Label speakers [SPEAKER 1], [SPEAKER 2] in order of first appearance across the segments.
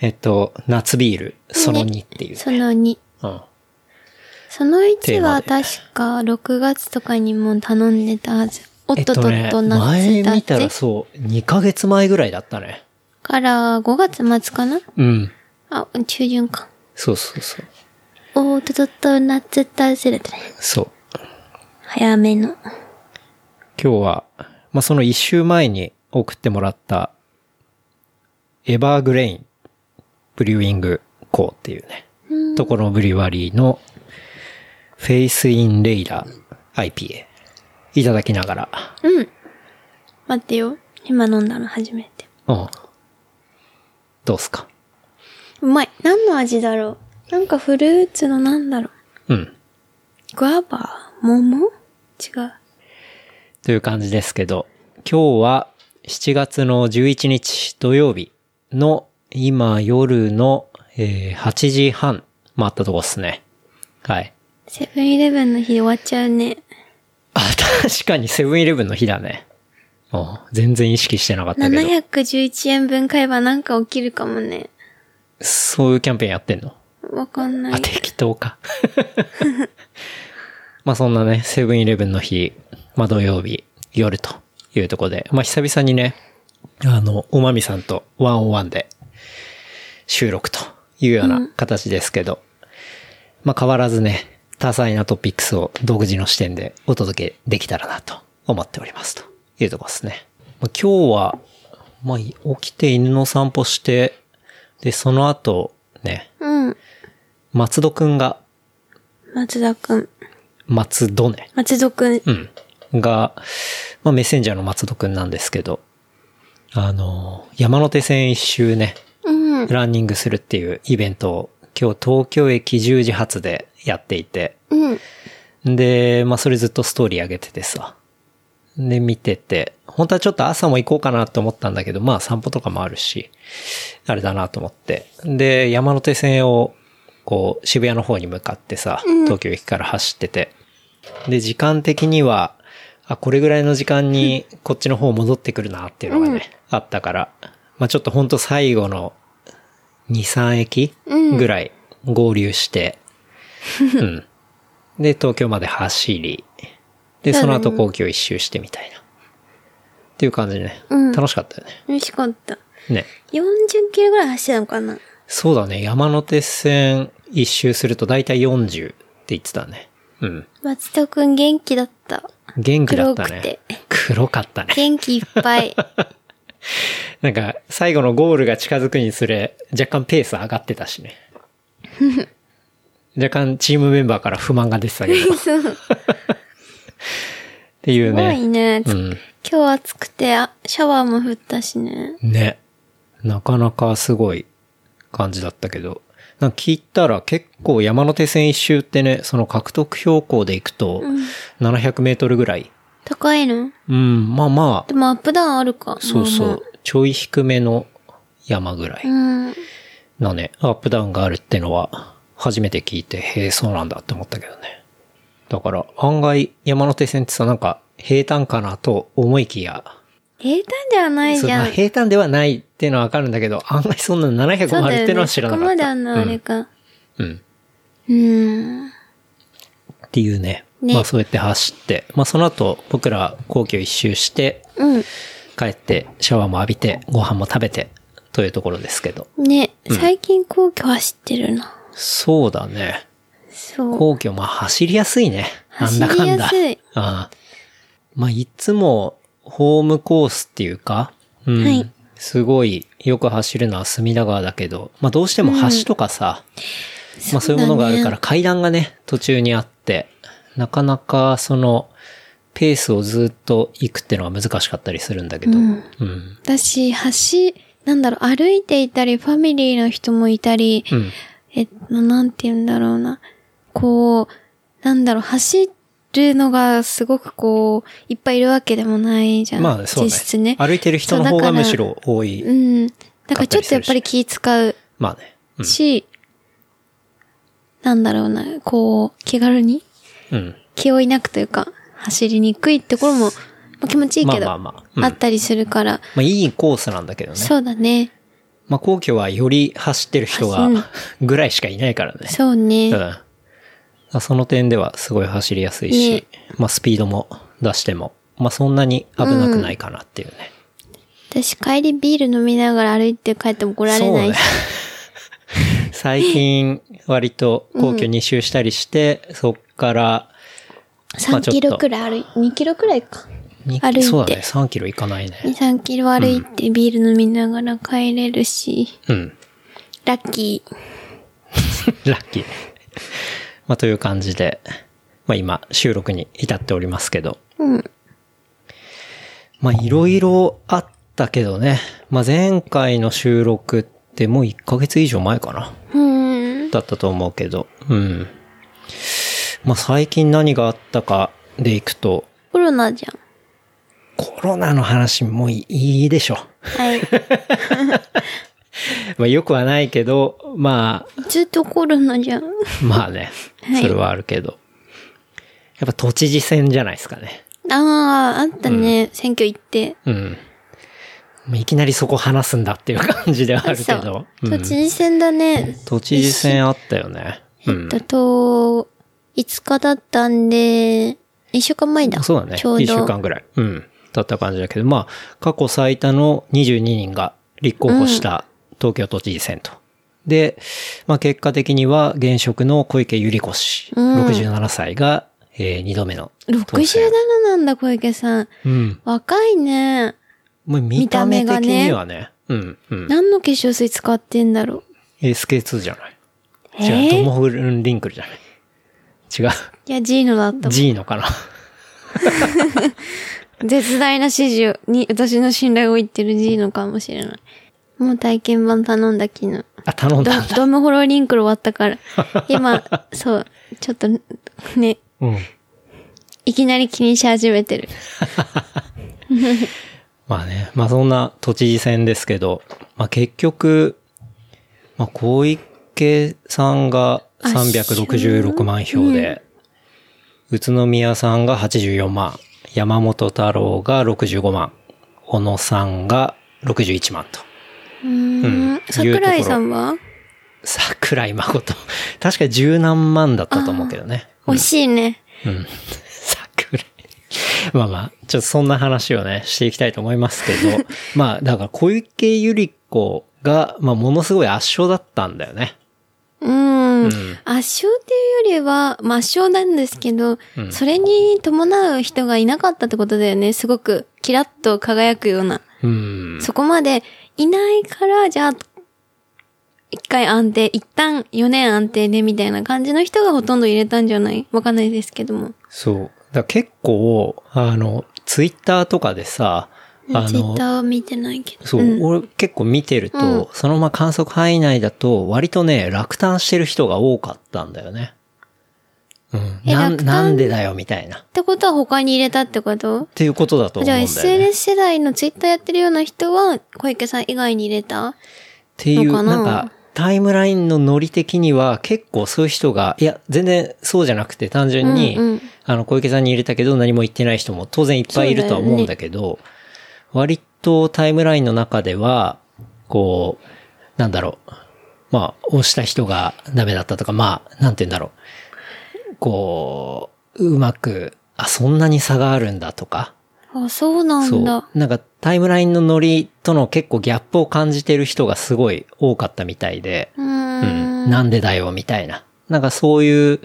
[SPEAKER 1] えっと、夏ビール、その2っていう。
[SPEAKER 2] その2。
[SPEAKER 1] うん。
[SPEAKER 2] その
[SPEAKER 1] テ
[SPEAKER 2] 1
[SPEAKER 1] ーマ
[SPEAKER 2] は
[SPEAKER 1] で
[SPEAKER 2] 確か6月とかにも頼んでたはず。おっ
[SPEAKER 1] えっ
[SPEAKER 2] とっと
[SPEAKER 1] とね
[SPEAKER 2] っ、と夏
[SPEAKER 1] 前
[SPEAKER 2] だっ
[SPEAKER 1] 見た
[SPEAKER 2] て
[SPEAKER 1] ら。そう、2ヶ月前ぐらいだったね。
[SPEAKER 2] から5月末かな
[SPEAKER 1] うん。
[SPEAKER 2] あ、中旬か。
[SPEAKER 1] そうそうそう。
[SPEAKER 2] おっとっとっと夏だぜだったね。
[SPEAKER 1] そう。
[SPEAKER 2] 早めの。
[SPEAKER 1] 今日は、まあ、その1週前に送ってもらった、エバーグレイン、ブリューイングコーっていうね、ところのブリュワリーの、フェイスインレイラ IPA、いただきながら、
[SPEAKER 2] 待ってよ。今飲んだの初めて。
[SPEAKER 1] うん。どうっすか
[SPEAKER 2] うまい。何の味だろうなんかフルーツのなんだろう
[SPEAKER 1] うん。
[SPEAKER 2] グアバー桃違う。
[SPEAKER 1] という感じですけど、今日は7月の11日土曜日の今夜の、えー8時半回ったとこっすね。はい。
[SPEAKER 2] セブンイレブンの日終わっちゃうね。
[SPEAKER 1] あ、確かにセブンイレブンの日だね。うん全然意識してなかったけど。
[SPEAKER 2] 711円分買えばなんか起きるかもね。
[SPEAKER 1] そういうキャンペーンやってんの
[SPEAKER 2] わかんな
[SPEAKER 1] あ、
[SPEAKER 2] い。
[SPEAKER 1] 適当か。 まあそんなね、セブンイレブンの日、まあ土曜日、夜というとこで、まあ久々にね、あの、おまみさんとワンオンワンで収録というような形ですけど、まあ変わらずね、多彩なトピックスを独自の視点でお届けできたらなと思っておりますというとこですね。まあ、今日は、まあ起きて犬の散歩して、で、その後ね、
[SPEAKER 2] うん。
[SPEAKER 1] 松戸くんが、
[SPEAKER 2] 松田くん。
[SPEAKER 1] 松戸ね。
[SPEAKER 2] 松戸くん。
[SPEAKER 1] うん。が、まあ、メッセンジャーの松戸くんなんですけど、あの、山手線一周ね、
[SPEAKER 2] うん。
[SPEAKER 1] ランニングするっていうイベントを、今日東京駅10時発でやっていて、
[SPEAKER 2] うん。
[SPEAKER 1] で、まあ、それずっとストーリー上げててさ。で、見てて、本当はちょっと朝も行こうかなと思ったんだけど、まあ、散歩とかもあるし、あれだなと思って。で、山手線を、こう、渋谷の方に向かってさ、東京駅から走ってて。で、時間的には、あ、これぐらいの時間にこっちの方戻ってくるなっていうのがね、あったから、まあ、ちょっと本当最後の2、3駅ぐらい合流して、うん。で、東京まで走り、で、その後皇居一周してみたいな。っていう感じでね。
[SPEAKER 2] うん
[SPEAKER 1] 楽しかったよね。
[SPEAKER 2] 美味しかった。
[SPEAKER 1] ね。
[SPEAKER 2] 40キロぐらい走ったのかな
[SPEAKER 1] そうだね。山手線一周すると大体40って言ってたね。うん。
[SPEAKER 2] 松田くん元気だった。
[SPEAKER 1] 元気だった
[SPEAKER 2] 黒くて
[SPEAKER 1] ね。黒かったね。
[SPEAKER 2] 元気いっ ぱい。
[SPEAKER 1] なんか、最後のゴールが近づくにつれ、若干ペース上がってたし ね。若干チームメンバーから不満が出てたけど。っていう
[SPEAKER 2] すごい
[SPEAKER 1] ね。
[SPEAKER 2] ね。つ
[SPEAKER 1] うん。
[SPEAKER 2] 今日暑くて、あシャワーも降ったしね。
[SPEAKER 1] ね。なかなかすごい感じだったけど。なんか聞いたら結構山手線一周ってね、その獲得標高で行くと700メートルぐらい。
[SPEAKER 2] 高いの
[SPEAKER 1] うん、まあまあ
[SPEAKER 2] で、もアップダウンあるか。
[SPEAKER 1] そうそ
[SPEAKER 2] まあ
[SPEAKER 1] う、ちょい低めの山ぐらい
[SPEAKER 2] まあ。うん。
[SPEAKER 1] のね、アップダウンがあるってのは初めて聞いて、へえ、そうなんだって思ったけどね。だから案外山手線ってさ、なんか平坦かなと思いきや、
[SPEAKER 2] 平坦ではない
[SPEAKER 1] そう
[SPEAKER 2] じゃ
[SPEAKER 1] まあ
[SPEAKER 2] ん。
[SPEAKER 1] 平坦ではないっていうのはわかるんだけど、案外そんな700もあるっていうのは知らなか
[SPEAKER 2] そ
[SPEAKER 1] っ
[SPEAKER 2] うだ
[SPEAKER 1] た。
[SPEAKER 2] よねそこまであの、あれか。
[SPEAKER 1] うん。うん
[SPEAKER 2] うん。
[SPEAKER 1] っていうね。
[SPEAKER 2] ね
[SPEAKER 1] まあそうやって走って、まあその後僕ら皇居一周して、
[SPEAKER 2] うん。
[SPEAKER 1] 帰ってシャワーも浴びて、ご飯も食べて、というところですけど。
[SPEAKER 2] ね、最近皇居走ってるな。
[SPEAKER 1] そうだね。
[SPEAKER 2] そう。
[SPEAKER 1] 皇居、まあ走りやすいね。なんだかんだ。
[SPEAKER 2] 走りやすい
[SPEAKER 1] ああまあいつもホームコースっていうか、うん。
[SPEAKER 2] はい
[SPEAKER 1] すごいよく走るのは隅田川だけど、まあどうしても橋とかさ、まあそういうものがあるから階段がね、途中にあって、なかなかその、ペースをずっと行くってのは難しかったりするんだけど、うん。
[SPEAKER 2] 私、橋、なんだろう、歩いていたり、ファミリーの人もいたり、
[SPEAKER 1] うん。
[SPEAKER 2] えっと、なんて言うんだろうな。こう、なんだろう、走るのがすごくこう、いっぱいいるわけでもないじゃん。
[SPEAKER 1] まあそうね
[SPEAKER 2] 実質ね。
[SPEAKER 1] 歩いてる人の方がむしろ多
[SPEAKER 2] う
[SPEAKER 1] い。
[SPEAKER 2] ん。だからちょっとやっぱり気使う
[SPEAKER 1] まあね。う
[SPEAKER 2] し、なんだろうな、こう、気軽に、
[SPEAKER 1] ん。うん。
[SPEAKER 2] 気負いなくというか、走りにくいってところも、まあ、気持ちいいけど、
[SPEAKER 1] まあまあまあうん
[SPEAKER 2] ったりするから、
[SPEAKER 1] まあいいコースなんだけどね。
[SPEAKER 2] そうだね。
[SPEAKER 1] まあ皇居はより走ってる人が
[SPEAKER 2] うん
[SPEAKER 1] ぐらいしかいないからね。
[SPEAKER 2] そうね。
[SPEAKER 1] うん。その点ではすごい走りやすいし、
[SPEAKER 2] ね
[SPEAKER 1] まあスピードも出しても、まあそんなに危なくないかなっていうね。
[SPEAKER 2] 私帰りビール飲みながら歩いて帰っても怒られないし。
[SPEAKER 1] そうね 最近割と皇居2周したりして、そっからまあ
[SPEAKER 2] 3
[SPEAKER 1] ちょっと
[SPEAKER 2] キロくらい歩い、2キロくらいか。
[SPEAKER 1] に
[SPEAKER 2] 歩いて
[SPEAKER 1] そうだね、3キロ行かない
[SPEAKER 2] 2、
[SPEAKER 1] ね。
[SPEAKER 2] 3キロ歩いてビール飲みながら帰れるし、
[SPEAKER 1] うん。
[SPEAKER 2] ラッキー。
[SPEAKER 1] ラッキー。 まあという感じで、まあ今収録に至っておりますけど。
[SPEAKER 2] うん。
[SPEAKER 1] まあいろいろあったけどね。まあ前回の収録ってもう1ヶ月以上前かな。
[SPEAKER 2] うん。
[SPEAKER 1] だったと思うけど。うん。まあ最近何があったかでいくと、
[SPEAKER 2] コロナじゃん。
[SPEAKER 1] コロナの話もういいでしょ。
[SPEAKER 2] はい。
[SPEAKER 1] まあよくはないけど、ま
[SPEAKER 2] ずっとコロナじゃん。
[SPEAKER 1] あ、まあね
[SPEAKER 2] は。い
[SPEAKER 1] それはあるけど。やっぱ都知事選じゃないですかね。
[SPEAKER 2] ああ、あったね。選挙行って。
[SPEAKER 1] うん。まあいきなりそこ話すんだっていう感じではあるけど。う
[SPEAKER 2] 都
[SPEAKER 1] ん
[SPEAKER 2] 知事選だね。
[SPEAKER 1] 都知事選あったよね。う
[SPEAKER 2] え
[SPEAKER 1] ん
[SPEAKER 2] っ。と、と、5日だったんで、1週間前だ。
[SPEAKER 1] そうだね。
[SPEAKER 2] ちょうど。
[SPEAKER 1] 1週間ぐらい。うん。だった感じだけど、まあ、過去最多の22人が立候補した東京都知事選と。で、まあ結果的には現職の小池百合子氏、
[SPEAKER 2] うん
[SPEAKER 1] 67歳が、え2度目の当
[SPEAKER 2] 67
[SPEAKER 1] 選。
[SPEAKER 2] なんだ、小池さん。
[SPEAKER 1] うん。
[SPEAKER 2] 若いね。
[SPEAKER 1] もう見た目的にはね、うん、うん。
[SPEAKER 2] 何の化粧水使ってんだろう。
[SPEAKER 1] SK2 じゃない。
[SPEAKER 2] え
[SPEAKER 1] 違う、
[SPEAKER 2] ー
[SPEAKER 1] トモフルンリンクルじゃない。違う、
[SPEAKER 2] いや、ジーノだったもん。
[SPEAKER 1] G のかな。
[SPEAKER 2] 絶大な支持をに、私の信頼を言ってるジーノかもしれない。もう体験版頼んだ昨日。
[SPEAKER 1] あ、頼ん
[SPEAKER 2] ド
[SPEAKER 1] だんだ。
[SPEAKER 2] ドムホロリンクル終わったから。 今、そう、ちょっと、ね、
[SPEAKER 1] うん。
[SPEAKER 2] いきなり気にし始めてる。
[SPEAKER 1] まあね、まあそんな都知事選ですけど、まあ結局、まあ小池さんが
[SPEAKER 2] あ
[SPEAKER 1] 366万票で、宇都宮さんが84万、山本太郎が65万、小野さんが61万と。
[SPEAKER 2] うー
[SPEAKER 1] うん
[SPEAKER 2] ん。桜井さんは
[SPEAKER 1] 桜井誠。確か十何万だったと思うけどね。
[SPEAKER 2] 惜しいね。
[SPEAKER 1] うん。桜井。まあまあ、ちょっとそんな話をね、していきたいと思いますけ ど、まあ、だから小池百合子が、まあ、ものすごい圧勝だったんだよね。
[SPEAKER 2] うん。
[SPEAKER 1] うん
[SPEAKER 2] 圧勝っていうよりは、まあ圧勝なんですけど、
[SPEAKER 1] うん
[SPEAKER 2] それに伴う人がいなかったってことだよね。すごく、キラッと輝くような。
[SPEAKER 1] うん。
[SPEAKER 2] そこまでいないから、じゃあ、一回安定、一旦4年安定でみたいな感じの人がほとんど入れたんじゃないわかんないですけども。
[SPEAKER 1] そう。だから結構、あの、ツイッターとかでさ、あ
[SPEAKER 2] ツイッ
[SPEAKER 1] の
[SPEAKER 2] タ、ーは見てないけど。
[SPEAKER 1] そう、
[SPEAKER 2] ん
[SPEAKER 1] 俺結構見てると、
[SPEAKER 2] うん
[SPEAKER 1] そのまま観測範囲内だと、割とね、落胆してる人が多かったんだよね。うん。
[SPEAKER 2] え
[SPEAKER 1] なん
[SPEAKER 2] 落胆
[SPEAKER 1] なんでだよ、みたいな。っ
[SPEAKER 2] ってことは他に入れたってこと
[SPEAKER 1] ていうことだと思
[SPEAKER 2] じ
[SPEAKER 1] うん
[SPEAKER 2] ゃ
[SPEAKER 1] だ
[SPEAKER 2] あ
[SPEAKER 1] よね。
[SPEAKER 2] SNS 世代のツイッターやってるような人は小池さん以外に入れた
[SPEAKER 1] っていう、
[SPEAKER 2] のか
[SPEAKER 1] な
[SPEAKER 2] なん
[SPEAKER 1] か、タイムラインのノリ的には結構そういう人が、いや、全然そうじゃなくて単純に、
[SPEAKER 2] うんうん
[SPEAKER 1] あの、小池さんに入れたけど何も言ってない人も当然いっぱいいるとは思うんだけど、割とタイムラインの中では、こう、なんだろう。まあ、押した人がダメだったとか、まあ、なんて言うんだろう。こう、うまく、あ、そんなに差があるんだとか、
[SPEAKER 2] あ、そうなん
[SPEAKER 1] そ
[SPEAKER 2] だ。
[SPEAKER 1] う。なんかタイムラインのノリとの結構ギャップを感じてる人がすごい多かったみたいで、
[SPEAKER 2] うー
[SPEAKER 1] うん。
[SPEAKER 2] ん。
[SPEAKER 1] なんでだよ、みたいな。なんかそういう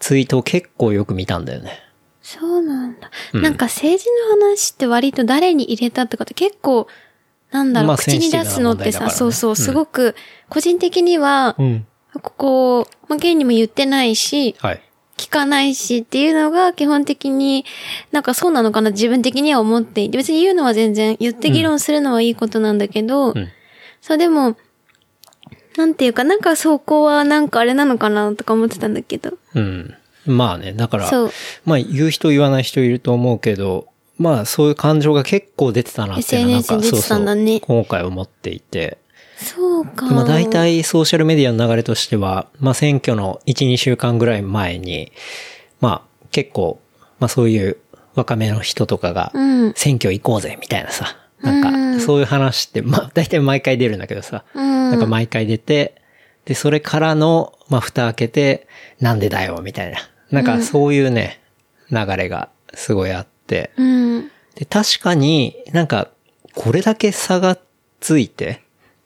[SPEAKER 1] ツイートを結構よく見たんだよね。
[SPEAKER 2] そうなんだ。
[SPEAKER 1] うん
[SPEAKER 2] なんか政治の話って割と誰に入れたってこと結構、なんだろう、
[SPEAKER 1] まあ
[SPEAKER 2] 口に出すのっ
[SPEAKER 1] センシティブ
[SPEAKER 2] てさ、
[SPEAKER 1] な問題だからね
[SPEAKER 2] そうそうう、
[SPEAKER 1] ん
[SPEAKER 2] すごく、個人的には、
[SPEAKER 1] ん。
[SPEAKER 2] ここ、まあ、現にも言ってないし、
[SPEAKER 1] はい。
[SPEAKER 2] 聞かないしっていうのが基本的になんかそうなのかな自分的には思っていて別に言うのは全然言って議論するのはいいことなんだけど、
[SPEAKER 1] うん
[SPEAKER 2] そう、でも、なんていうか、なんかそこはなんかあれなのかなとか思ってたんだけど。
[SPEAKER 1] うん。まあね、だから
[SPEAKER 2] そう、
[SPEAKER 1] まあ言う人言わない人いると思うけど、まあそういう感情が結構出てたなっていうのはなん
[SPEAKER 2] SNS
[SPEAKER 1] か、
[SPEAKER 2] に出
[SPEAKER 1] そう
[SPEAKER 2] てた
[SPEAKER 1] そ
[SPEAKER 2] んだね
[SPEAKER 1] う、今回思っていて。
[SPEAKER 2] そうか。
[SPEAKER 1] まあ大体ソーシャルメディアの流れとしては、まあ選挙の1、2週間ぐらい前に、まあ結構、まあそういう若めの人とかが
[SPEAKER 2] う、ん。
[SPEAKER 1] 選挙行こうぜみたいなさ、
[SPEAKER 2] う
[SPEAKER 1] なん
[SPEAKER 2] ん
[SPEAKER 1] かそういう話って、まあ大体毎回出るんだけどさ、
[SPEAKER 2] うん。
[SPEAKER 1] なんか毎回出て、で、それからの、まあ、蓋開けて、なんでだよ、みたいな。なんか、そういうね、流れがすごいあって。
[SPEAKER 2] うん。
[SPEAKER 1] で、確かになんか、これだけ差がついて、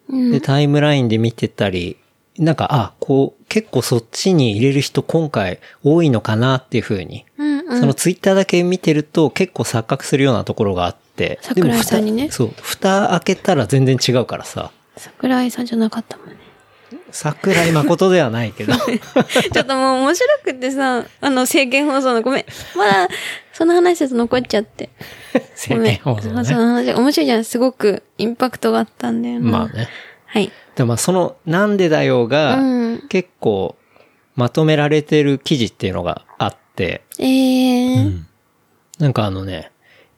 [SPEAKER 2] うん
[SPEAKER 1] で、タイムラインで見てたり、なんか、あ、こう、結構そっちに入れる人今回多いのかなっていう風に。
[SPEAKER 2] うん。うん
[SPEAKER 1] そのツイッターだけ見てると結構錯覚するようなところがあって。でも
[SPEAKER 2] 桜井さんにね
[SPEAKER 1] 蓋そう。蓋開けたら全然違うからさ。
[SPEAKER 2] 桜井さんじゃなかったもんね。
[SPEAKER 1] 桜井誠ではないけど。
[SPEAKER 2] ちょっともう面白くってさ、あの、政見放送のごめん。まだ、その話だと残っちゃって。ご
[SPEAKER 1] 政
[SPEAKER 2] めん。
[SPEAKER 1] 見放送
[SPEAKER 2] 放送
[SPEAKER 1] ね。
[SPEAKER 2] の話、面白いじゃん。すごくインパクトがあったんだよね。
[SPEAKER 1] まあ。ね。
[SPEAKER 2] はい。
[SPEAKER 1] でもまあその、なんでだよが、
[SPEAKER 2] うん
[SPEAKER 1] 結構、まとめられてる記事っていうのがあって、
[SPEAKER 2] えー。
[SPEAKER 1] なんかあのね、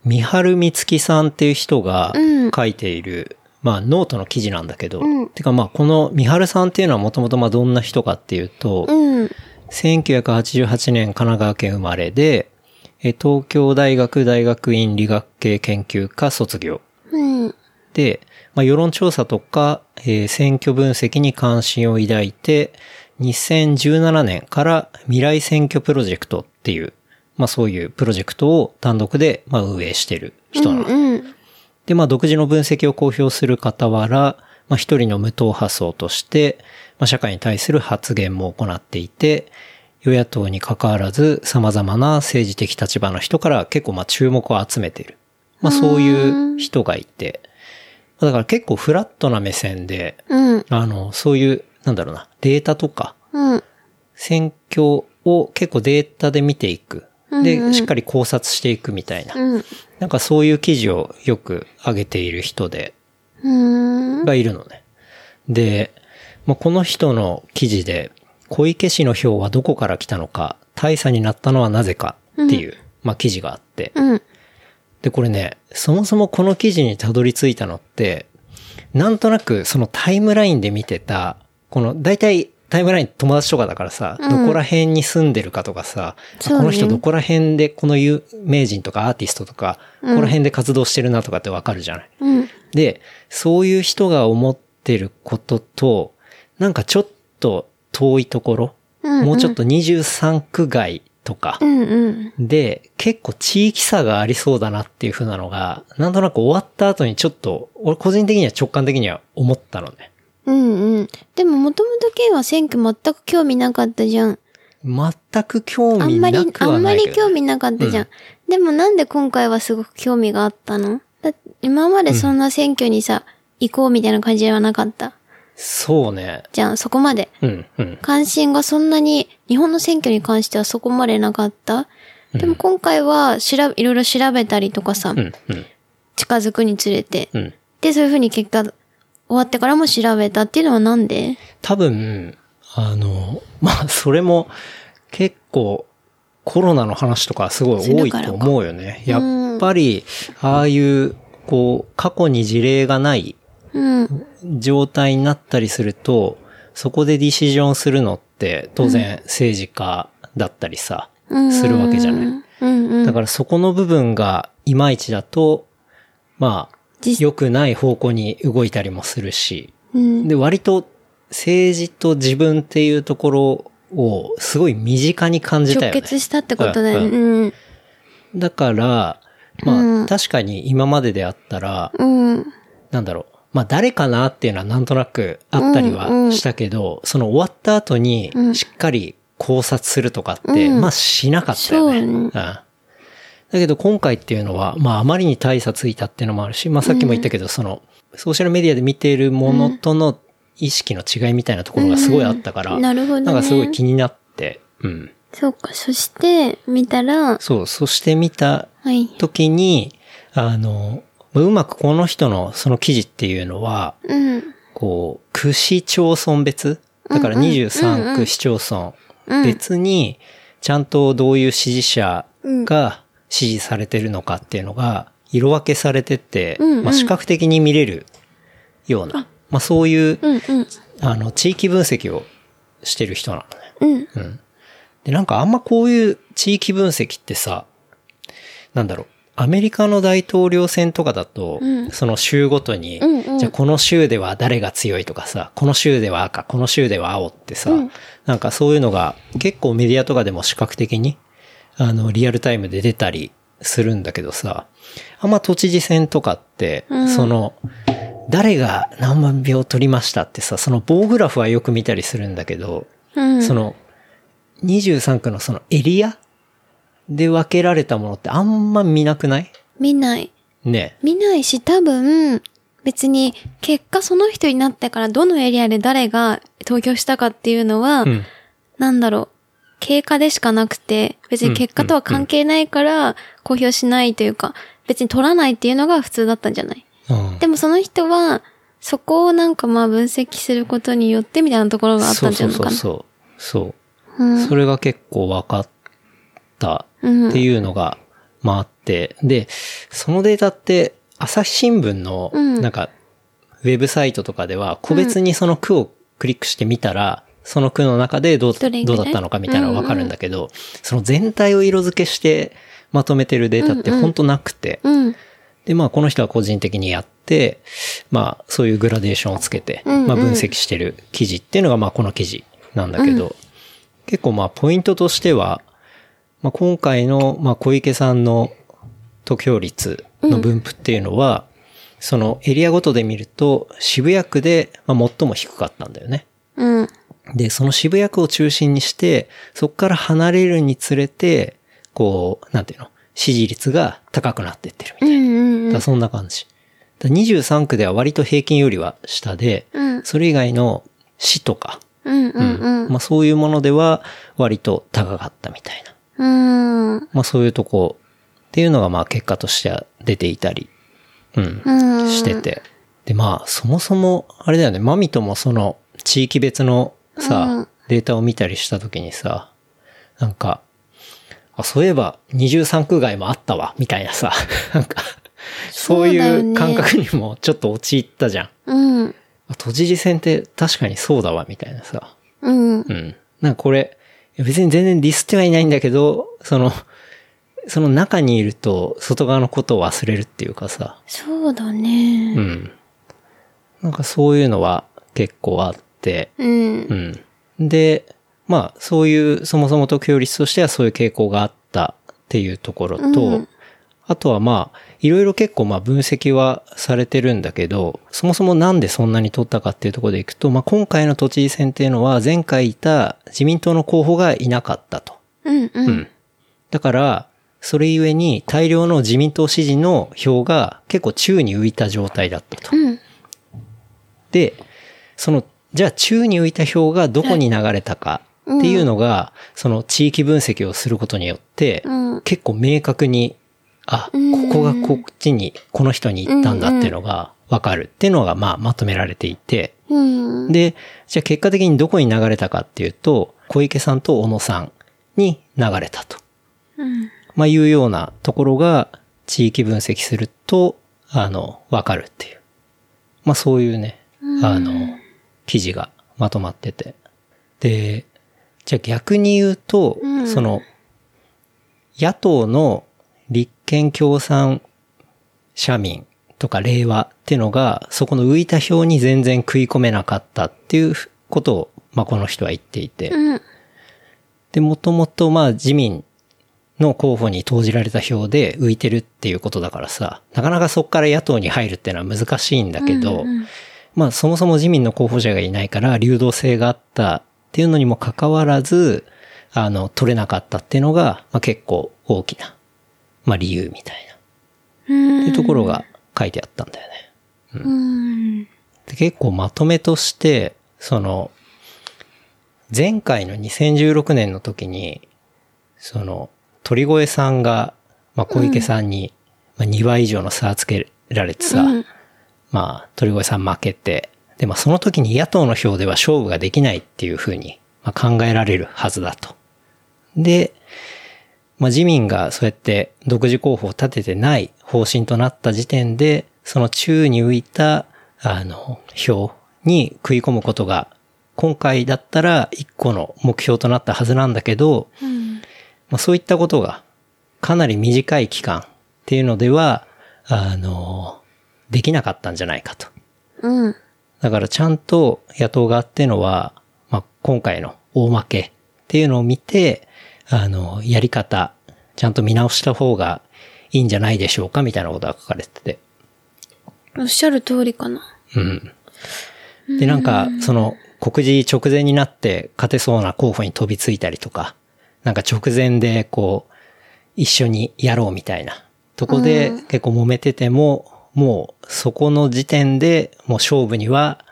[SPEAKER 1] 三春美月さんっていう人が
[SPEAKER 2] うん
[SPEAKER 1] 書いている、まあノートの記事なんだけど、
[SPEAKER 2] うん
[SPEAKER 1] てかまあこの三春さんっていうのはもともとまあどんな人かっていうと、
[SPEAKER 2] うん。
[SPEAKER 1] 1988年神奈川県生まれで、え東京大学大学院理学系研究科卒業。
[SPEAKER 2] うん。
[SPEAKER 1] で、まあ、世論調査とか、えー選挙分析に関心を抱いて、2017年から未来選挙プロジェクトっていう、まあそういうプロジェクトを単独で、まあ、運営してる人なの。
[SPEAKER 2] うん。
[SPEAKER 1] で、まあ独自の分析を公表する傍ら、まあ一人の無党派層として、まあ社会に対する発言も行っていて、与野党に関わらず様々な政治的立場の人から結構まあ注目を集めている。まあそういう人がいて、まあだから結構フラットな目線で、
[SPEAKER 2] うん。
[SPEAKER 1] あの、そういう、なんだろうな、データとか、
[SPEAKER 2] うん。
[SPEAKER 1] 選挙を結構データで見ていく。
[SPEAKER 2] うんう
[SPEAKER 1] で、
[SPEAKER 2] ん
[SPEAKER 1] しっかり考察していくみたいな。
[SPEAKER 2] うん。
[SPEAKER 1] なんかそういう記事をよく上げている人で、
[SPEAKER 2] うん。
[SPEAKER 1] がいるのね。で、まあ、この人の記事で、小池氏の票はどこから来たのか、大差になったのはなぜかっていう、まあ、記事があって。
[SPEAKER 2] うん。
[SPEAKER 1] で、これね、そもそもこの記事にたどり着いたのって、なんとなくそのタイムラインで見てた、この、大体タイムライン友達とかだからさ、
[SPEAKER 2] うん
[SPEAKER 1] どこら辺に住んでるかとかさ、
[SPEAKER 2] そうね
[SPEAKER 1] この人どこら辺でこの有名人とかアーティストとか、
[SPEAKER 2] うん
[SPEAKER 1] この辺で活動してるなとかってわかるじゃない。
[SPEAKER 2] うん。
[SPEAKER 1] で、そういう人が思ってることと、なんかちょっと遠いところ、
[SPEAKER 2] うん
[SPEAKER 1] もうちょっと23区外とか、
[SPEAKER 2] うん。うん。
[SPEAKER 1] で、結構地域差がありそうだなっていう風なのが、なんとなく終わった後にちょっと、俺個人的には直感的には思ったのね。
[SPEAKER 2] うんうん。でも、もともと K は選挙全く興味なかったじゃん。
[SPEAKER 1] 全く興
[SPEAKER 2] あん
[SPEAKER 1] 味
[SPEAKER 2] ま
[SPEAKER 1] な
[SPEAKER 2] り、
[SPEAKER 1] く
[SPEAKER 2] あ
[SPEAKER 1] は
[SPEAKER 2] んま
[SPEAKER 1] ないけどね、
[SPEAKER 2] り興味なかったじゃん。
[SPEAKER 1] う
[SPEAKER 2] でもなんで今回はすごく興味があったのだ今までそんな選挙にさ、行こうみたいな感じではなかった。
[SPEAKER 1] そうね。
[SPEAKER 2] じゃん、そこまで。
[SPEAKER 1] うん、うん。
[SPEAKER 2] 関心がそんなに、日本の選挙に関してはそこまでなかった。でも今回は、しら、いろいろ調べたりとかさ
[SPEAKER 1] う、ん、うん、
[SPEAKER 2] 近づくにつれて。
[SPEAKER 1] うん。
[SPEAKER 2] で、そういうふうに結果、終わってからも調べたっていうのはなんで
[SPEAKER 1] 多分、あの、 まあ、それも結構コロナの話とかすごい多いと思うよね。
[SPEAKER 2] だ
[SPEAKER 1] や
[SPEAKER 2] からか
[SPEAKER 1] っぱり、ああいう、こう、過去に事例がない
[SPEAKER 2] うん。
[SPEAKER 1] 状態になったりすると、そこでディシジョンするのって、当然政治家だったりさ、
[SPEAKER 2] うん
[SPEAKER 1] するわけじゃない。
[SPEAKER 2] うんうん。
[SPEAKER 1] だからそこの部分がいまいちだと、まあ、
[SPEAKER 2] 実
[SPEAKER 1] 良くない方向に動いたりもするし、
[SPEAKER 2] うん。
[SPEAKER 1] で、割と政治と自分っていうところをすごい身近に感じた
[SPEAKER 2] 直
[SPEAKER 1] よね。
[SPEAKER 2] 結したってことだよね。
[SPEAKER 1] う
[SPEAKER 2] うん。
[SPEAKER 1] だから、ま
[SPEAKER 2] う
[SPEAKER 1] あ
[SPEAKER 2] ん
[SPEAKER 1] 確かに今までであったら、
[SPEAKER 2] うん。
[SPEAKER 1] なんだろう。まあ誰かなっていうのはなんとなくあったり
[SPEAKER 2] うんう
[SPEAKER 1] は
[SPEAKER 2] ん
[SPEAKER 1] したけど、その終わった後に
[SPEAKER 2] うん
[SPEAKER 1] しっかり考察するとかって、
[SPEAKER 2] うん
[SPEAKER 1] まあしなかったよね。
[SPEAKER 2] そうね
[SPEAKER 1] んだけど今回っていうのは、まああまりに大差ついたっていうのもあるし、まあさっきも言ったけど、そのソーシャルメディアで見ているものとの意識の違いみたいなところがすごいあったから、
[SPEAKER 2] うんなるほど、ね。
[SPEAKER 1] なんかすごい気になって、うん。
[SPEAKER 2] そうか、そして、見たら、
[SPEAKER 1] そう、そして見た
[SPEAKER 2] はい。
[SPEAKER 1] 時に、あの、うまくこの人のその記事っていうのは、
[SPEAKER 2] うん。
[SPEAKER 1] こう、区市町村別だから
[SPEAKER 2] うんうんうんう
[SPEAKER 1] 23
[SPEAKER 2] ん
[SPEAKER 1] 区市町村
[SPEAKER 2] うん
[SPEAKER 1] 別に、ちゃんとどういう支持者が支持されてるのかっていうのが、色分けされてって、
[SPEAKER 2] うんうん
[SPEAKER 1] まあ視覚的に見れるような、まあそういう、
[SPEAKER 2] うんうん。
[SPEAKER 1] あの、地域分析をしてる人なのね。
[SPEAKER 2] うん。
[SPEAKER 1] で、なんかあんまこういう地域分析ってさ、なんだろう、アメリカの大統領選とかだと、
[SPEAKER 2] うん
[SPEAKER 1] その州ごとに、
[SPEAKER 2] うんうん
[SPEAKER 1] じゃあこの州では誰が強いとかさ、この州では赤、この州では青ってさ、なんかそういうのが結構メディアとかでも視覚的に、あの、リアルタイムで出たりするんだけどさ、あんま都知事選とかって、
[SPEAKER 2] うん
[SPEAKER 1] その、誰が何万票取りましたってさ、その棒グラフはよく見たりするんだけど、
[SPEAKER 2] うん。
[SPEAKER 1] その、23区のそのエリアで分けられたものってあんま見なくない
[SPEAKER 2] 見ない。
[SPEAKER 1] ね
[SPEAKER 2] 見ないし、多分、別に、結果その人になってからどのエリアで誰が投票したかっていうのは、
[SPEAKER 1] え。うん。
[SPEAKER 2] なんだろう、経過でしかなくて、別に結果とは関係ないから、公表しないというか、別に取らないっていうのが普通だったんじゃない
[SPEAKER 1] うん
[SPEAKER 2] でもその人は、そこをなんかまあ分析することによってみたいなところがあったんじゃないのかな。
[SPEAKER 1] そうそうそう
[SPEAKER 2] う
[SPEAKER 1] そう。
[SPEAKER 2] ん
[SPEAKER 1] それが結構分かった
[SPEAKER 2] うん
[SPEAKER 1] っていうのが、まああって。で、そのデータって、朝日新聞の、
[SPEAKER 2] うん
[SPEAKER 1] なんか、ウェブサイトとかでは、個別にその区をクリックしてみたら、その区の中でどう
[SPEAKER 2] どれぐ
[SPEAKER 1] ど
[SPEAKER 2] らいう
[SPEAKER 1] だったのかみたいなのがわかるんだけど、その全体を色付けしてまとめてるデータってほんとなくて、
[SPEAKER 2] うん。
[SPEAKER 1] で、まあ、この人は個人的にやって、まあ、そういうグラデーションをつけて、
[SPEAKER 2] うんうん
[SPEAKER 1] まあ、分析してる記事っていうのが、まあ、この記事なんだけど、結構、まあ、ポイントとしては、まあ、今回の、まあ、小池さんの得票率の分布っていうのは、そのエリアごとで見ると、渋谷区で、まあ、最も低かったんだよね。
[SPEAKER 2] うん。
[SPEAKER 1] で、その渋谷区を中心にして、そこから離れるにつれて、こう、なんていうの、支持率が高くなっていってるみたいな。
[SPEAKER 2] うんうんうん
[SPEAKER 1] だそんな感じ。だ23区では割と平均よりは下で、
[SPEAKER 2] うん
[SPEAKER 1] それ以外の市とか、
[SPEAKER 2] うんうん
[SPEAKER 1] まあそういうものでは割と高かったみたいな。
[SPEAKER 2] うん。うん。
[SPEAKER 1] まあそういうとこっていうのがまあ結果としては出ていたり、うん、
[SPEAKER 2] うん。
[SPEAKER 1] してて。でまあそもそも、あれだよね、マミともその地域別のさ、
[SPEAKER 2] うん
[SPEAKER 1] データを見たりした時にさ、なんか、あ、そういえば23区外もあったわ、みたいなさ、 なんか、そう
[SPEAKER 2] そうだよ
[SPEAKER 1] いう
[SPEAKER 2] ね
[SPEAKER 1] 感覚にもちょっと陥ったじゃん。
[SPEAKER 2] うん。
[SPEAKER 1] あ都知事選って確かにそうだわ、みたいなさ。
[SPEAKER 2] う
[SPEAKER 1] う
[SPEAKER 2] ん。
[SPEAKER 1] ん。なんかこれ、いや別に全然ディスってはいないんだけど、その、その中にいると外側のことを忘れるっていうかさ、
[SPEAKER 2] そうだ
[SPEAKER 1] う
[SPEAKER 2] ね。
[SPEAKER 1] ん。なんかそういうのは結構あって、
[SPEAKER 2] うん
[SPEAKER 1] う。ん。で、まあ、そういう、そもそも得票率としてはそういう傾向があったっていうところと、
[SPEAKER 2] うん
[SPEAKER 1] あとはまあ、いろいろ結構まあ分析はされてるんだけど、そもそもなんでそんなに取ったかっていうところでいくと、まあ今回の都知事選っていうのは前回いた自民党の候補がいなかったと。
[SPEAKER 2] うんう。
[SPEAKER 1] うんん。だから、それゆえに大量の自民党支持の票が結構宙に浮いた状態だったと。
[SPEAKER 2] うん。
[SPEAKER 1] で、その、じゃあ宙に浮いた票がどこに流れたかっていうのが、その地域分析をすることによって、
[SPEAKER 2] うん
[SPEAKER 1] 結構明確に、あ、
[SPEAKER 2] うん
[SPEAKER 1] ここがこっちに、この人に行ったんだっていうのがわかるっていうのが、まあ、まとめられていて、
[SPEAKER 2] うん。
[SPEAKER 1] で、じゃあ結果的にどこに流れたかっていうと、小池さんと小野さんに流れたと。
[SPEAKER 2] うん。
[SPEAKER 1] まあ、いうようなところが、地域分析すると、あの、わかるっていう。まあ、そういうね、あの、記事がまとまってて。で、じゃあ逆に言うと、
[SPEAKER 2] うん
[SPEAKER 1] その、野党の立憲共産社民とか令和ってのが、そこの浮いた表に全然食い込めなかったっていうことを、まあ、この人は言っていて。
[SPEAKER 2] うん。
[SPEAKER 1] で、もともとまあ自民の候補に投じられた票で浮いてるっていうことだからさ、なかなかそこから野党に入るってのは難しいんだけど、
[SPEAKER 2] うん
[SPEAKER 1] まあそもそも自民の候補者がいないから流動性があったっていうのにもかかわらず、あの、取れなかったっていうのが、まあ結構大きな、まあ理由みたいな、
[SPEAKER 2] う
[SPEAKER 1] っ
[SPEAKER 2] ん。
[SPEAKER 1] ていうところが書いてあったんだよね。
[SPEAKER 2] うん。
[SPEAKER 1] で結構まとめとして、その、前回の2016年の時に、その、鳥越さんが、まあ、小池さんに、まあ、2倍以上の差つけられてさ、
[SPEAKER 2] うん
[SPEAKER 1] まあ、鳥越さん負けて、で、まあその時に野党の票では勝負ができないっていうふうに、まあ、考えられるはずだと。で、まあ自民がそうやって独自候補を立ててない方針となった時点で、その宙に浮いた、あの、票に食い込むことが、今回だったら一個の目標となったはずなんだけど、
[SPEAKER 2] うん。
[SPEAKER 1] まあ、そういったことがかなり短い期間っていうのでは、あの、できなかったんじゃないかと。
[SPEAKER 2] うん。
[SPEAKER 1] だからちゃんと野党側っていうのは、まあ、今回の大負けっていうのを見て、あの、やり方、ちゃんと見直した方がいいんじゃないでしょうかみたいなことが書かれてて。
[SPEAKER 2] おっしゃる通りかな。
[SPEAKER 1] うん。で、なんか、その、告示直前になって勝てそうな候補に飛びついたりとか、なんか直前でこう、一緒にやろうみたいなとこで結構揉めてても、もうそこの時点でもう勝負には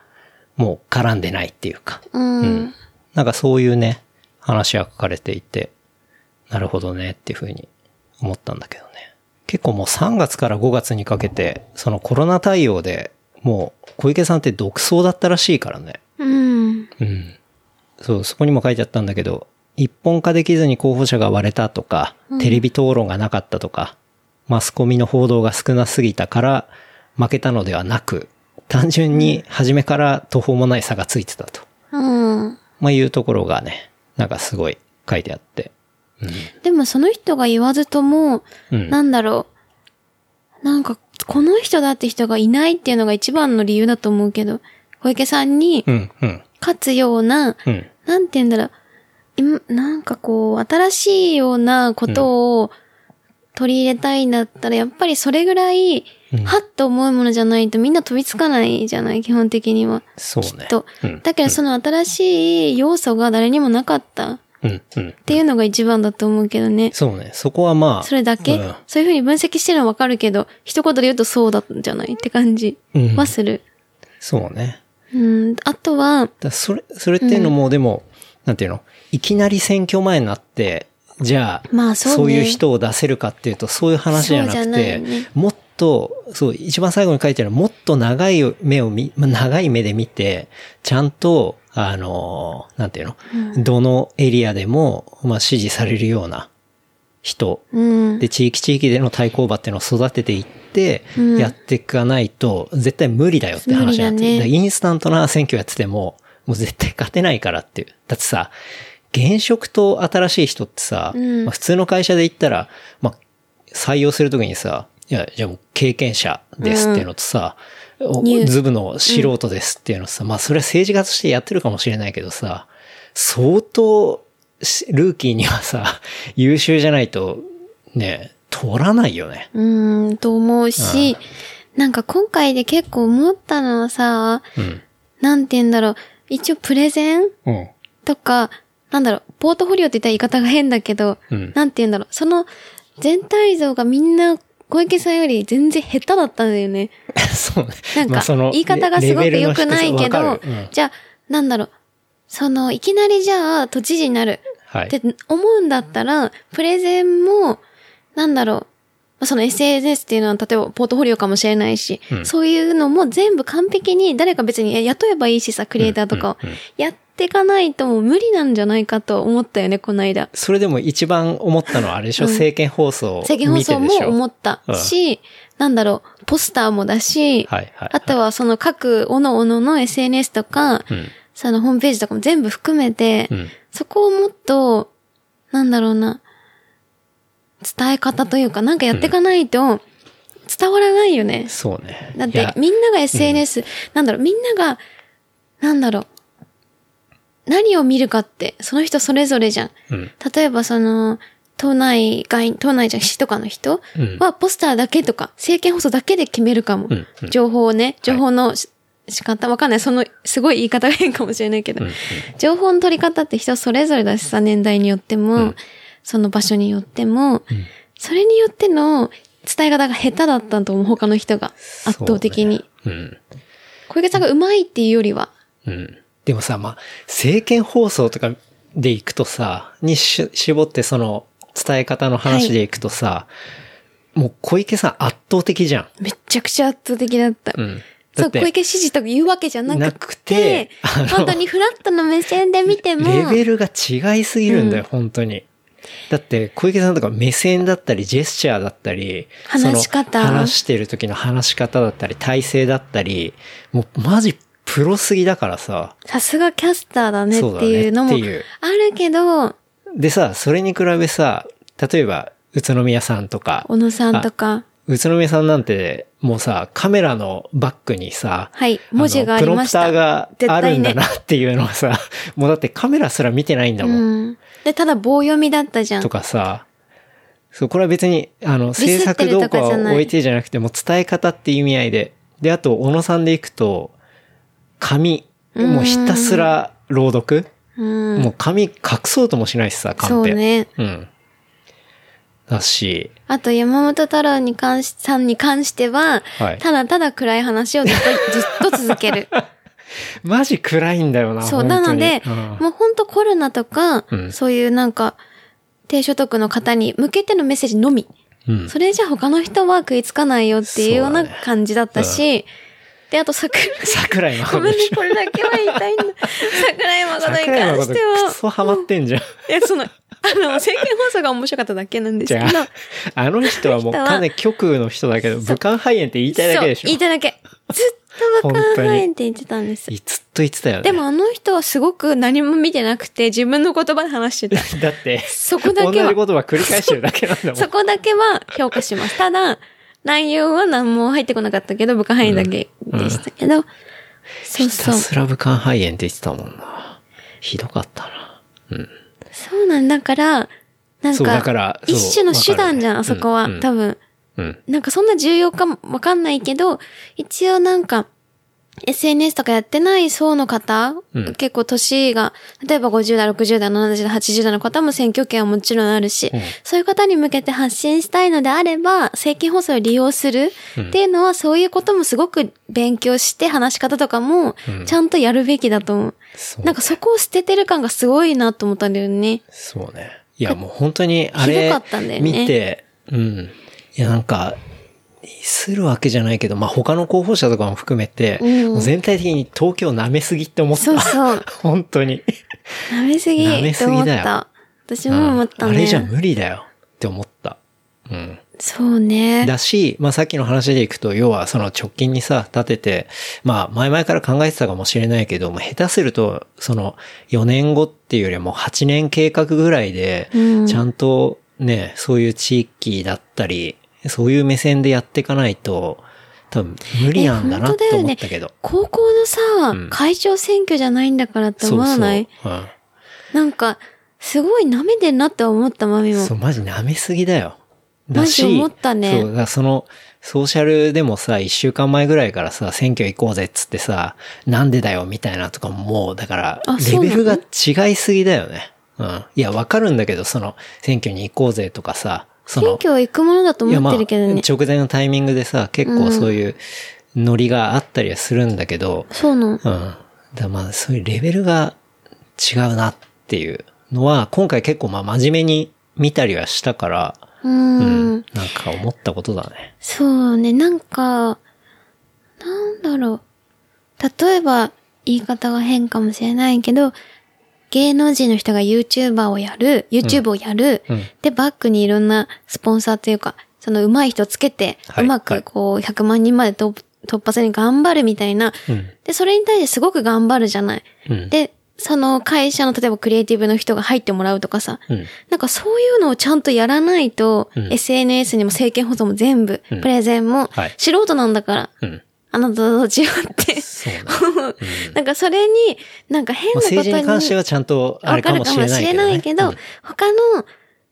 [SPEAKER 1] もう絡んでないっていうか、
[SPEAKER 2] うん。
[SPEAKER 1] なんかそういうね、話が書かれていて、なるほどねっていうふうに思ったんだけどね。結構もう3月から5月にかけて、そのコロナ対応でもう小池さんって独走だったらしいからね。
[SPEAKER 2] うん。
[SPEAKER 1] うん。そう、そこにも書いてあったんだけど、一本化できずに候補者が割れたとか、テレビ討論がなかったとか、マスコミの報道が少なすぎたから負けたのではなく、単純に初めから途方もない差がついてたと。
[SPEAKER 2] うん。
[SPEAKER 1] まあ、いうところがね、なんかすごい書いてあって。
[SPEAKER 2] でもその人が言わずとも、
[SPEAKER 1] うん。
[SPEAKER 2] なんだろう。なんか、この人だって人がいないっていうのが一番の理由だと思うけど、小池さんに
[SPEAKER 1] うん、うん、
[SPEAKER 2] 勝つような、
[SPEAKER 1] うん、
[SPEAKER 2] なんて言うんだろう。今なんかこう、新しいようなことを取り入れたいんだったら、やっぱりそれぐらい、
[SPEAKER 1] うん
[SPEAKER 2] はっと思うものじゃないとみんな飛びつかないじゃない、基本的には。
[SPEAKER 1] そう
[SPEAKER 2] き
[SPEAKER 1] ね
[SPEAKER 2] っ。と
[SPEAKER 1] うん。
[SPEAKER 2] だけどその新しい要素が誰にもなかったっ
[SPEAKER 1] うん、うん。
[SPEAKER 2] ていうのが一番だと思うけどね。
[SPEAKER 1] そうね。そこはまあ、
[SPEAKER 2] それだけ、
[SPEAKER 1] うん
[SPEAKER 2] そういうふうに分析してるのはわかるけど、一言で言うとそうだったんじゃないって感じ
[SPEAKER 1] うん
[SPEAKER 2] はする。
[SPEAKER 1] そうね。
[SPEAKER 2] うん、あとは、
[SPEAKER 1] だそれ、それっていうのも、でも、なんていうのいきなり選挙前になって、じゃあ、
[SPEAKER 2] まあそうね
[SPEAKER 1] いう人を出せるかっていうと、そういう話じゃなく
[SPEAKER 2] そうじゃない
[SPEAKER 1] て、
[SPEAKER 2] よね
[SPEAKER 1] もっと、そう、一番最後に書いてある、もっと長い目を見、まあ長い目で見て、ちゃんと、あの、なんていうの、どのエリアでも、まあ、支持されるような人
[SPEAKER 2] うん。
[SPEAKER 1] で、地域地域での対抗馬っていうのを育てていって
[SPEAKER 2] うん、
[SPEAKER 1] やっていかないと、絶対無理だよって話になって、
[SPEAKER 2] 無理だね
[SPEAKER 1] だからインスタントな選挙やってても、もう絶対勝てないからっていう。だってさ、現職と新しい人ってさ、
[SPEAKER 2] うん
[SPEAKER 1] まあ普通の会社で言ったら、まあ、採用するときにさ、いや、じゃあもう経験者ですっていうのとさ、お
[SPEAKER 2] ニュー
[SPEAKER 1] ズブの素人ですっていうのさ、まあそれは政治家としてやってるかもしれないけどさ、相当し、ルーキーにはさ、 優秀じゃないと、ね、通らないよね。
[SPEAKER 2] うん、と思うし、なんか今回で結構思ったのはさ、
[SPEAKER 1] うん。
[SPEAKER 2] なんて言うんだろう、一応プレゼン
[SPEAKER 1] うん。
[SPEAKER 2] とか、なんだろう、ポートフォリオって言ったら言い方が変だけど、
[SPEAKER 1] うん
[SPEAKER 2] なんて言うんだろう、その全体像がみんな小池さんより全然下手だったんだよね。
[SPEAKER 1] そうね。
[SPEAKER 2] なん
[SPEAKER 1] まあ
[SPEAKER 2] か
[SPEAKER 1] その、
[SPEAKER 2] 言い方がすごく
[SPEAKER 1] レベルの低
[SPEAKER 2] 良く
[SPEAKER 1] さ
[SPEAKER 2] ないけ
[SPEAKER 1] わ
[SPEAKER 2] ど
[SPEAKER 1] かるうん、
[SPEAKER 2] じゃあ、なんだろう、その、いきなりじゃあ、都知事になる
[SPEAKER 1] は
[SPEAKER 2] って
[SPEAKER 1] い。
[SPEAKER 2] 思うんだったら、プレゼンも、なんだろう、まあその SNS っていうのは、例えばポートフォリオかもしれないし、
[SPEAKER 1] うん
[SPEAKER 2] そういうのも全部完璧に誰か別に雇えばいいしさ、クリエイターとかを
[SPEAKER 1] うんうんうん
[SPEAKER 2] やっていかないともう無理なんじゃないかと思ったよね、この間。
[SPEAKER 1] それでも一番思ったのはあれでしょ、
[SPEAKER 2] うん
[SPEAKER 1] 政見放送を見て
[SPEAKER 2] 政
[SPEAKER 1] でし
[SPEAKER 2] 見
[SPEAKER 1] ょ。
[SPEAKER 2] 放送も思った
[SPEAKER 1] うん
[SPEAKER 2] し、なんだろう、ポスターもだし、
[SPEAKER 1] はいはい。
[SPEAKER 2] あとはその各各々の SNS とか、
[SPEAKER 1] うん。
[SPEAKER 2] そのホームページとかも全部含めて、
[SPEAKER 1] うん。
[SPEAKER 2] そこをもっと、なんだろうな、伝え方というか、なんかやっていかないと、伝わらないよね。
[SPEAKER 1] そうね。
[SPEAKER 2] だっ
[SPEAKER 1] いや
[SPEAKER 2] て、みんなが SNS、なんだろう、みんなが、なんだろう、何を見るかって、その人それぞれじゃん。
[SPEAKER 1] うん。
[SPEAKER 2] 例えばその、党内外、党内じゃん、市とかの人
[SPEAKER 1] うん
[SPEAKER 2] はポスターだけとか、政見放送だけで決めるかも。
[SPEAKER 1] うんうん
[SPEAKER 2] 情報をね、情報のし、仕方、わかんない。その、すごい言い方が変かもしれないけど、
[SPEAKER 1] うん
[SPEAKER 2] 情報の取り方って人それぞれだしさ、年代によっても、
[SPEAKER 1] うん
[SPEAKER 2] その場所によっても、
[SPEAKER 1] うん
[SPEAKER 2] それによっての伝え方が下手だったと思う、他の人が。圧倒的に。
[SPEAKER 1] そうね
[SPEAKER 2] 小池さんが上手いっていうよりは。
[SPEAKER 1] うん。うん。でもさ、まあ、政見放送とかで行くとさ、にし絞ってその伝え方の話で行くとさ、もう小池さん圧倒的じゃん。
[SPEAKER 2] めちゃくちゃ圧倒的だった。
[SPEAKER 1] うん。だっ
[SPEAKER 2] そう、
[SPEAKER 1] て
[SPEAKER 2] 小池支持とか言うわけじゃな
[SPEAKER 1] な
[SPEAKER 2] く
[SPEAKER 1] く
[SPEAKER 2] て
[SPEAKER 1] て、あの
[SPEAKER 2] 本当にフラットな目線で見ても、
[SPEAKER 1] レベルが違いすぎるんだよ、
[SPEAKER 2] う
[SPEAKER 1] 本当に。だって、小池さんとか目線だったり、ジェスチャーだったり、
[SPEAKER 2] 話し方
[SPEAKER 1] その話してる時の話し方だったり、体勢だったり、もうマジプロすぎだからさ。
[SPEAKER 2] さすがキャスターだねっていうのも
[SPEAKER 1] そ
[SPEAKER 2] あ
[SPEAKER 1] うだねっていう
[SPEAKER 2] るけど、
[SPEAKER 1] でさ、それに比べさ、例えば、宇都宮さんとか、
[SPEAKER 2] 小野さんとか、
[SPEAKER 1] 宇都宮さんなんて、もうさ、カメラのバックにさ、
[SPEAKER 2] はい、文字があ
[SPEAKER 1] の
[SPEAKER 2] りました。
[SPEAKER 1] プロンプターがあるんだな
[SPEAKER 2] 絶
[SPEAKER 1] っていうのはさ、 もうだってカメラすら見てないんだ
[SPEAKER 2] 対
[SPEAKER 1] もん。
[SPEAKER 2] ね。うん。で、ただ棒読みだったじゃん
[SPEAKER 1] と。かさ、そう、これは別に、あの、
[SPEAKER 2] スってる
[SPEAKER 1] 制作動
[SPEAKER 2] とか
[SPEAKER 1] 画
[SPEAKER 2] じ
[SPEAKER 1] を
[SPEAKER 2] ゃない
[SPEAKER 1] 置いてじゃなくて、もう伝え方っていう意味合いで。で、あと、小野さんでいくと、紙、もうひたすら朗読、
[SPEAKER 2] うん。
[SPEAKER 1] もう紙隠そうともしないしさ、カンペ。
[SPEAKER 2] そうね。
[SPEAKER 1] うん。だし、
[SPEAKER 2] あと、山本太郎に関し、さんに関しては、
[SPEAKER 1] はい
[SPEAKER 2] ただただ暗い話をずっと、ずっと続ける。
[SPEAKER 1] マジ暗いんだよな、
[SPEAKER 2] そう。
[SPEAKER 1] 本当
[SPEAKER 2] な
[SPEAKER 1] に
[SPEAKER 2] ので、
[SPEAKER 1] うん
[SPEAKER 2] もうほんとコロナとか、
[SPEAKER 1] うん
[SPEAKER 2] そういうなんか、低所得の方に向けてのメッセージのみ。
[SPEAKER 1] うん
[SPEAKER 2] それじゃ他の人は食いつかないよっていうような
[SPEAKER 1] そうだね
[SPEAKER 2] 感じだったし、で、あと桜井、
[SPEAKER 1] 桜井
[SPEAKER 2] ご
[SPEAKER 1] 誠
[SPEAKER 2] めん
[SPEAKER 1] で
[SPEAKER 2] ね
[SPEAKER 1] し、ょ。
[SPEAKER 2] これだけは言いたいん だ。桜井誠に
[SPEAKER 1] 桜井
[SPEAKER 2] 関
[SPEAKER 1] 誠
[SPEAKER 2] し
[SPEAKER 1] く
[SPEAKER 2] ては、
[SPEAKER 1] そハマってんじゃん。
[SPEAKER 2] い や、その、あの、政見放送が面白かっただけなんで
[SPEAKER 1] じ
[SPEAKER 2] すけど
[SPEAKER 1] ゃ、あ、あの人はもう
[SPEAKER 2] 人は
[SPEAKER 1] かなり極右の人だけど、武漢肺炎って言いたいだけでし
[SPEAKER 2] そ
[SPEAKER 1] ょ。
[SPEAKER 2] う言いたいだけ。ずっとバカンハエンって言ってたんです。
[SPEAKER 1] いずっと言ってたよね。
[SPEAKER 2] でもあの人はすごく何も見てなくて自分の言葉で話し てた。
[SPEAKER 1] だって、
[SPEAKER 2] そこだけ
[SPEAKER 1] 同
[SPEAKER 2] は
[SPEAKER 1] じ言葉繰り返してるだけなんだもん。
[SPEAKER 2] そこだけは評価します。ただ、内容は何も入ってこなかったけど、部下範囲だけでしたけど、そう
[SPEAKER 1] ひ
[SPEAKER 2] そ
[SPEAKER 1] た
[SPEAKER 2] う。
[SPEAKER 1] すら武漢肺炎って言ってたもんな。ひどかったな。
[SPEAKER 2] そうなんだから、なん
[SPEAKER 1] そうだか、
[SPEAKER 2] から
[SPEAKER 1] そう
[SPEAKER 2] 一種の手段じゃん、あ
[SPEAKER 1] わか
[SPEAKER 2] そ
[SPEAKER 1] る
[SPEAKER 2] こは。
[SPEAKER 1] うんうん
[SPEAKER 2] 多分。
[SPEAKER 1] うん。
[SPEAKER 2] なんかそんな重要かもわかんないけど、一応なんか、SNS とかやってない層の方、
[SPEAKER 1] うん
[SPEAKER 2] 結構年が、例えば50代、60代、70代、80代の方も選挙権はもちろんあるし、
[SPEAKER 1] うん
[SPEAKER 2] そういう方に向けて発信したいのであれば、政見放送を利用するっていうのは、そういうこともすごく勉強して、話し方とかも
[SPEAKER 1] うん、
[SPEAKER 2] ちゃんとやるべきだと思う。
[SPEAKER 1] そう
[SPEAKER 2] なんかそこを捨ててる感がすごいなと思ったんだよね。
[SPEAKER 1] そうね。いや、もう本当に、あれ
[SPEAKER 2] ひどかったんだ、よね
[SPEAKER 1] 見て、うん。いや、なんか、するわけじゃないけど、まあ、他の候補者とかも含めて、
[SPEAKER 2] うん
[SPEAKER 1] もう全体的に東京舐めすぎって思った。
[SPEAKER 2] そうそう。
[SPEAKER 1] 本当に。
[SPEAKER 2] 舐めすぎ
[SPEAKER 1] 舐め
[SPEAKER 2] って
[SPEAKER 1] すぎだよ
[SPEAKER 2] 思った。私も思ったね。
[SPEAKER 1] うんあれじゃ無理だよって思った。うん。
[SPEAKER 2] そうね。
[SPEAKER 1] だし、まあさっきの話でいくと、要はその直近にさ、立てて、まあ前々から考えてたかもしれないけど、もう下手すると、その4年後っていうよりも8年計画ぐらいで、
[SPEAKER 2] うん
[SPEAKER 1] ちゃんとね、そういう地域だったり、そういう目線でやっていかないと、多分無理なんだなっ
[SPEAKER 2] え本当
[SPEAKER 1] て
[SPEAKER 2] だよ
[SPEAKER 1] 思
[SPEAKER 2] ね
[SPEAKER 1] ったけど。
[SPEAKER 2] 高校のさ、
[SPEAKER 1] うん
[SPEAKER 2] 会長選挙じゃないんだからって思わない
[SPEAKER 1] そうそう。
[SPEAKER 2] なんか、すごい舐めてんなって思った、マミ
[SPEAKER 1] うん。
[SPEAKER 2] も
[SPEAKER 1] そ。う、マジ舐めすぎだよ。だし、
[SPEAKER 2] マジ思ったね
[SPEAKER 1] そう、だからその、ソーシャルでもさ、一週間前ぐらいからさ、選挙行こうぜっつってさ、なんでだよみたいなとかもう、だから
[SPEAKER 2] あ、そう
[SPEAKER 1] レ
[SPEAKER 2] なの
[SPEAKER 1] ベルが違いすぎだよね。うん。いや、わかるんだけど、その、選挙に行こうぜとかさ、そ
[SPEAKER 2] 選
[SPEAKER 1] の、
[SPEAKER 2] 挙は行くものだと
[SPEAKER 1] いや
[SPEAKER 2] 思
[SPEAKER 1] ま
[SPEAKER 2] っ
[SPEAKER 1] あ
[SPEAKER 2] てるけどね。
[SPEAKER 1] 直前のタイミングでさ、結構そういうノリがあったりはするんだけど、
[SPEAKER 2] そうな
[SPEAKER 1] う
[SPEAKER 2] の。
[SPEAKER 1] ん。だからまあ、そういうレベルが違うなっていうのは、今回結構まあ真面目に見たりはしたから、
[SPEAKER 2] うーん。
[SPEAKER 1] なんか思ったことだね。
[SPEAKER 2] そうね、なんか、なんだろう。例えば、言い方が変かもしれないけど、芸能人の人が YouTuber をやる、YouTube をやる、
[SPEAKER 1] うん
[SPEAKER 2] で、バックにいろんなスポンサーというか、その上手い人つけて、
[SPEAKER 1] はいう
[SPEAKER 2] まくこう、100万人までと突破するに頑張るみたいな、
[SPEAKER 1] うん。
[SPEAKER 2] で、それに対してすごく頑張るじゃない。
[SPEAKER 1] うん
[SPEAKER 2] で、その会社の例えばクリエイティブの人が入ってもらうとかさ、
[SPEAKER 1] うん。
[SPEAKER 2] なんかそういうのをちゃんとやらないと、
[SPEAKER 1] うん
[SPEAKER 2] SNS にも政権保存も全部、
[SPEAKER 1] うん
[SPEAKER 2] プレゼンも、
[SPEAKER 1] はい
[SPEAKER 2] 素人なんだから、
[SPEAKER 1] うん。
[SPEAKER 2] あなたと違って。
[SPEAKER 1] そうね。
[SPEAKER 2] なんかそれに、なんか変
[SPEAKER 1] まあ、
[SPEAKER 2] なことに。
[SPEAKER 1] 政治に関してはちゃんとあ
[SPEAKER 2] わ
[SPEAKER 1] れ
[SPEAKER 2] か
[SPEAKER 1] か
[SPEAKER 2] る
[SPEAKER 1] も
[SPEAKER 2] か
[SPEAKER 1] し
[SPEAKER 2] も
[SPEAKER 1] れな
[SPEAKER 2] し
[SPEAKER 1] いけ
[SPEAKER 2] れ
[SPEAKER 1] ど、ね。
[SPEAKER 2] ないけど、他の、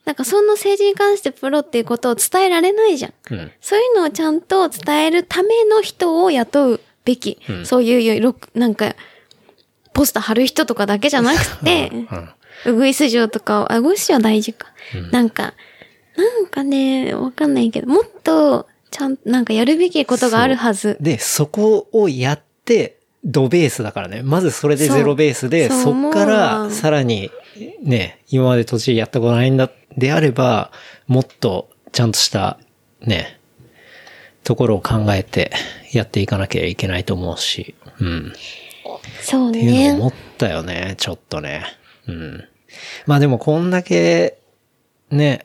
[SPEAKER 2] なんかその政治に関してプロっていうことを伝えられないじゃん。
[SPEAKER 1] うん。うん
[SPEAKER 2] そういうのをちゃんと伝えるための人を雇うべき。
[SPEAKER 1] うん
[SPEAKER 2] そういうろく、なんか、ポスター貼る人とかだけじゃなくて、
[SPEAKER 1] うん。
[SPEAKER 2] うぐいす嬢とかを、あ、うぐいす嬢大事か。なんか、なんかね、わかんないけど、もっと、ちゃん、なんかやるべきことがあるはず。
[SPEAKER 1] で、そこをやって、ドベースだからね。まずそれでゼロベースで、
[SPEAKER 2] そう
[SPEAKER 1] そ
[SPEAKER 2] そう
[SPEAKER 1] っか
[SPEAKER 2] 思うわ
[SPEAKER 1] ら、さらに、ね、今まで途中やったことないんだ、であれば、もっと、ちゃんとした、ね、ところを考えてやっていかなきゃいけないと思うし、うん。
[SPEAKER 2] そう
[SPEAKER 1] っていうのを思
[SPEAKER 2] ね。
[SPEAKER 1] ったよね、ちょっとね。うん。まあでもこんだけ、ね、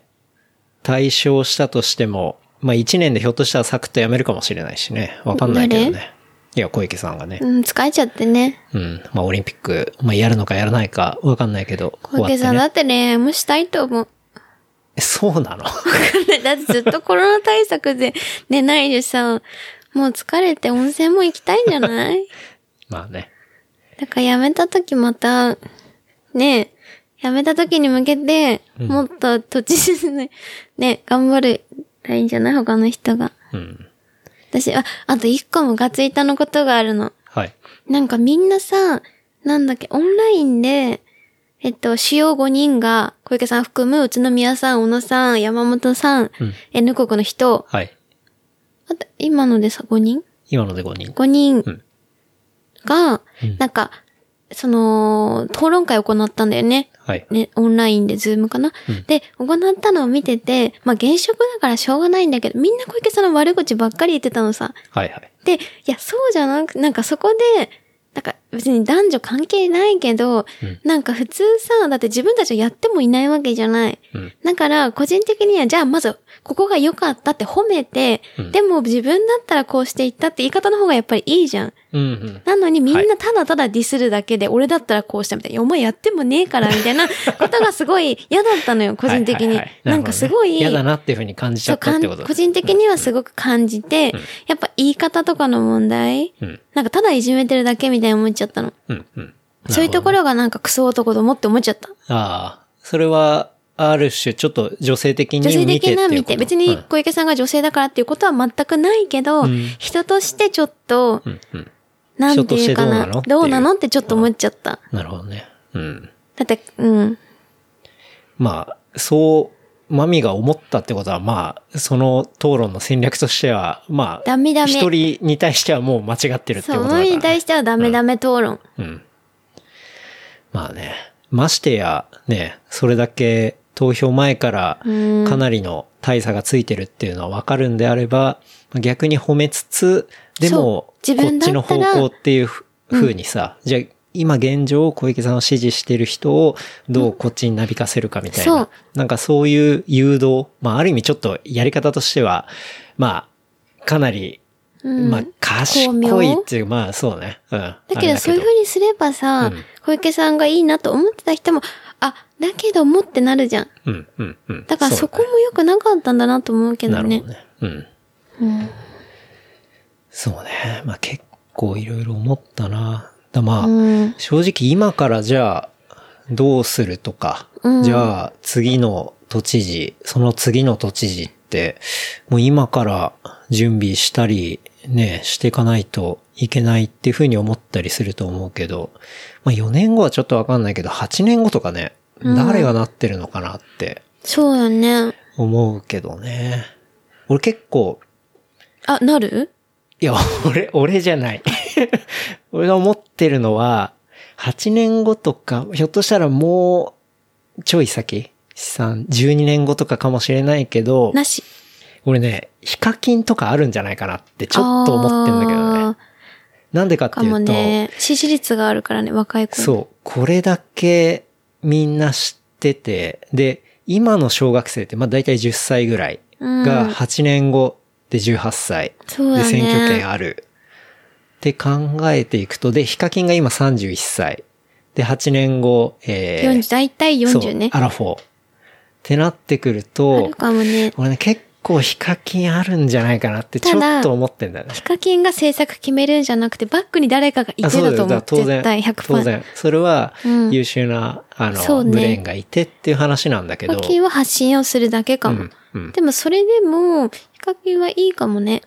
[SPEAKER 1] 対象したとしても、まあ一年でひょっとしたらサクッとやめるかもしれないしね。わかんないけどね。いや、小池さんがね。
[SPEAKER 2] うん、疲れちゃってね。
[SPEAKER 1] うん。まあオリンピック、まあやるのかやらないかわかんないけど。
[SPEAKER 2] 小池さ
[SPEAKER 1] 終
[SPEAKER 2] ん
[SPEAKER 1] わ
[SPEAKER 2] だ
[SPEAKER 1] っ
[SPEAKER 2] って恋愛もしたいと思う。
[SPEAKER 1] てねそうなの
[SPEAKER 2] だってずっとコロナ対策で寝ないでさ、もう疲れて温泉も行きたいんじゃない
[SPEAKER 1] まあね。
[SPEAKER 2] だから辞めた時また、ねえ、辞めた時に向けて、もっと土地ですね、 ね、頑張るらいいんじゃない他の人が。
[SPEAKER 1] うん。
[SPEAKER 2] 私、あ、あと一個ムカついたのことがあるの。
[SPEAKER 1] はい。
[SPEAKER 2] なんかみんなさ、なんだっけ、オンラインで、えっと、主要5人が、小池さん含む宇都宮さん、小野さん、山本さん、
[SPEAKER 1] うん
[SPEAKER 2] N 国の人、
[SPEAKER 1] はい。
[SPEAKER 2] あと、今のでさ、5人
[SPEAKER 1] 今ので5人。
[SPEAKER 2] 5人
[SPEAKER 1] うん
[SPEAKER 2] が
[SPEAKER 1] うん、
[SPEAKER 2] なんか、その、討論会を行ったんだよね。
[SPEAKER 1] はい。
[SPEAKER 2] ね、オンラインで、ズームかな、
[SPEAKER 1] うん
[SPEAKER 2] で、行ったのを見てて、まあ、現職だからしょうがないんだけど、みんな小池さんの悪口ばっかり言ってたのさ。
[SPEAKER 1] はいはい。
[SPEAKER 2] で、いや、そうじゃなく、なんかそこで、なんか別に男女関係ないけど、
[SPEAKER 1] うん
[SPEAKER 2] なんか普通さ、だって自分たちはやってもいないわけじゃない。
[SPEAKER 1] うん。
[SPEAKER 2] だから、個人的には、じゃあまず、ここが良かったって褒めて、
[SPEAKER 1] うん
[SPEAKER 2] でも自分だったらこうしていったって言い方の方がやっぱりいいじゃん。
[SPEAKER 1] うんうん。
[SPEAKER 2] なのにみんなただただディスるだけで、俺だったらこうしたみたいな、いやお前やってもねえからみたいなことがすごい嫌だったのよ、個人的に。
[SPEAKER 1] はいはいはいるほどね
[SPEAKER 2] なんかすごい、
[SPEAKER 1] 嫌だなっていうふうに感じち
[SPEAKER 2] そ
[SPEAKER 1] ゃ
[SPEAKER 2] う
[SPEAKER 1] った
[SPEAKER 2] か
[SPEAKER 1] っ
[SPEAKER 2] ん
[SPEAKER 1] てこと
[SPEAKER 2] 個人的にはすごく感じて、やっぱ言い方とかの問題、
[SPEAKER 1] うん。
[SPEAKER 2] なんかただいじめてるだけみたいに思っちゃったの。
[SPEAKER 1] うん。うん。
[SPEAKER 2] そういうところがなんかクソ男どもって思っちゃった。
[SPEAKER 1] ああ、それは、ある種、ちょっと女性的に見
[SPEAKER 2] 女
[SPEAKER 1] て
[SPEAKER 2] 性的な
[SPEAKER 1] っていう
[SPEAKER 2] 見
[SPEAKER 1] こと
[SPEAKER 2] て、別
[SPEAKER 1] う
[SPEAKER 2] に
[SPEAKER 1] ん
[SPEAKER 2] 小池さんが女性だからっていうことは全くないけど、
[SPEAKER 1] うん
[SPEAKER 2] 人としてちょっと、
[SPEAKER 1] うんうん。
[SPEAKER 2] なんていうかな、
[SPEAKER 1] 人としてど
[SPEAKER 2] ど
[SPEAKER 1] う
[SPEAKER 2] う
[SPEAKER 1] なの
[SPEAKER 2] なのってちょっと思っちゃった。
[SPEAKER 1] なるほどね。うん。
[SPEAKER 2] だって、うん。
[SPEAKER 1] まあ、そう、マミが思ったってことは、まあ、その討論の戦略としては、まあ、
[SPEAKER 2] ダメダメ
[SPEAKER 1] 一人に対してはもう間違ってるってこ
[SPEAKER 2] そ
[SPEAKER 1] とだ
[SPEAKER 2] う、マ
[SPEAKER 1] から、
[SPEAKER 2] ミに対してはダメダメ討論。
[SPEAKER 1] うん。まあね。ましてや、ね、それだけ投票前から
[SPEAKER 2] うん
[SPEAKER 1] かなりの大差がついてるっていうのはわかるんであれば、逆に褒めつつ、でも、こ
[SPEAKER 2] そう自分
[SPEAKER 1] っ
[SPEAKER 2] だ
[SPEAKER 1] ち
[SPEAKER 2] った
[SPEAKER 1] の
[SPEAKER 2] ら
[SPEAKER 1] 方向っていうふふうにさ、じゃあ今現状小池さんを支持してる人をどうこっちになびかせるかみたいな、
[SPEAKER 2] そう
[SPEAKER 1] なんかそういう誘導、まあある意味ちょっとやり方としては、まあ、かなり、
[SPEAKER 2] うん
[SPEAKER 1] まあ、賢
[SPEAKER 2] 巧
[SPEAKER 1] い
[SPEAKER 2] 妙
[SPEAKER 1] っていう、まあそうね。うん。
[SPEAKER 2] だ
[SPEAKER 1] あ
[SPEAKER 2] け
[SPEAKER 1] れ
[SPEAKER 2] ど、そういう風にすればさ、
[SPEAKER 1] うん
[SPEAKER 2] 小池さんがいいなと思ってた人も、あ、だけどもってなるじゃん。
[SPEAKER 1] うん、うん、うん。
[SPEAKER 2] だから
[SPEAKER 1] う
[SPEAKER 2] そこも良くなかったんだなと思うけど
[SPEAKER 1] なる
[SPEAKER 2] ね
[SPEAKER 1] ほど。ね。うん。
[SPEAKER 2] うん
[SPEAKER 1] そうね。まあ結構いろいろ思ったな。だまあ、
[SPEAKER 2] うん
[SPEAKER 1] 正直今からじゃあ、どうするとか、
[SPEAKER 2] うん
[SPEAKER 1] じゃあ次の都知事、その次の都知事って、もう今から準備したり、ね、していかないといけないっていうふうに思ったりすると思うけど、まあ4年後はちょっとわかんないけど、8年後とかね、
[SPEAKER 2] うん
[SPEAKER 1] 誰がなってるのかなって
[SPEAKER 2] そうよね。
[SPEAKER 1] 思うけどね。俺結構、
[SPEAKER 2] あ、なる
[SPEAKER 1] いや、 俺、俺じゃない。 俺が思ってるのは、8年後とか、ひょっとしたらもう、ちょい先資産、12年後とかかもしれないけど、
[SPEAKER 2] なし。
[SPEAKER 1] 俺ね、ヒカキンとかあるんじゃないかなってちょっと思ってんだけどね。
[SPEAKER 2] あ
[SPEAKER 1] なんでかっ
[SPEAKER 2] ー
[SPEAKER 1] て
[SPEAKER 2] か
[SPEAKER 1] いう
[SPEAKER 2] も
[SPEAKER 1] と、
[SPEAKER 2] ね。支持率があるからね、若い子。
[SPEAKER 1] そう、これだけみんな知ってて、で、今の小学生って、まあ大体10歳ぐらい
[SPEAKER 2] うん。
[SPEAKER 1] が8年後で18歳。
[SPEAKER 2] そう
[SPEAKER 1] で、
[SPEAKER 2] だね。
[SPEAKER 1] 選挙権ある。って考えていくと、で、ヒカキンが今31歳。で、8年後、えー、
[SPEAKER 2] 40、だいたい40ね
[SPEAKER 1] そう。アラフォー。ってなってくる
[SPEAKER 2] あ
[SPEAKER 1] と
[SPEAKER 2] る、かもね。
[SPEAKER 1] 俺ね、結構ヒカキンあるんじゃないかなってち
[SPEAKER 2] た
[SPEAKER 1] ょ
[SPEAKER 2] だ
[SPEAKER 1] っと思ってんだよね
[SPEAKER 2] ヒ。カキンが政策決めるんじゃなくて、バックに誰かがい
[SPEAKER 1] あ
[SPEAKER 2] て
[SPEAKER 1] そう
[SPEAKER 2] だ
[SPEAKER 1] だ
[SPEAKER 2] と
[SPEAKER 1] よだ
[SPEAKER 2] 思
[SPEAKER 1] から
[SPEAKER 2] う。
[SPEAKER 1] 当
[SPEAKER 2] 絶
[SPEAKER 1] 然
[SPEAKER 2] 対100%。
[SPEAKER 1] 当然。それは
[SPEAKER 2] うん
[SPEAKER 1] 優秀な、あ
[SPEAKER 2] そ
[SPEAKER 1] の、
[SPEAKER 2] うね
[SPEAKER 1] ブレーンがいてっていう話なんだけ
[SPEAKER 2] ヒ
[SPEAKER 1] ど。
[SPEAKER 2] カキンは発信をするだけかも。
[SPEAKER 1] うんうん
[SPEAKER 2] でもそれでも、ヒカキンはいいかもね。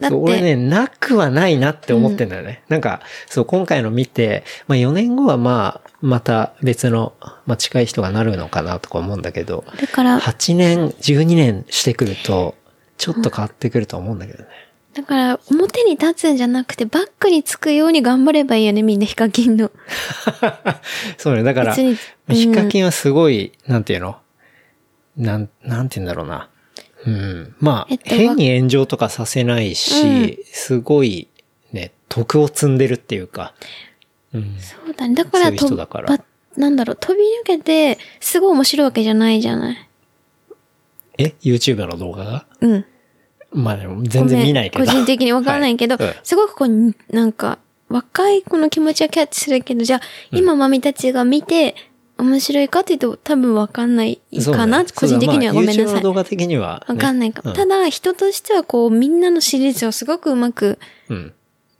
[SPEAKER 2] だっ
[SPEAKER 1] そう俺
[SPEAKER 2] て、
[SPEAKER 1] ね、なくはないなって思ってんだよね。なんか、そう、今回の見て、まあ4年後はまあ、また別の、まあ近い人がなるのかなとか思うんだけど、
[SPEAKER 2] だから、
[SPEAKER 1] 8年、12年してくると、ちょっと変わってくると思うんだけどね。
[SPEAKER 2] だから、表に立つんじゃなくて、バックにつくように頑張ればいいよね、みんな、ヒカキンの。
[SPEAKER 1] そうね、だから、
[SPEAKER 2] 別にうん
[SPEAKER 1] ヒカキンはすごい、なんていうのなん、なんて言うんだろうな。うん。まあ、
[SPEAKER 2] えっと
[SPEAKER 1] 変に炎上とかさせないし、
[SPEAKER 2] うん
[SPEAKER 1] すごい、ね、徳を積んでるっていうか、うん。
[SPEAKER 2] そうだね。だから、
[SPEAKER 1] そういう人
[SPEAKER 2] と
[SPEAKER 1] だから
[SPEAKER 2] ばなんだろう、飛び抜けて、すごい面白いわけじゃないじゃない。
[SPEAKER 1] え ?YouTube の動画が
[SPEAKER 2] うん。
[SPEAKER 1] まあでも全然見ないけど。
[SPEAKER 2] 個人的にわからないけど、
[SPEAKER 1] はいうん
[SPEAKER 2] すごくこうに、なんか、若い子の気持ちはキャッチするけど、じゃあ、今マミたちが見て、面白いかっていうと、多分わかんない
[SPEAKER 1] そう
[SPEAKER 2] かな、
[SPEAKER 1] ね
[SPEAKER 2] 個人的には
[SPEAKER 1] そ
[SPEAKER 2] ご
[SPEAKER 1] う
[SPEAKER 2] め
[SPEAKER 1] だ
[SPEAKER 2] ん
[SPEAKER 1] まあ YouTube
[SPEAKER 2] なさ
[SPEAKER 1] の
[SPEAKER 2] い。
[SPEAKER 1] 動
[SPEAKER 2] わ
[SPEAKER 1] 画的には、ね
[SPEAKER 2] かんないかも。
[SPEAKER 1] う
[SPEAKER 2] ただ、人としてはこう、みんなのシリーズをすごくうまく
[SPEAKER 1] うん。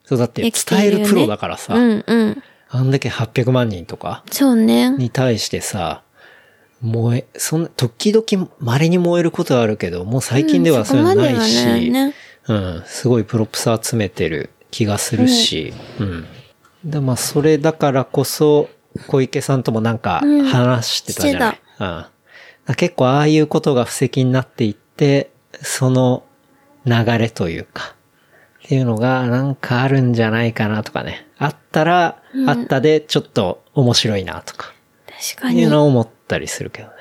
[SPEAKER 1] そうだって
[SPEAKER 2] できて
[SPEAKER 1] 伝
[SPEAKER 2] いるよ
[SPEAKER 1] え
[SPEAKER 2] ね。
[SPEAKER 1] るプロだからさ、
[SPEAKER 2] うんうん。
[SPEAKER 1] あんだけ800万人とか
[SPEAKER 2] そうね。
[SPEAKER 1] に対してさ、燃え、そんな、時々稀に燃えることはあるけど、もう最近で
[SPEAKER 2] うん
[SPEAKER 1] は
[SPEAKER 2] そ
[SPEAKER 1] そ
[SPEAKER 2] こ
[SPEAKER 1] れ
[SPEAKER 2] までは
[SPEAKER 1] ないし、
[SPEAKER 2] ね。
[SPEAKER 1] うん、すごいプロプス集めてる気がするし、うん。で、まあ、それだからこそ、小池さんともなんか
[SPEAKER 2] うん
[SPEAKER 1] 話してたじゃない、
[SPEAKER 2] して
[SPEAKER 1] うん、結構ああいうことが布石になっていって、その流れというか、っていうのがなんかあるんじゃないかなとかね。あったら、あったでちょっと面白いなとか、
[SPEAKER 2] 確か
[SPEAKER 1] い
[SPEAKER 2] に
[SPEAKER 1] う。のを思ったりするけどね。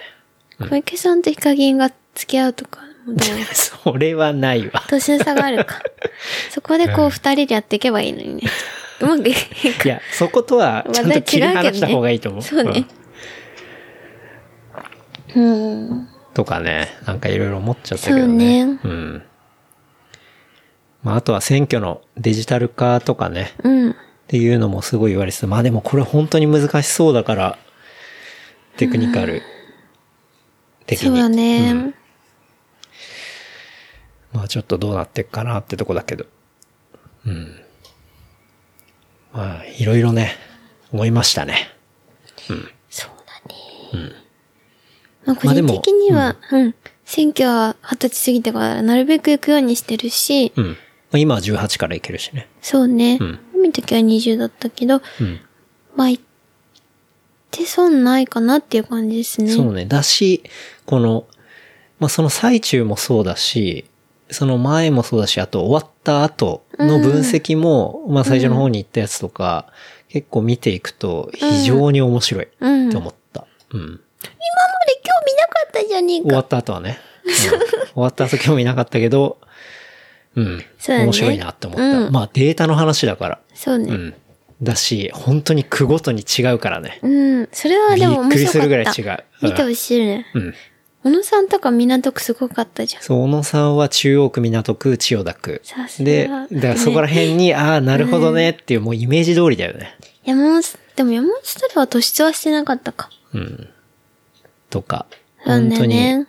[SPEAKER 2] 小池さんとヒカキンが付き合うとか、もどう
[SPEAKER 1] それはないわ。
[SPEAKER 2] 年差があ るか。そこでこう二人でやっていけばいいのにね。うまくいけ
[SPEAKER 1] い
[SPEAKER 2] か。
[SPEAKER 1] や、そことはちゃんと切り離した方がいいと思う。
[SPEAKER 2] 話題違うけどね
[SPEAKER 1] ん
[SPEAKER 2] そうねうん。
[SPEAKER 1] とかね、なんかいろいろ思っちゃったけど
[SPEAKER 2] そう
[SPEAKER 1] ね
[SPEAKER 2] ね。
[SPEAKER 1] うん。まあ、あとは選挙のデジタル化とかね、
[SPEAKER 2] うん。
[SPEAKER 1] っていうのもすごい言われてた。まあでもこれ本当に難しそうだから、テクニカル的に。
[SPEAKER 2] そうだね。
[SPEAKER 1] うんまあちょっとどうなっていくかなってとこだけど。うん。まあ、いろいろね、思いましたね。
[SPEAKER 2] そうだね。まあ個
[SPEAKER 1] まあで
[SPEAKER 2] 人
[SPEAKER 1] も
[SPEAKER 2] 的には、うん。選挙は二十歳過ぎてからなるべく行くようにしてるし、
[SPEAKER 1] うん。まあ今は18からいけるしね。
[SPEAKER 2] そうね。
[SPEAKER 1] うん
[SPEAKER 2] 海の時は20だったけど、
[SPEAKER 1] うん。
[SPEAKER 2] まあ、行って損ないかなっていう感じですね。
[SPEAKER 1] そうね。だし、この、まあ、その最中もそうだし、その前もそうだし、あと終わった後の分析も、まあ、最初の方に行ったやつとか、結構見ていくと非常に面白いって
[SPEAKER 2] うん。
[SPEAKER 1] 思った。うん。
[SPEAKER 2] これ今日見なかったじゃねえ
[SPEAKER 1] 終わ
[SPEAKER 2] か。
[SPEAKER 1] った後はね。うん終わった後興味なかったけど、うん。
[SPEAKER 2] そうだね
[SPEAKER 1] 面白いなって思った。
[SPEAKER 2] うん
[SPEAKER 1] まあ、データの話だから。
[SPEAKER 2] そう
[SPEAKER 1] う
[SPEAKER 2] ね。
[SPEAKER 1] ん。だし、本当に区ごとに違うからね。
[SPEAKER 2] うん。それは
[SPEAKER 1] び
[SPEAKER 2] で
[SPEAKER 1] っ
[SPEAKER 2] も面
[SPEAKER 1] くり
[SPEAKER 2] 白
[SPEAKER 1] するぐら
[SPEAKER 2] か
[SPEAKER 1] い
[SPEAKER 2] っ
[SPEAKER 1] 違
[SPEAKER 2] た。
[SPEAKER 1] う。
[SPEAKER 2] 見てほしいね。
[SPEAKER 1] うん。うん
[SPEAKER 2] 小野さんとか港区すごかったじゃん。
[SPEAKER 1] そう、小野さんは中央区、港区、千代田区
[SPEAKER 2] さ。すが
[SPEAKER 1] で、だからそこら辺に、ああ、なるほどねっていう、もうイメージ通りだよね。
[SPEAKER 2] 山本、でも山本太郎は突出はしてなかったか。
[SPEAKER 1] うん。とか、
[SPEAKER 2] な
[SPEAKER 1] 本
[SPEAKER 2] んだ
[SPEAKER 1] 当
[SPEAKER 2] よ
[SPEAKER 1] に、
[SPEAKER 2] ね。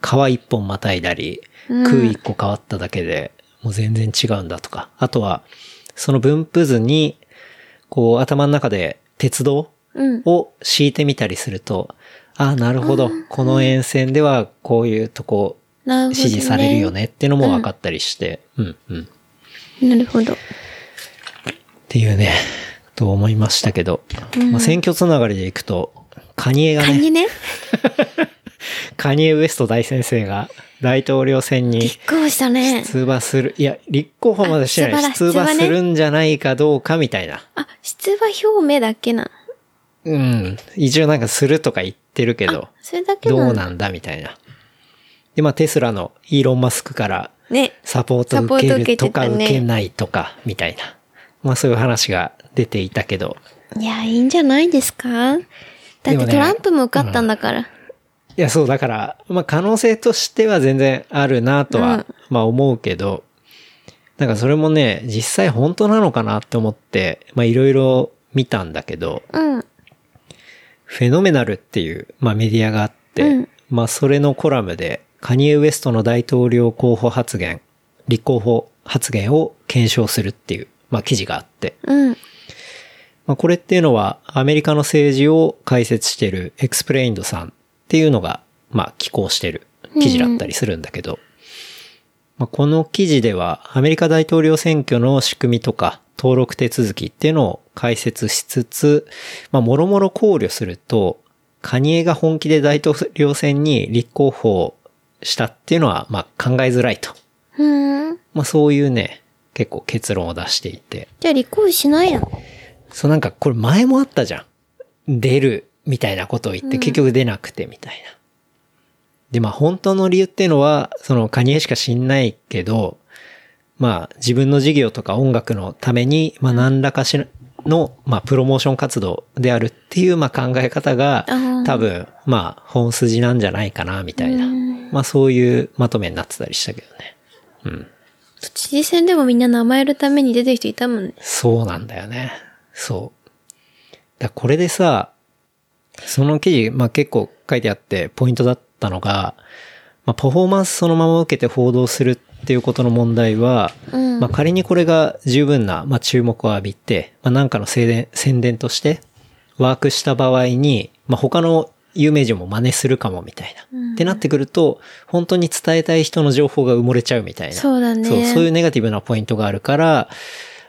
[SPEAKER 1] 川一本またいだり、
[SPEAKER 2] うん
[SPEAKER 1] 空一個変わっただけで、もう全然違うんだとか。あとは、その分布図に、こう、頭の中で鉄道
[SPEAKER 2] うん。
[SPEAKER 1] を敷いてみたりすると、ああ、なるほど。この沿線では、こういうとこ、
[SPEAKER 2] なるほど、
[SPEAKER 1] 支
[SPEAKER 2] ね。
[SPEAKER 1] 持されるよねっていうのも分かったりして、うん、うん。
[SPEAKER 2] なるほど。
[SPEAKER 1] っていうね、と思いましたけど、まあ、選挙つながりでいくと、カニエが
[SPEAKER 2] カ
[SPEAKER 1] ね、
[SPEAKER 2] ニね。
[SPEAKER 1] カニエウエスト大先生が大統領選に
[SPEAKER 2] 立候補したね。
[SPEAKER 1] 出馬する、いや、立候補までしてな
[SPEAKER 2] あ
[SPEAKER 1] い、
[SPEAKER 2] 出
[SPEAKER 1] 出
[SPEAKER 2] 馬
[SPEAKER 1] 馬
[SPEAKER 2] ね
[SPEAKER 1] するんじゃないかどうかみたいな。
[SPEAKER 2] あ、出馬表明だっけな。
[SPEAKER 1] うん。一応なんかするとか言ってるけど、
[SPEAKER 2] それだけ
[SPEAKER 1] ど
[SPEAKER 2] な
[SPEAKER 1] うん
[SPEAKER 2] だ。
[SPEAKER 1] なんだみたいな。で、まあテスラのイーロン・マスクから
[SPEAKER 2] ね。
[SPEAKER 1] サポート
[SPEAKER 2] サポー
[SPEAKER 1] 受
[SPEAKER 2] ト
[SPEAKER 1] け
[SPEAKER 2] 受け
[SPEAKER 1] る
[SPEAKER 2] て
[SPEAKER 1] と
[SPEAKER 2] た
[SPEAKER 1] か
[SPEAKER 2] ね
[SPEAKER 1] 受けないとか、みたいな。まあそういう話が出ていたけど、
[SPEAKER 2] いや、いいんじゃないですかだって
[SPEAKER 1] でもね
[SPEAKER 2] トランプも受かったんだから。
[SPEAKER 1] いや、そう、だから、まあ、可能性としては全然あるなとは、まあ、思うけど、なんかそれもね、実際本当なのかなって思って、まあ、いろいろ見たんだけど、
[SPEAKER 2] うん。
[SPEAKER 1] フェノメナルっていう、まあ、メディアがあって、
[SPEAKER 2] うん
[SPEAKER 1] まあ、それのコラムで、カニエ・ウエストの大統領候補発言、立候補発言を検証するっていう、まあ、記事があって、
[SPEAKER 2] うん。
[SPEAKER 1] まあ、これっていうのはアメリカの政治を解説しているエクスプレインドさんっていうのが、まあ、寄稿してる記事だったりするんだけど、まあ、この記事ではアメリカ大統領選挙の仕組みとか登録手続きっていうのを解説しつつ、まあ、もろもろ考慮すると、カニエが本気で大統領選に立候補したっていうのは、まあ、考えづらいと。
[SPEAKER 2] うん。
[SPEAKER 1] まあ、そういうね、結構結論を出していて。
[SPEAKER 2] じゃあ、立候補しないやん。
[SPEAKER 1] そうなんかこれ前もあったじゃん。出るみたいなことを言って結局出なくてみたいな。で、まあ本当の理由っていうのは、そのカニエしか知んないけど、まあ自分の事業とか音楽のために、まあ何らかしらの、まあプロモーション活動であるっていう、まあ考え方が
[SPEAKER 2] あー、
[SPEAKER 1] 多分、まあ本筋なんじゃないかな、みたいな。まあそういうまとめになってたりしたけどね。うん。
[SPEAKER 2] 知事選でもみんな名前のために出てる人いたもんね。
[SPEAKER 1] そうなんだよね。そう。だからこれでさ、その記事、まあ、結構書いてあって、ポイントだったのが、まあ、パフォーマンスそのまま受けて報道するっていうことの問題は、
[SPEAKER 2] うん
[SPEAKER 1] まあ、仮にこれが十分な、まあ、注目を浴びて、まあ、なんかの宣伝、宣伝として、ワークした場合に、まあ、他の有名人も真似するかもみたいな。
[SPEAKER 2] うん
[SPEAKER 1] ってなってくると、本当に伝えたい人の情報が埋もれちゃうみたいな。
[SPEAKER 2] そうだね
[SPEAKER 1] そう、そういうネガティブなポイントがあるから、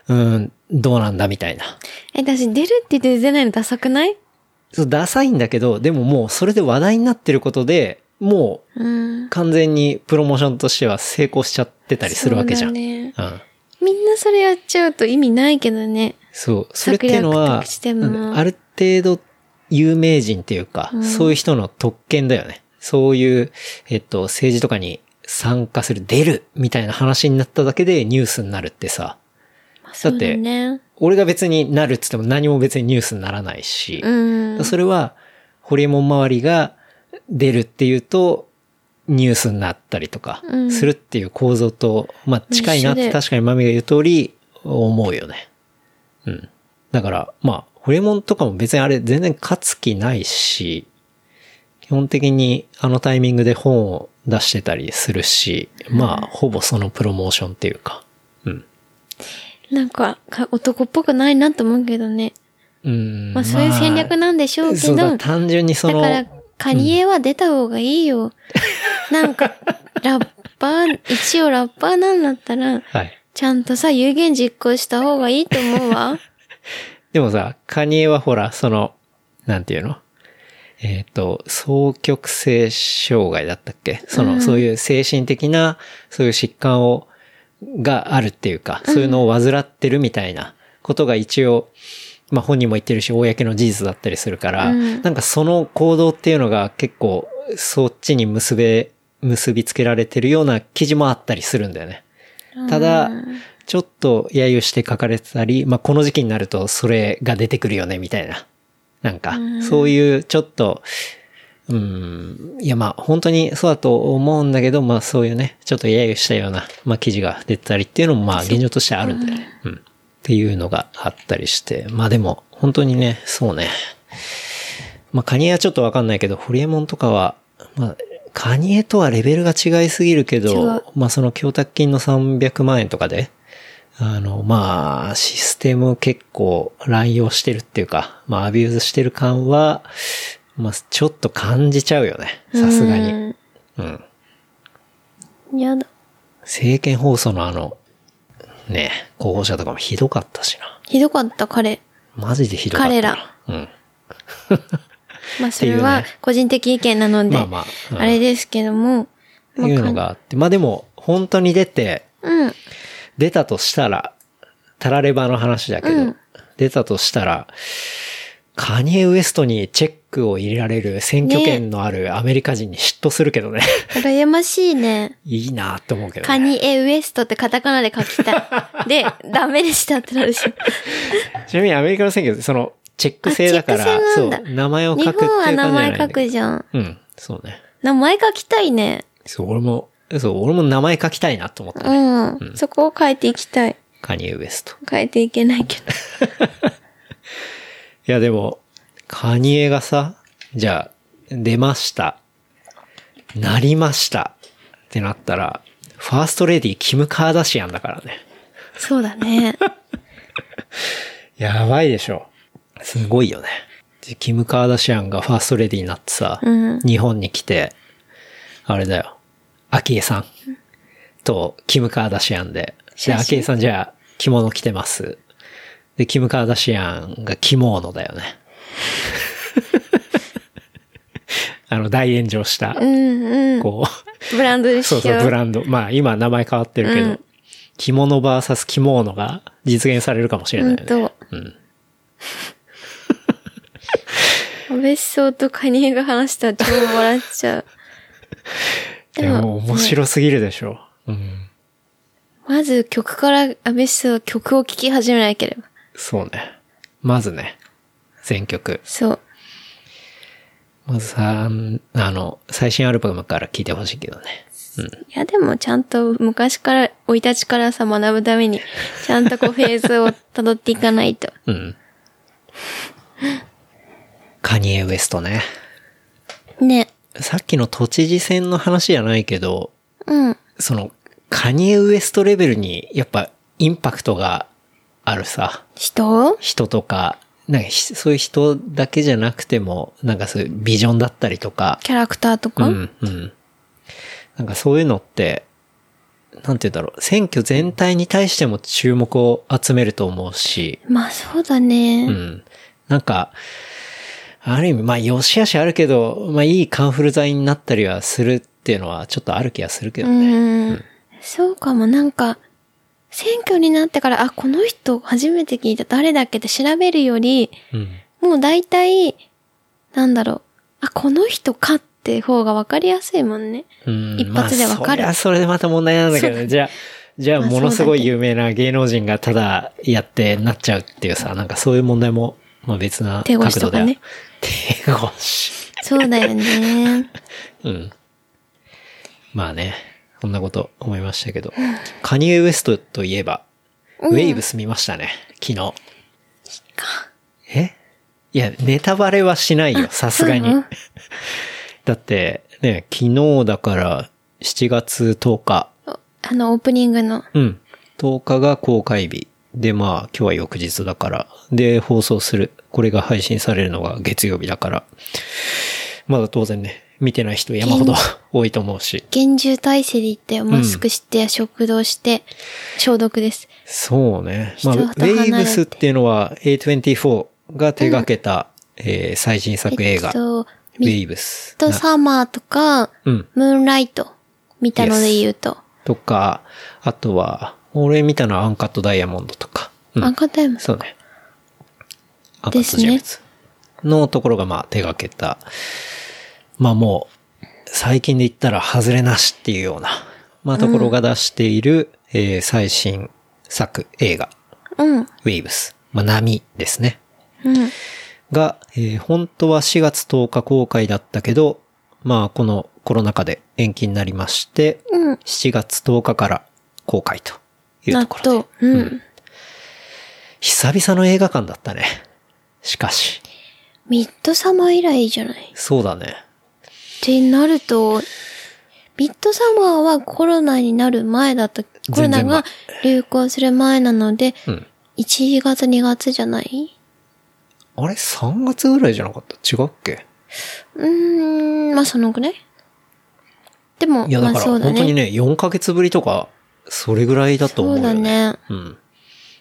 [SPEAKER 1] うん、どうなんだみたいな。
[SPEAKER 2] え、私出るって言って出ないのダサくない
[SPEAKER 1] そう、ダサいんだけど、でももうそれで話題になってることで、も
[SPEAKER 2] うん
[SPEAKER 1] う。完全にプロモーションとしては成功しちゃってたりするわけじゃん。
[SPEAKER 2] そううだね
[SPEAKER 1] ん。
[SPEAKER 2] みんなそれやっちゃうと意味ないけどね。
[SPEAKER 1] そう、それっていうのは
[SPEAKER 2] 策略と、しても
[SPEAKER 1] うんある程度有名人っていうか、
[SPEAKER 2] うん
[SPEAKER 1] そういう人の特権だよね。そういう、えっと、政治とかに参加する、出るみたいな話になっただけでニュースになるってさ、
[SPEAKER 2] まあ
[SPEAKER 1] だって
[SPEAKER 2] そうね。
[SPEAKER 1] 俺が別になるっつっても何も別にニュースにならないし、
[SPEAKER 2] うん。
[SPEAKER 1] それは、ホリエモン周りが出るっていうと、ニュースになったりとか
[SPEAKER 2] う、ん
[SPEAKER 1] するっていう構造と、まあ近いなっ
[SPEAKER 2] 一緒
[SPEAKER 1] て
[SPEAKER 2] で
[SPEAKER 1] 確かにマミが言う通り、思うよね。うん。だから、まあ、ホリエモンとかも別にあれ全然勝つ気ないし、基本的にあのタイミングで本を出してたりするし、まあ、ほぼそのプロモーションっていうか、うん。
[SPEAKER 2] なんかか男っぽくないなと思うけどね。
[SPEAKER 1] うん。
[SPEAKER 2] まあそういう戦略なんでしょうけ
[SPEAKER 1] そ
[SPEAKER 2] ど、
[SPEAKER 1] うだ、
[SPEAKER 2] だ
[SPEAKER 1] 単純にその、
[SPEAKER 2] からカニエは出た方がいいよ。 なんか、ラッパー、一応ラッパーなんだったら、
[SPEAKER 1] はい。
[SPEAKER 2] ちゃんとさ、有言実行した方がいいと思うわ。
[SPEAKER 1] でもさ、カニエはほら、その、なんていうのえっ、と、双極性障害だったっけその、
[SPEAKER 2] うん
[SPEAKER 1] そういう精神的な、そういう疾患を、があるっていうか、そういうのを患ってるみたいなことが一応、まあ本人も言ってるし、公の事実だったりするから、
[SPEAKER 2] うん
[SPEAKER 1] なんかその行動っていうのが結構、そっちに結べ、結びつけられてるような記事もあったりするんだよね。ただ、ちょっと揶揄して書かれてたり、まあ、この時期になるとそれが出てくるよね、みたいな。なんか、そういうちょっと、うん、いやまあ本当にそうだと思うんだけど、まあそういうね、ちょっと揶揄したような、まあ記事が出てたりっていうのもまあ現状としてあるんだよね。うん。っていうのがあったりして、まあでも本当にね、そうね。まあカニエはちょっとわかんないけど、ホリエモンとかは、まあカニエとはレベルが違いすぎるけ
[SPEAKER 2] 違
[SPEAKER 1] ど
[SPEAKER 2] う、
[SPEAKER 1] まあその供託金の300万円とかで、あの、まあ、システムを結構乱用してるっていうか、まあ、アビューズしてる感は、まあ、ちょっと感じちゃうよね。さすがに。うん。
[SPEAKER 2] に。やだ。
[SPEAKER 1] 政見放送のあの、ね、候補者とかもひどかったしな。
[SPEAKER 2] ひどかった、彼。
[SPEAKER 1] マジでひどかった。
[SPEAKER 2] 彼ら。
[SPEAKER 1] うん。
[SPEAKER 2] まあそれ
[SPEAKER 1] っ
[SPEAKER 2] は
[SPEAKER 1] ていう
[SPEAKER 2] 個人的意見なので、
[SPEAKER 1] まあまあうん
[SPEAKER 2] あれですけども、まあ
[SPEAKER 1] いうのがあって。まあ、でも、本当に出て、
[SPEAKER 2] うん。
[SPEAKER 1] 出たとしたら、タラレバの話だけど、
[SPEAKER 2] うん
[SPEAKER 1] 出たとしたら、カニエ・ウエストにチェックを入れられる選挙権のあるアメリカ人に嫉妬するけど ね。
[SPEAKER 2] 羨ましいね。
[SPEAKER 1] いいなと思うけど、ね。
[SPEAKER 2] カニエウエストってカタカナで書きた い。で、ダメでしたってなるし。
[SPEAKER 1] ちなみにアメリカの選挙ってその、チェック制だから
[SPEAKER 2] あチェック、制
[SPEAKER 1] そ
[SPEAKER 2] なんだ
[SPEAKER 1] う、名前を
[SPEAKER 2] 日
[SPEAKER 1] 書くっていう
[SPEAKER 2] 本
[SPEAKER 1] 感じ
[SPEAKER 2] は
[SPEAKER 1] じゃな
[SPEAKER 2] 名
[SPEAKER 1] いん
[SPEAKER 2] 前
[SPEAKER 1] だ
[SPEAKER 2] 書
[SPEAKER 1] けど
[SPEAKER 2] くじゃん。
[SPEAKER 1] うん、そうね。
[SPEAKER 2] 名前書きたいね。
[SPEAKER 1] そう、俺も、そう、俺も名前書きたいなと思った
[SPEAKER 2] う
[SPEAKER 1] ね。
[SPEAKER 2] ん。そこを変えていきたい。
[SPEAKER 1] カニエ・ウエスト。
[SPEAKER 2] 変えていけないけど。
[SPEAKER 1] いや、でも、カニエがさ、じゃあ、出ました。なりました。ってなったら、ファーストレディ、キム・カーダシアンだからね。
[SPEAKER 2] そうだね。
[SPEAKER 1] やばいでしょ。すごいよね。でキム・カーダシアンがファーストレディになってさ、
[SPEAKER 2] うん
[SPEAKER 1] 日本に来て、あれだよ、アキエさんとキム・カーダシアンで、で、
[SPEAKER 2] 写真
[SPEAKER 1] アキエさんじゃあ着物着てます。で、キム・カーダシアンが着物だよ ね。あの、大炎上した、
[SPEAKER 2] うんうん。
[SPEAKER 1] こ
[SPEAKER 2] ブランド
[SPEAKER 1] う、
[SPEAKER 2] でし
[SPEAKER 1] そ
[SPEAKER 2] ょ。
[SPEAKER 1] うそう、ブランド。まあ、今名前変わってるけど、
[SPEAKER 2] うん
[SPEAKER 1] 着物 VS 着物が実現されるかもしれないよね。
[SPEAKER 2] 本
[SPEAKER 1] うん。
[SPEAKER 2] 安倍首相とカニエが話したら超笑っちゃう。で
[SPEAKER 1] で
[SPEAKER 2] も
[SPEAKER 1] も面白すぎるでしょ。うん。
[SPEAKER 2] まず曲から、安倍首相は曲を聴き始めなければ。
[SPEAKER 1] そうね。まずね、全曲。
[SPEAKER 2] そう。
[SPEAKER 1] まずさ、あの、最新アルバムから聴いてほしいけどね。
[SPEAKER 2] いや、でもちゃんと昔から、生い立ちからさ、学ぶために、ちゃんとこうフェーズを辿っていかないと。
[SPEAKER 1] うん。カニエ・ウエストね。
[SPEAKER 2] ね。
[SPEAKER 1] さっきの都知事選の話じゃないけど、
[SPEAKER 2] うん。
[SPEAKER 1] その、カニエ・ウエストレベルに、やっぱ、インパクトがあるさ。
[SPEAKER 2] 人
[SPEAKER 1] 人とか、なんかひ、そういう人だけじゃなくても、なんかそういうビジョンだったりとか、
[SPEAKER 2] キャラクターと
[SPEAKER 1] う
[SPEAKER 2] か、
[SPEAKER 1] ん、うん。なんかそういうのって、なんて言うんだろう、選挙全体に対しても注目を集めると思うし、
[SPEAKER 2] まあそうだね。
[SPEAKER 1] うん。なんか、ある意味、まあ、良し悪しあるけど、まあ、いいカンフル剤になったりはするっていうのは、ちょっとある気がするけどね。
[SPEAKER 2] うん。そうかも、なんか、選挙になってから、あ、この人初めて聞いた誰だっけって調べるより、
[SPEAKER 1] うん。
[SPEAKER 2] もう大体、なんだろう、あ、この人かって方がわかりやすいもんね。
[SPEAKER 1] うん
[SPEAKER 2] 一発でわかる
[SPEAKER 1] まあ、それはそれでまた問題なんだけどね。じゃあ、じゃあ、
[SPEAKER 2] まあ
[SPEAKER 1] ものすご
[SPEAKER 2] そうだけ
[SPEAKER 1] い
[SPEAKER 2] ど
[SPEAKER 1] 有名な芸能人がただやってなっちゃうっていうさ、なんかそういう問題も、まあ別な
[SPEAKER 2] 手
[SPEAKER 1] 角
[SPEAKER 2] 越し
[SPEAKER 1] 度
[SPEAKER 2] と
[SPEAKER 1] で
[SPEAKER 2] か
[SPEAKER 1] は。
[SPEAKER 2] ね
[SPEAKER 1] 手越し。
[SPEAKER 2] そうだよね。
[SPEAKER 1] うん。まあね、こんなこと思いましたけど。カニエ・ウエストといえば、ウェイブス見ましたね、昨日。えいや、ネタバレはしないよ、さすが
[SPEAKER 2] そうな
[SPEAKER 1] に
[SPEAKER 2] の。
[SPEAKER 1] だって、ね、昨日だから、7月10日、
[SPEAKER 2] おあの、オープニングの。
[SPEAKER 1] うん。10日が公開日。で、まあ、今日は翌日だから。で、放送する。これが配信されるのが月曜日だから。まだ当然ね、見てない人山ほど多いと思うし。
[SPEAKER 2] 厳重体制で行って、マスクして、食堂して、消毒です。
[SPEAKER 1] そうね。まあ、ウ
[SPEAKER 2] 人と離れ
[SPEAKER 1] ェ
[SPEAKER 2] て
[SPEAKER 1] イブスっていうのは A24 が手掛けた、えー最新作映画。
[SPEAKER 2] えっと、
[SPEAKER 1] ウェ
[SPEAKER 2] ミ
[SPEAKER 1] イブス。
[SPEAKER 2] ッドサマーとか、
[SPEAKER 1] うん。
[SPEAKER 2] ムーンライト、見たので言うと。
[SPEAKER 1] とか、あとは、俺見たのはアンカットダイヤモンドとか。うん
[SPEAKER 2] アンカタイム。
[SPEAKER 1] そうね。アカ
[SPEAKER 2] で
[SPEAKER 1] ツ
[SPEAKER 2] す
[SPEAKER 1] ジ
[SPEAKER 2] ね
[SPEAKER 1] ェムズのところがまあ手がけた、まあもう最近で言ったら外れなしっていうような、まあところが出している、えー最新作映画、
[SPEAKER 2] うん。
[SPEAKER 1] ウェイブス、まあ波ですね。
[SPEAKER 2] うん。
[SPEAKER 1] が、えー本当は4月10日公開だったけど、まあこのコロナ禍で延期になりまして、
[SPEAKER 2] うん。
[SPEAKER 1] 7月10日から公開というと
[SPEAKER 2] 納
[SPEAKER 1] ころで。
[SPEAKER 2] 豆。うん。
[SPEAKER 1] 久々の映画館だったね。しかし。
[SPEAKER 2] ミッドサマー以来じゃない。
[SPEAKER 1] そうだね。
[SPEAKER 2] ってなると、ミッドサマーはコロナになる前だった。コロナが流行する前なので、
[SPEAKER 1] うん。
[SPEAKER 2] 1月2月じゃない
[SPEAKER 1] あれ ?3 月ぐらいじゃなかった違うっけ
[SPEAKER 2] うーん、まあそのぐらいでも、
[SPEAKER 1] いや、だ
[SPEAKER 2] まあ
[SPEAKER 1] から、
[SPEAKER 2] そうだ
[SPEAKER 1] 本当に
[SPEAKER 2] ね。
[SPEAKER 1] ね、4ヶ月ぶりとか、それぐらいだと
[SPEAKER 2] そ
[SPEAKER 1] 思う
[SPEAKER 2] う
[SPEAKER 1] よ、ね。
[SPEAKER 2] だね。
[SPEAKER 1] うん。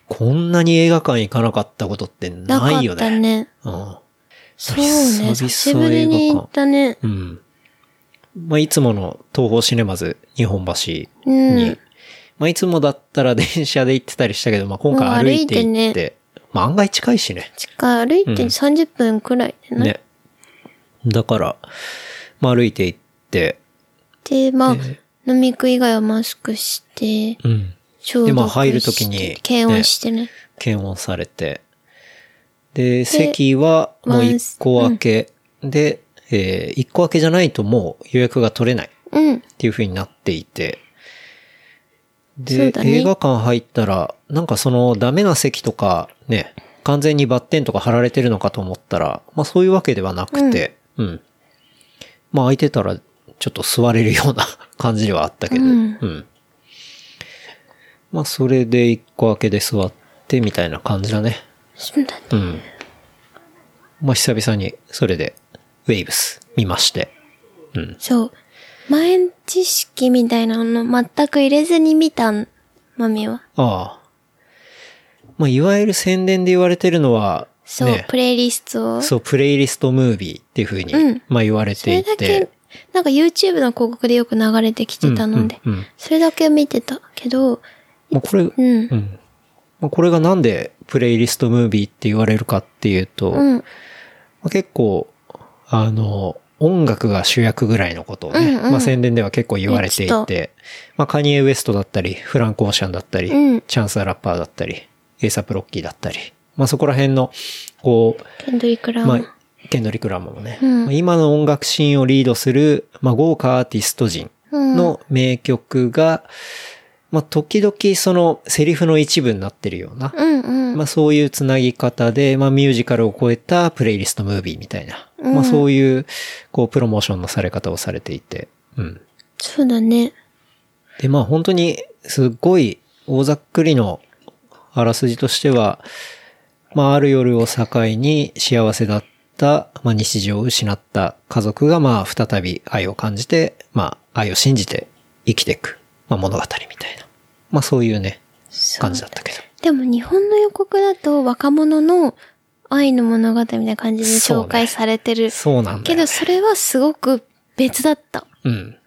[SPEAKER 1] こんなに映画館行かなかったことって
[SPEAKER 2] な
[SPEAKER 1] な
[SPEAKER 2] か
[SPEAKER 1] いよ
[SPEAKER 2] った
[SPEAKER 1] ね。
[SPEAKER 2] ね。
[SPEAKER 1] うん。
[SPEAKER 2] そうね。久しぶりに行ったね。
[SPEAKER 1] うん。まあ、いつもの東宝シネマズ、日本橋
[SPEAKER 2] う
[SPEAKER 1] に、
[SPEAKER 2] ん。
[SPEAKER 1] まあ、いつもだったら 電車で行ってたりしたけど、まあ、今
[SPEAKER 2] もう
[SPEAKER 1] 回
[SPEAKER 2] 歩
[SPEAKER 1] 歩
[SPEAKER 2] い
[SPEAKER 1] い
[SPEAKER 2] て
[SPEAKER 1] て
[SPEAKER 2] ね
[SPEAKER 1] 行って、まあ、案外近いしね。
[SPEAKER 2] 近い歩いて
[SPEAKER 1] うん
[SPEAKER 2] 30分くらいでね。
[SPEAKER 1] ね。だから、まあ、歩いて行って、
[SPEAKER 2] で、まあ、飲み食い以外はマスクして、
[SPEAKER 1] うん。
[SPEAKER 2] 消毒して、
[SPEAKER 1] でまあ入る時に
[SPEAKER 2] 検温してね。
[SPEAKER 1] 検温されて、で、席はもう一個分け、で、えー一個分けじゃないともう予約が取れないっ
[SPEAKER 2] うん。
[SPEAKER 1] ていう風になっていて、
[SPEAKER 2] そう
[SPEAKER 1] で、
[SPEAKER 2] だね
[SPEAKER 1] 映画館入ったら、なんかそのダメな席とかね、完全にバッテンとか貼られてるのかと思ったら、まあそういうわけではなくて、うん。まあ空いてたらちょっと座れるような 感じではあったけど、
[SPEAKER 2] うん
[SPEAKER 1] うんまあそれで一個開けで座ってみたいな感じだね。
[SPEAKER 2] そうだね。
[SPEAKER 1] うん。まあ久々にそれでウェイブス見まして。うん。
[SPEAKER 2] そう。前知識みたいなの全く入れずに見たん、マミは。
[SPEAKER 1] ああ。まあいわゆる宣伝で言われてるのは、
[SPEAKER 2] そう、
[SPEAKER 1] ね
[SPEAKER 2] プレイリストを。そ
[SPEAKER 1] そう、プレイリストムービーっていう風に、
[SPEAKER 2] うん
[SPEAKER 1] まあ言われて
[SPEAKER 2] れ
[SPEAKER 1] い
[SPEAKER 2] だ
[SPEAKER 1] て
[SPEAKER 2] け。、なんか YouTube の広告でよく流れてきてたので、
[SPEAKER 1] うんうんうん
[SPEAKER 2] それだけ見てたけど、
[SPEAKER 1] まあこれ、う。
[SPEAKER 2] うんん。
[SPEAKER 1] まあこれがなんでプレイリストムービーって言われるかっていうと、
[SPEAKER 2] うん。
[SPEAKER 1] まあ結構、あの、音楽が主役ぐらいのことをね、
[SPEAKER 2] うんうん
[SPEAKER 1] まあ宣伝では結構言われてい、
[SPEAKER 2] 言って
[SPEAKER 1] まあカニエ・ウエストだったり、フランク・オーシャンだったり、
[SPEAKER 2] うん
[SPEAKER 1] チャンス・ア・ラッパーだったり、エイサ・プ・ロッキーだったり、まあそこら辺の、こう、
[SPEAKER 2] ケンドリック・ラーマ
[SPEAKER 1] ま
[SPEAKER 2] ー。
[SPEAKER 1] あ、ケンドリック・ラーマーもね、
[SPEAKER 2] うん
[SPEAKER 1] まあ今の音楽シーンをリードする、まあ、豪華アーティスト陣の名曲が、まあ、時々そのセリフの一部になってるような、
[SPEAKER 2] うんうん。
[SPEAKER 1] まあ、そういうつなぎ方で、まあ、ミュージカルを超えたプレイリストムービーみたいな、
[SPEAKER 2] うん
[SPEAKER 1] まあ、そういう、こう、プロモーションのされ方をされていて、うん。
[SPEAKER 2] そうだね。
[SPEAKER 1] で、まあ本当にすっごい大ざっくりのあらすじとしては、まあある夜を境に幸せだった、まあ日常を失った家族がまあ再び愛を感じて、まあ愛を信じて生きていく、まあ物語みたいな。まあそういうね、
[SPEAKER 2] そう
[SPEAKER 1] 感じだったけど。
[SPEAKER 2] でも日本の予告だと若者の愛の物語みたいな感じで
[SPEAKER 1] そうね
[SPEAKER 2] 紹介されてる。
[SPEAKER 1] そうなんだ
[SPEAKER 2] け
[SPEAKER 1] よ、ね。
[SPEAKER 2] どそれはすごく別だった。
[SPEAKER 1] うん。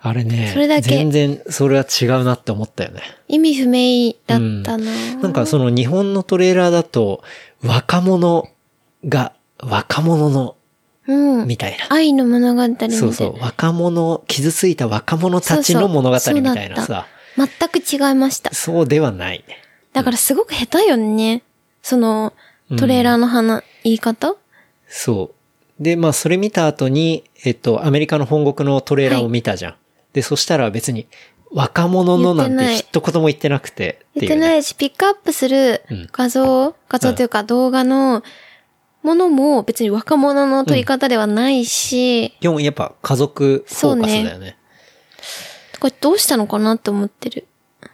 [SPEAKER 1] あれね、
[SPEAKER 2] それだけ
[SPEAKER 1] 全然それは違うなって思ったよね。
[SPEAKER 2] 意味不明だったな、
[SPEAKER 1] なんかその日本のトレーラーだと、若者が若者の
[SPEAKER 2] うん。
[SPEAKER 1] みたいな。
[SPEAKER 2] 愛の物語みたいな。
[SPEAKER 1] そうそう。若者、傷ついた若者たちの物語みたいな
[SPEAKER 2] そうだ
[SPEAKER 1] さ。
[SPEAKER 2] 全く違いました。
[SPEAKER 1] そうではないね。
[SPEAKER 2] だからすごく下手よね。その
[SPEAKER 1] うん、
[SPEAKER 2] トレーラーの花、言い方
[SPEAKER 1] そう。で、まあ、それ見た後に、えっと、アメリカの本国のトレーラーを見たじゃん。で、そしたら別に、若者のなん
[SPEAKER 2] 言ってな
[SPEAKER 1] て
[SPEAKER 2] い
[SPEAKER 1] 一言も言ってなくて。
[SPEAKER 2] 言って
[SPEAKER 1] うね
[SPEAKER 2] ないし、ピックアップする
[SPEAKER 1] うん
[SPEAKER 2] 画像、画像というか動画のものも別に若者の撮り方ではないし、
[SPEAKER 1] 基本やっぱ家族フォーカスだ
[SPEAKER 2] そ
[SPEAKER 1] よね。
[SPEAKER 2] これどうしたのかなって思ってる。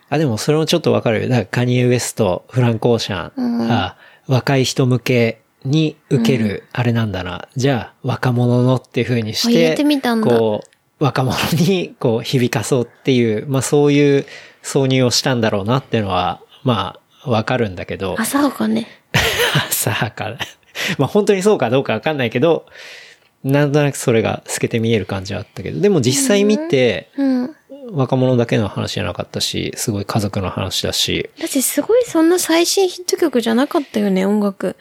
[SPEAKER 1] あ、でもそれもちょっとわかるよ。だからカニエ・ウエスト、フランク・オーシャン、
[SPEAKER 2] うん
[SPEAKER 1] あ若い人向けに受ける、あれなんだな。じゃあ、若者のっていう風にして、
[SPEAKER 2] あ入れてみたんだ
[SPEAKER 1] こう、若者にこう響かそうっていう、まあそういう挿入をしたんだろうなっていうのは、まあ、わかるんだけど、
[SPEAKER 2] 朝岡ね。
[SPEAKER 1] 朝から。まあ本当にそうかどうかわかんないけど、なんとなくそれが透けて見える感じはあったけど、でも実際見て、
[SPEAKER 2] うん。
[SPEAKER 1] 若者だけの話じゃなかったし、すごい家族の話だし、
[SPEAKER 2] だってすごいそんな最新ヒット曲じゃなかったよね、音楽。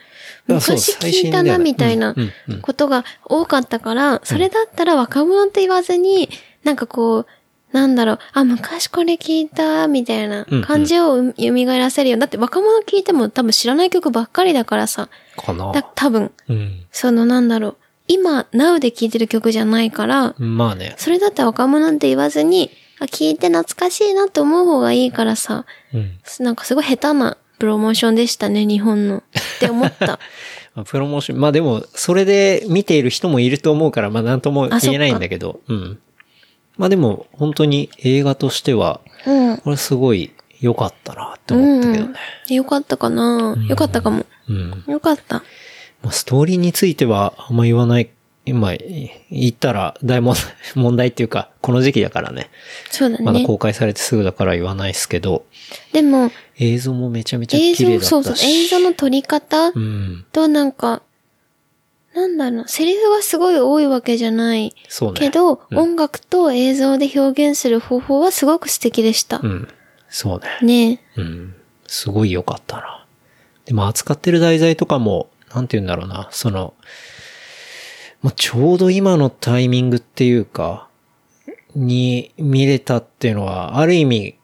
[SPEAKER 1] あそう
[SPEAKER 2] 昔聞いた
[SPEAKER 1] 最新だよ
[SPEAKER 2] な、
[SPEAKER 1] ね
[SPEAKER 2] みたい
[SPEAKER 1] う
[SPEAKER 2] な
[SPEAKER 1] んうんうん
[SPEAKER 2] ことが多かったから、それだったら若者って言わずに、なんかこう、なんだろう、あ、昔これ聞いた、みたいな
[SPEAKER 1] うんうん
[SPEAKER 2] 感じをう蘇らせるよ。だって若者聞いても多分知らない曲ばっかりだからさ。
[SPEAKER 1] かな。
[SPEAKER 2] だ多分、
[SPEAKER 1] うん。
[SPEAKER 2] そのなんだろう、今、Now で聴いてる曲じゃないから、
[SPEAKER 1] まあね。
[SPEAKER 2] それだったら若者って言わずに、あ、聞いて懐かしいなって思う方がいいからさ、
[SPEAKER 1] うん。
[SPEAKER 2] なんかすごい下手なプロモーションでしたね、日本の。って思 った。
[SPEAKER 1] まあプロモーション、まあでも、それで見ている人もいると思うから、まあなんとも言えないんだけど、うん。まあでも、本当に映画としては、
[SPEAKER 2] うん。
[SPEAKER 1] これすごい良かったなって思ったけどね。
[SPEAKER 2] うん、よかったかな、よかったかも。
[SPEAKER 1] うん。
[SPEAKER 2] よかった。
[SPEAKER 1] まあ、ストーリーについては、あんま言わない、今、い言ったら大問題、 問題っていうか、この時期だからね。
[SPEAKER 2] そうだ
[SPEAKER 1] まだ
[SPEAKER 2] ね。
[SPEAKER 1] 公開されてすぐだから言わないですけど、
[SPEAKER 2] でも、
[SPEAKER 1] 映像もめちゃめちゃ
[SPEAKER 2] 映
[SPEAKER 1] 綺麗だっ
[SPEAKER 2] 像、
[SPEAKER 1] たし。
[SPEAKER 2] そうそう、映像の撮り方
[SPEAKER 1] うん。
[SPEAKER 2] となんか、なんだろう、セリフがすごい多いわけじゃない
[SPEAKER 1] そうね。
[SPEAKER 2] けど、
[SPEAKER 1] うん
[SPEAKER 2] 音楽と映像で表現する方法はすごく素敵でした
[SPEAKER 1] う。ん。そうね。
[SPEAKER 2] ねえ。
[SPEAKER 1] うん。すごい良かったな。でも扱ってる題材とかも、なんて言うんだろうな、その、まあ、ちょうど今のタイミングっていうか、に見れたっていうのは、ある意味、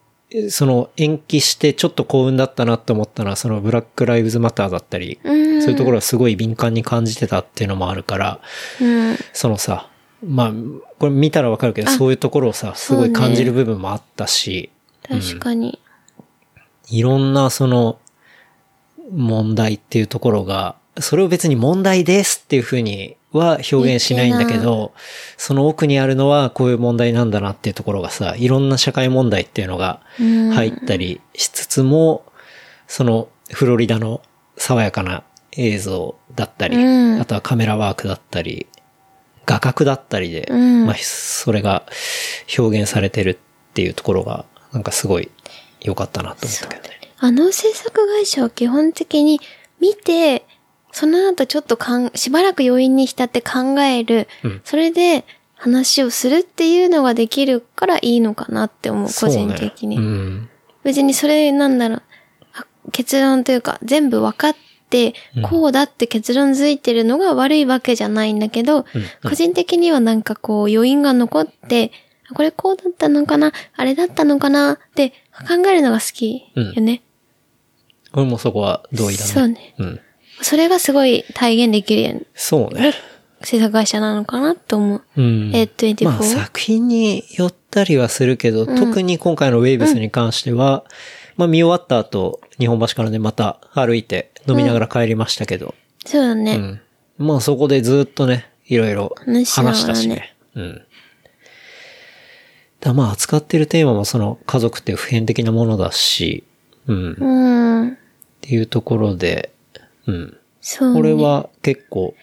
[SPEAKER 1] その延期してちょっと幸運だったなって思ったのは、そのブラック・ライブズ・マターだったり、
[SPEAKER 2] うん。
[SPEAKER 1] そういうところはすごい敏感に感じてたっていうのもあるから、
[SPEAKER 2] うん。
[SPEAKER 1] そのさ、まあ、これ見たらわかるけど、
[SPEAKER 2] あ
[SPEAKER 1] そういうところをさ、すごい感じる部分もあったし、
[SPEAKER 2] 確かに。
[SPEAKER 1] いろんなその問題っていうところが、それを別に問題ですっていうふうには表現しないんだけ
[SPEAKER 2] 言
[SPEAKER 1] ど、その奥にあるのはこういう問題なんだなっていうところがさ、いろんな社会問題っていうのが
[SPEAKER 2] うん。
[SPEAKER 1] 入ったりしつつも、そのフロリダの爽やかな映像だったり、
[SPEAKER 2] うん
[SPEAKER 1] あとはカメラワークだったり、画角だったりで、
[SPEAKER 2] うん
[SPEAKER 1] まあ、それが表現されてるっていうところが、なんかすごい良かったなと思ったけどね。
[SPEAKER 2] あの制作会社は基本的に見て、その後ちょっとかん、しばらく余韻に浸って考える。
[SPEAKER 1] うん
[SPEAKER 2] それで話をするっていうのができるからいいのかなって思う、個
[SPEAKER 1] そうね
[SPEAKER 2] 人的に。
[SPEAKER 1] うん。
[SPEAKER 2] 別にそれなんだろうあ結論というか、全部分かっって
[SPEAKER 1] うん、
[SPEAKER 2] こうだって結論づいてるのが悪いわけじゃないんだけど、
[SPEAKER 1] うん
[SPEAKER 2] 個人的にはなんかこう余韻が残って、あこれこうだったのかなあれだったのかなって考えるのが好きよね。
[SPEAKER 1] 俺もそこは同意だね。
[SPEAKER 2] そうね。
[SPEAKER 1] うん。
[SPEAKER 2] それがすごい体現できる
[SPEAKER 1] そうね。
[SPEAKER 2] 制作会社なのかなと思う。
[SPEAKER 1] うん。
[SPEAKER 2] えー24
[SPEAKER 1] まあ作品によったりはするけど、
[SPEAKER 2] うん
[SPEAKER 1] 特に今回のウェイブスに関しては、まあ見終わった後、日本橋からね、また歩いて飲みながら帰りましたけど、
[SPEAKER 2] そうだ
[SPEAKER 1] う
[SPEAKER 2] ね。
[SPEAKER 1] ん。まあそこでずっとね、いろいろ話
[SPEAKER 2] 話しながらね
[SPEAKER 1] したしね。うん。だまあ扱ってるテーマもその家族って普遍的なものだし、うん。っ
[SPEAKER 2] うん。
[SPEAKER 1] ていうところで、うん。
[SPEAKER 2] そう、ね。
[SPEAKER 1] これは結構、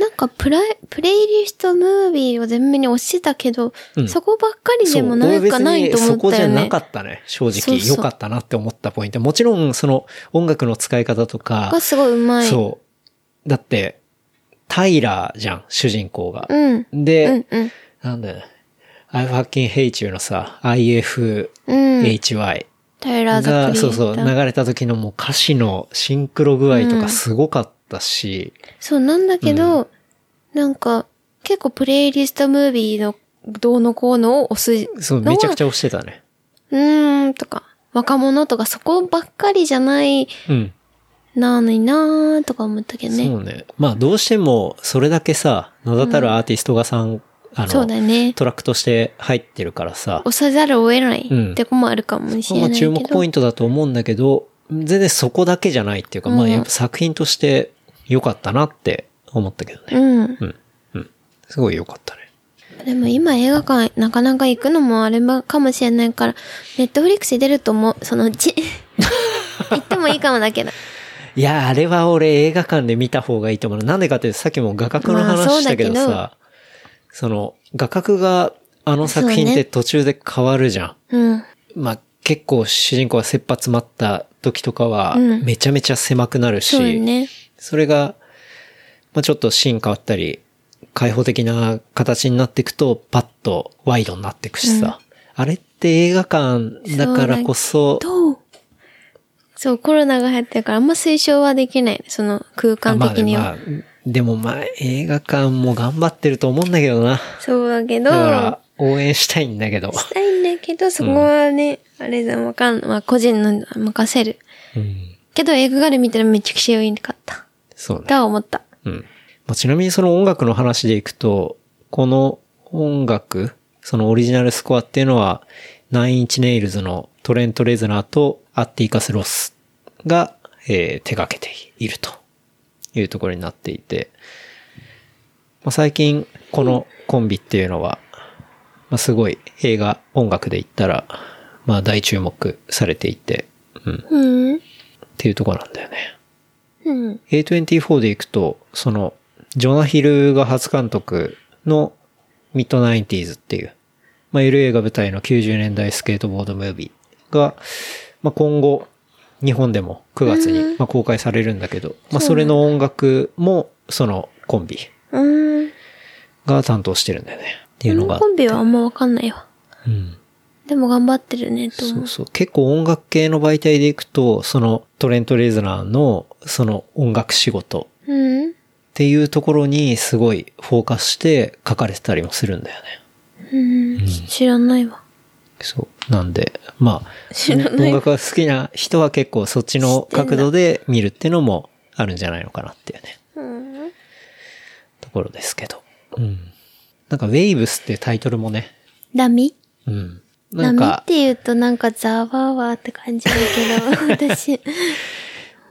[SPEAKER 2] なんかプライ、プレイリストムービーを全面に押してたけど、
[SPEAKER 1] うん
[SPEAKER 2] そこばっかり
[SPEAKER 1] そ
[SPEAKER 2] で
[SPEAKER 1] う
[SPEAKER 2] もなんかない
[SPEAKER 1] 俺
[SPEAKER 2] と思
[SPEAKER 1] 別にそこ
[SPEAKER 2] っ
[SPEAKER 1] じ
[SPEAKER 2] た
[SPEAKER 1] ゃ
[SPEAKER 2] よ
[SPEAKER 1] な
[SPEAKER 2] ね
[SPEAKER 1] か。ったね。正
[SPEAKER 2] そ
[SPEAKER 1] 直
[SPEAKER 2] う
[SPEAKER 1] 良
[SPEAKER 2] そう
[SPEAKER 1] かったなって思ったポイント。もちろんその音楽の使い方とか
[SPEAKER 2] が、すごいうまい。
[SPEAKER 1] そう。だって、タイラーじゃん、主人公が。
[SPEAKER 2] うん。
[SPEAKER 1] で、
[SPEAKER 2] うんうん。
[SPEAKER 1] なんだよね。I fucking hate you のさ、IFHY
[SPEAKER 2] うん。タイラー・ザ・
[SPEAKER 1] が、
[SPEAKER 2] クリエイタ
[SPEAKER 1] そ
[SPEAKER 2] ー。
[SPEAKER 1] うそう、流れた時のもう歌詞のシンクロ具合とかすごかったし、
[SPEAKER 2] そうなんだけど、なんか、結構プレイリストムービーのどうのこうのを押す
[SPEAKER 1] そう、
[SPEAKER 2] の
[SPEAKER 1] め
[SPEAKER 2] は
[SPEAKER 1] ちゃくちゃ押してたね。
[SPEAKER 2] うーん、とか、若者とかそこばっかりじゃない
[SPEAKER 1] うん。
[SPEAKER 2] なのになーとか思ったけどね。
[SPEAKER 1] そうね。まあどうしても、それだけさ、名だたるアーティストがさん、あ
[SPEAKER 2] そう
[SPEAKER 1] の、
[SPEAKER 2] だよね。
[SPEAKER 1] トラックとして入ってるからさ、
[SPEAKER 2] 押さざるを得ない
[SPEAKER 1] うん
[SPEAKER 2] ってこもあるかもしれ
[SPEAKER 1] ま
[SPEAKER 2] な
[SPEAKER 1] あ
[SPEAKER 2] いけ
[SPEAKER 1] 注
[SPEAKER 2] ど。
[SPEAKER 1] 目ポイントだと思うんだけど、全然そこだけじゃないっていうか、まあ
[SPEAKER 2] うん
[SPEAKER 1] やっぱ作品として良かったなって思ったけどね。
[SPEAKER 2] うん。
[SPEAKER 1] うん。うん。すごい良かったね。
[SPEAKER 2] でも今映画館なかなか行くのもあればかもしれないから、ネットフリックス出ると思う、その うち。行ってもいいかもだけど。
[SPEAKER 1] いや、あれは俺映画館で見た方がいいと思う。なんでかってさっきも画角の
[SPEAKER 2] まあ
[SPEAKER 1] 話したけどさ、
[SPEAKER 2] そ
[SPEAKER 1] そう
[SPEAKER 2] だ
[SPEAKER 1] の、画角があの作品っ
[SPEAKER 2] そう
[SPEAKER 1] て
[SPEAKER 2] ね
[SPEAKER 1] 途中で変わるじゃん。
[SPEAKER 2] うん。
[SPEAKER 1] まあ結構主人公が切羽詰まった時とかは、
[SPEAKER 2] うん
[SPEAKER 1] めちゃめちゃ狭くなるし、
[SPEAKER 2] そうよね。
[SPEAKER 1] それが、まあちょっとシーン変わったり、開放的な形になっていくと、パッとワイドになっていくしさ。あれって映画館だからこそ、
[SPEAKER 2] どうそう、コロナが流行ってるからあんま推奨はできない。その空間的には。
[SPEAKER 1] あまあねまあでもまあ映画館も頑張ってると思うんだけどな。
[SPEAKER 2] そうだけ
[SPEAKER 1] だ、
[SPEAKER 2] ど
[SPEAKER 1] から応援したいんだけど。
[SPEAKER 2] したいんだけど、そこはね、あれだ、わかん、まあ個人の任せる。
[SPEAKER 1] うん。
[SPEAKER 2] けど映画館で見たらめちゃくちゃ良いかった。
[SPEAKER 1] そうね。
[SPEAKER 2] とは思った。
[SPEAKER 1] うん。まあ、ちなみにその音楽の話でいくと、この音楽、そのオリジナルスコアっていうのは、ナインインチネイルズのトレント・レズナーとアッティカス・ロスが、えー手掛けているというところになっていて、まあ、最近このコンビっていうのは、まあ、すごい映画音楽で言ったら、まあ大注目されていて、うん、っ
[SPEAKER 2] うん。
[SPEAKER 1] ていうところなんだよね。
[SPEAKER 2] うん。
[SPEAKER 1] A24 で行くと、その、ジョナヒルが初監督のミッドナインティーズっていう、まあ、LA が舞台の90年代スケートボードムービーが、まあ、今後、日本でも9月にまあ公開されるんだけど、まあ、それの音楽も、そのコンビ
[SPEAKER 2] うん。
[SPEAKER 1] が担当してるんだよね。っていうの
[SPEAKER 2] こ
[SPEAKER 1] が
[SPEAKER 2] のコ、ンビはあんまわかんないわ。
[SPEAKER 1] うん。
[SPEAKER 2] でも頑張ってるね、と思
[SPEAKER 1] そう
[SPEAKER 2] う。
[SPEAKER 1] そう。結構音楽系の媒体で行くと、そのトレント・レズナーの、その音楽仕事
[SPEAKER 2] うん。
[SPEAKER 1] っていうところにすごいフォーカスして書かれてたりもするんだよね。
[SPEAKER 2] うん。知らないわ。
[SPEAKER 1] そう。なんで、ま
[SPEAKER 2] 知
[SPEAKER 1] あ、
[SPEAKER 2] らない
[SPEAKER 1] 音楽が好きな人は結構そっちの角度で見るってのもあるんじゃないのかなっていうね、
[SPEAKER 2] うん。
[SPEAKER 1] ところですけど。うん。なんか、ウェイブスっていうタイトルもね、
[SPEAKER 2] ダミ
[SPEAKER 1] うん。な
[SPEAKER 2] ダ
[SPEAKER 1] ん
[SPEAKER 2] ミ
[SPEAKER 1] か
[SPEAKER 2] っ、て言うとなんかザワワって感じだけ ど、私。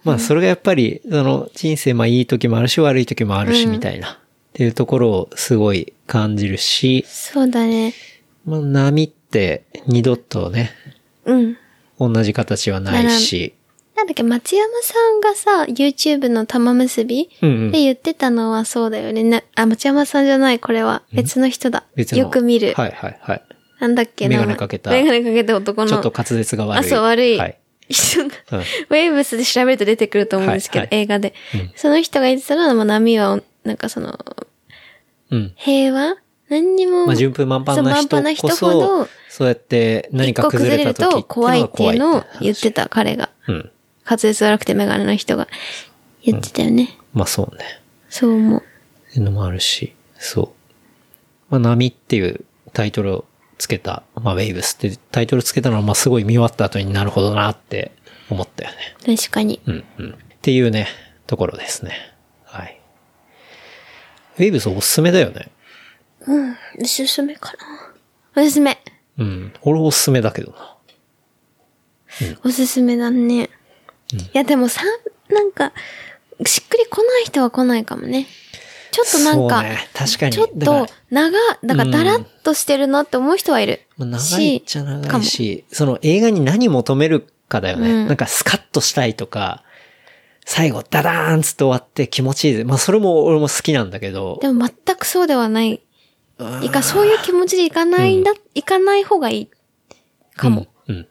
[SPEAKER 1] まあ、それがやっぱり、その、人生、まあ、いい時もあるし、悪い時もあるし、
[SPEAKER 2] うん
[SPEAKER 1] みたいな、っていうところをすごい感じるし、
[SPEAKER 2] そうだね。
[SPEAKER 1] まあ、波って二度とね、
[SPEAKER 2] うん。
[SPEAKER 1] 同じ形はないし、
[SPEAKER 2] なんだっけ、松山さんがさ、YouTube の玉結び
[SPEAKER 1] うんう
[SPEAKER 2] で
[SPEAKER 1] ん
[SPEAKER 2] 言ってたのはそうだよね。なあ、松山さんじゃない、これは。別の人だ。
[SPEAKER 1] 別の
[SPEAKER 2] よく見る。
[SPEAKER 1] はいはいはい。
[SPEAKER 2] なんだっけ
[SPEAKER 1] メ
[SPEAKER 2] な。
[SPEAKER 1] ガネかけた
[SPEAKER 2] メガネかけた男の。
[SPEAKER 1] ちょっと滑舌が悪い。
[SPEAKER 2] あ、そう、悪い。
[SPEAKER 1] はい。
[SPEAKER 2] 人が
[SPEAKER 1] うん
[SPEAKER 2] ウェーブスで調べると出てくると思うんですけど、
[SPEAKER 1] はいは
[SPEAKER 2] 映画で、
[SPEAKER 1] うん
[SPEAKER 2] その人が言ってたのは、まあ波は、なんかその、
[SPEAKER 1] うん。
[SPEAKER 2] 平和何にも、
[SPEAKER 1] まあ、順風満帆な
[SPEAKER 2] そう満帆な
[SPEAKER 1] 人こ
[SPEAKER 2] 人
[SPEAKER 1] そ、
[SPEAKER 2] ほど
[SPEAKER 1] そうやって何
[SPEAKER 2] 一
[SPEAKER 1] か
[SPEAKER 2] 個
[SPEAKER 1] 崩
[SPEAKER 2] 崩
[SPEAKER 1] れ
[SPEAKER 2] れ
[SPEAKER 1] た
[SPEAKER 2] る
[SPEAKER 1] 時
[SPEAKER 2] と怖いっていうのを言っ
[SPEAKER 1] 話
[SPEAKER 2] てた、彼が。
[SPEAKER 1] うん。
[SPEAKER 2] 滑舌悪くてメガネの人が。言ってたよね。
[SPEAKER 1] まあそうね。
[SPEAKER 2] そう思う。
[SPEAKER 1] っていうのもあるし、そう。まあ、波っていうタイトルをつけた、まあ、ウェイブスってタイトルつけたのは、まあ、すごい見終わった後になるほどなって思ったよね。
[SPEAKER 2] 確かに。
[SPEAKER 1] うんうん。っていうね、ところですね。はい。ウェイブスおすすめだよね。
[SPEAKER 2] うん。おすすめかな。おすすめ。
[SPEAKER 1] うん。俺おすすめだけどな。
[SPEAKER 2] おすすめだね。いや、でもさ、なんか、しっくり来ない人は来ないかもね。ちょっとなんか、
[SPEAKER 1] そうね確かに
[SPEAKER 2] ちょっ
[SPEAKER 1] だから
[SPEAKER 2] と、長、だからだらっとしてるなって思う人はいる。
[SPEAKER 1] まあ長いっちゃ長いし、その映画に何求めるかだよね。
[SPEAKER 2] うん
[SPEAKER 1] なんかスカッとしたいとか、最後ダダーンつって終わって気持ちいいで。まあそれも俺も好きなんだけど、
[SPEAKER 2] でも全くそうではない。
[SPEAKER 1] うん
[SPEAKER 2] いか、そういう気持ちでいかないんだ、いかない方がいい。かも。
[SPEAKER 1] うん。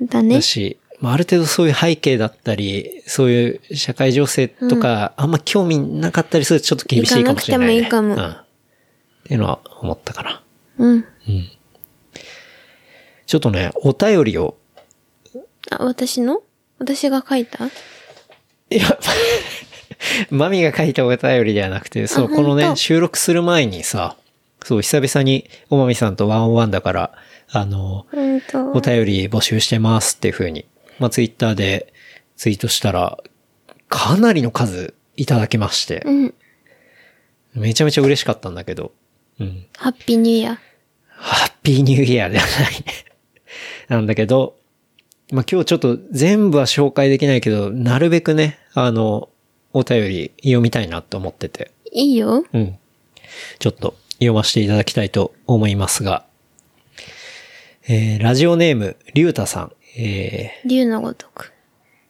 [SPEAKER 1] うん。
[SPEAKER 2] だね
[SPEAKER 1] だ。し、まあある程度そういう背景だったり、そういう社会情勢とか、あんま興味なかったりするとちょっと厳しいかもしれない、ね。
[SPEAKER 2] 行かなくてもいいかも
[SPEAKER 1] うん。っていうのは思ったかな。
[SPEAKER 2] うん。
[SPEAKER 1] ちょっとね、お便りを、
[SPEAKER 2] あ、私の私が書いた
[SPEAKER 1] いや、 マミが書いたお便りではなくて、そう、
[SPEAKER 2] あ
[SPEAKER 1] この
[SPEAKER 2] 本
[SPEAKER 1] ね、
[SPEAKER 2] 当
[SPEAKER 1] 収録する前にさ、そう、久々におまみさんとワンオンワンだから、あの、
[SPEAKER 2] うんと。
[SPEAKER 1] お便り募集してますっていう風に、まあ、ツイッターでツイートしたら、かなりの数いただきまして、
[SPEAKER 2] うん。
[SPEAKER 1] めちゃめちゃ嬉しかったんだけど、うん。
[SPEAKER 2] ハッピーニューイヤー。
[SPEAKER 1] ハッピーニューイヤーではないね。なんだけど、まあ、今日ちょっと全部は紹介できないけど、なるべくね、あの、お便り読みたいなと思ってて。
[SPEAKER 2] いいよ。
[SPEAKER 1] うん。ちょっと読ませていただきたいと思いますが、えー、ラジオネーム、りゅうたさん、えー、
[SPEAKER 2] 竜のごとく。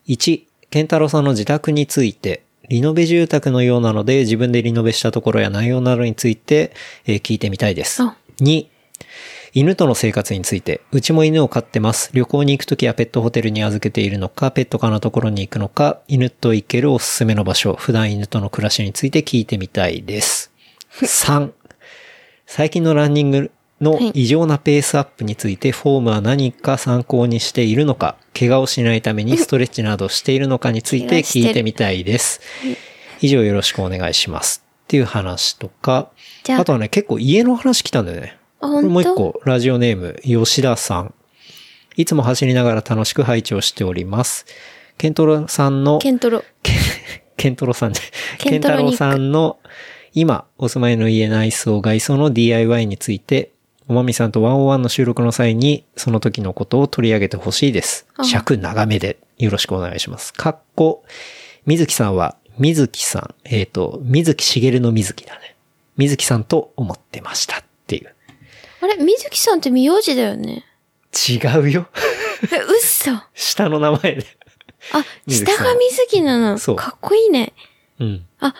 [SPEAKER 1] 1、健太郎さんの自宅について、リノベ住宅のようなので自分でリノベしたところや内容などについて、えー聞いてみたいです
[SPEAKER 2] あ。
[SPEAKER 1] 2、犬との生活について、うちも犬を飼ってます。旅行に行くときはペットホテルに預けているのか、ペット可のところに行くのか、犬と行けるおすすめの場所、普段犬との暮らしについて聞いてみたいです。3、最近のランニングの
[SPEAKER 2] はい
[SPEAKER 1] 異常なペースアップについて、フォームは何か参考にしているのか、怪我をしないためにストレッチなどしているのかについ て聞いてみたいです。以上よろしくお願いします。っていう話とか、
[SPEAKER 2] じゃあ
[SPEAKER 1] あとはね、結構家の話来たんだよね。
[SPEAKER 2] あ、
[SPEAKER 1] こ
[SPEAKER 2] ほ
[SPEAKER 1] れ
[SPEAKER 2] んと
[SPEAKER 1] もう一個、ラジオネーム、吉田さん。いつも走りながら楽しく拝聴しております。ケントロさんの、
[SPEAKER 2] ケントロ。
[SPEAKER 1] ケンケントロさんじゃない
[SPEAKER 2] ケ
[SPEAKER 1] ケ
[SPEAKER 2] ン
[SPEAKER 1] ン
[SPEAKER 2] ト
[SPEAKER 1] タ
[SPEAKER 2] ロ
[SPEAKER 1] ロ
[SPEAKER 2] に行く
[SPEAKER 1] ウさんの今お住まいの家内装外装の DIY について、おまみさんと101の収録の際にその時のことを取り上げてほしいです
[SPEAKER 2] あ。
[SPEAKER 1] 尺長めでよろしくお願いします。かっこ、みずきさんは、みずきさん、えっ、と、みずきしげるのみずきだね。みずきさんと思ってましたっていう。
[SPEAKER 2] あれ水木さんって名字だよね。
[SPEAKER 1] 違うよ。
[SPEAKER 2] え、嘘。あ、
[SPEAKER 1] 下の名前で。水木
[SPEAKER 2] 下
[SPEAKER 1] さん
[SPEAKER 2] が水木なの。
[SPEAKER 1] そう
[SPEAKER 2] かっこいいね。
[SPEAKER 1] うん。
[SPEAKER 2] あ、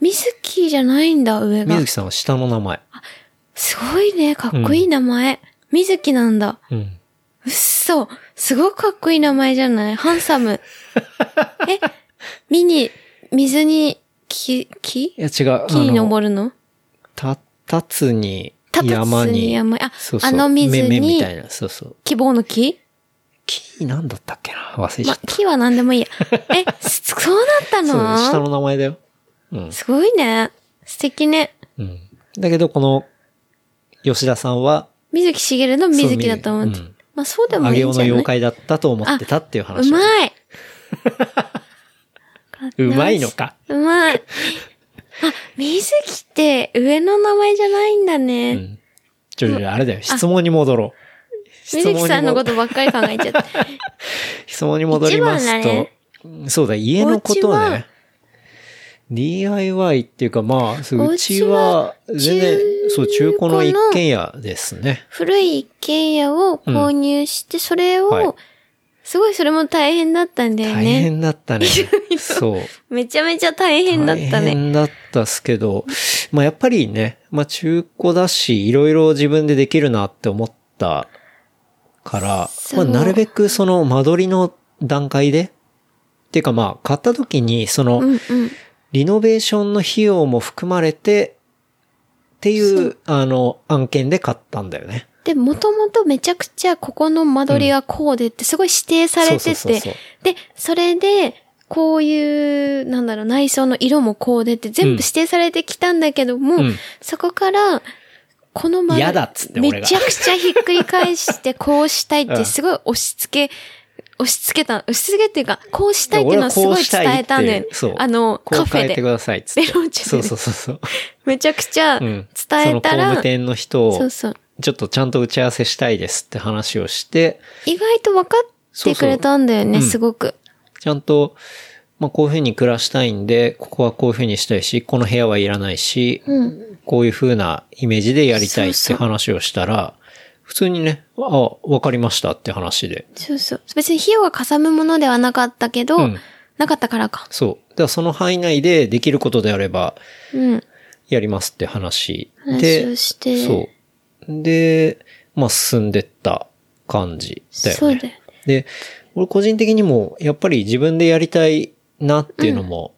[SPEAKER 2] 水木じゃないんだ、上
[SPEAKER 1] み
[SPEAKER 2] が
[SPEAKER 1] ず。きさんは下の名前。
[SPEAKER 2] すごいね、かっこいい名前。水木なんだ。
[SPEAKER 1] うん。
[SPEAKER 2] 嘘。すごくかっこいい名前じゃないハンサ ム。え、見に、水に、木、木
[SPEAKER 1] いや違う。
[SPEAKER 2] 木に
[SPEAKER 1] あの
[SPEAKER 2] 登るの
[SPEAKER 1] た、たつに、
[SPEAKER 2] たた
[SPEAKER 1] 山
[SPEAKER 2] つに
[SPEAKER 1] に、
[SPEAKER 2] 山に。あ
[SPEAKER 1] そう、そう
[SPEAKER 2] あの水
[SPEAKER 1] めめみ
[SPEAKER 2] に
[SPEAKER 1] た、いな、そうそう。
[SPEAKER 2] 希望の木
[SPEAKER 1] 木、なんだったっけな忘れちゃ
[SPEAKER 2] ま
[SPEAKER 1] っ、
[SPEAKER 2] 木は何で もいいや。え、そそうだった
[SPEAKER 1] た。そうだね、下
[SPEAKER 2] の
[SPEAKER 1] の名前だよ。うん。
[SPEAKER 2] すごいね。素敵ね。
[SPEAKER 1] うん。だけど、この、吉田さんは、
[SPEAKER 2] 水木しげるの水木だと思って
[SPEAKER 1] そう水木うん。
[SPEAKER 2] まあそうでも
[SPEAKER 1] あ
[SPEAKER 2] い
[SPEAKER 1] げ
[SPEAKER 2] いん
[SPEAKER 1] お
[SPEAKER 2] じ
[SPEAKER 1] の
[SPEAKER 2] ゃない
[SPEAKER 1] 妖怪だったと思ってたっていう話。
[SPEAKER 2] うまい
[SPEAKER 1] うまいのか。
[SPEAKER 2] うまい。 あ、水木って上の名前じゃないんだね。
[SPEAKER 1] うん。ちょ、ちょ、あれだよ、質問に戻ろう。質
[SPEAKER 2] 水
[SPEAKER 1] 問に
[SPEAKER 2] 木
[SPEAKER 1] も
[SPEAKER 2] さんのことばっかり考え ちゃって。
[SPEAKER 1] 質問に戻りま
[SPEAKER 2] 一番
[SPEAKER 1] す
[SPEAKER 2] だ
[SPEAKER 1] と
[SPEAKER 2] ね、
[SPEAKER 1] うんそうだ、家のこと
[SPEAKER 2] お家は
[SPEAKER 1] ね。DIY っていうか、まあ、そう
[SPEAKER 2] お
[SPEAKER 1] う
[SPEAKER 2] 家
[SPEAKER 1] ち
[SPEAKER 2] は
[SPEAKER 1] は、全然
[SPEAKER 2] 中、
[SPEAKER 1] そう、中古の
[SPEAKER 2] 古
[SPEAKER 1] 一
[SPEAKER 2] の
[SPEAKER 1] 軒家ですね。
[SPEAKER 2] 古い一軒家を購入して、それを、
[SPEAKER 1] はい
[SPEAKER 2] すごいそれも大変だったんだよ
[SPEAKER 1] 大
[SPEAKER 2] ね。
[SPEAKER 1] 変だったね。そう。
[SPEAKER 2] めちゃめちゃ大変だった
[SPEAKER 1] 大
[SPEAKER 2] ね。
[SPEAKER 1] 変だったっすけど、まあやっぱりね、まあ中古だし、いろいろ自分でできるなって思ったから、
[SPEAKER 2] そ
[SPEAKER 1] ま
[SPEAKER 2] う
[SPEAKER 1] あなるべくその間取りの段階で、っていうかまあ買った時にその、
[SPEAKER 2] うんうん。
[SPEAKER 1] リノベーションの費用も含まれて、っていう、あの、案件で買ったんだよね。
[SPEAKER 2] で、もともとめちゃくちゃここの間取りがこうでってすごい指定されて
[SPEAKER 1] そうそうそう
[SPEAKER 2] て
[SPEAKER 1] そう、
[SPEAKER 2] で、それで、こういう、なんだろう、内装の色もこうでって全部
[SPEAKER 1] うん
[SPEAKER 2] 指定されてきたんだけども、
[SPEAKER 1] うん
[SPEAKER 2] そこから、この丸
[SPEAKER 1] 嫌だっつって俺が
[SPEAKER 2] めちゃくちゃひっくり返して、こうしたいっ
[SPEAKER 1] う
[SPEAKER 2] て
[SPEAKER 1] ん
[SPEAKER 2] すごい押し付け、押し付けた、押し付けっていうか、こうしたいっていう
[SPEAKER 1] 俺
[SPEAKER 2] のを
[SPEAKER 1] は
[SPEAKER 2] す
[SPEAKER 1] こ
[SPEAKER 2] ご
[SPEAKER 1] う
[SPEAKER 2] い
[SPEAKER 1] した
[SPEAKER 2] 伝
[SPEAKER 1] い
[SPEAKER 2] え
[SPEAKER 1] った
[SPEAKER 2] んだよ
[SPEAKER 1] て
[SPEAKER 2] ね。
[SPEAKER 1] そう。
[SPEAKER 2] あの、
[SPEAKER 1] こ
[SPEAKER 2] カ
[SPEAKER 1] う
[SPEAKER 2] フェ
[SPEAKER 1] 変えてく
[SPEAKER 2] で。
[SPEAKER 1] ださいっ つって。
[SPEAKER 2] ベロンチェで
[SPEAKER 1] そう
[SPEAKER 2] ね
[SPEAKER 1] そうそうそう。
[SPEAKER 2] めちゃくちゃ
[SPEAKER 1] うん
[SPEAKER 2] 伝
[SPEAKER 1] そ
[SPEAKER 2] え
[SPEAKER 1] の
[SPEAKER 2] た
[SPEAKER 1] 工
[SPEAKER 2] ら、
[SPEAKER 1] 務店の人
[SPEAKER 2] そう
[SPEAKER 1] を、
[SPEAKER 2] そう。
[SPEAKER 1] ちょっとちゃんと打ち合わせしたいですって話をして、
[SPEAKER 2] 意外と分かってくれたんだよ
[SPEAKER 1] そうそ
[SPEAKER 2] ね、
[SPEAKER 1] ううん
[SPEAKER 2] すごく。
[SPEAKER 1] ちゃんと、まあこういう風に暮らしたいんで、ここはこういう風にしたいし、この部屋はいらないし、
[SPEAKER 2] うん。
[SPEAKER 1] こういう風なイメージでやりたいっ
[SPEAKER 2] そ
[SPEAKER 1] て
[SPEAKER 2] うそう
[SPEAKER 1] 話をしたら、普通にね、あ、わかりましたって話で。
[SPEAKER 2] そうそう。別に費用がかさむものではなかったけど、
[SPEAKER 1] うん
[SPEAKER 2] なかったからか。
[SPEAKER 1] そう。だからその範囲内でできることであれば、
[SPEAKER 2] うん。
[SPEAKER 1] やりますって話で。
[SPEAKER 2] 話をして
[SPEAKER 1] そう。で、まあ進んでった感じだよね。
[SPEAKER 2] そうだよね
[SPEAKER 1] で、俺個人的にも、やっぱり自分でやりたいなっていうのも、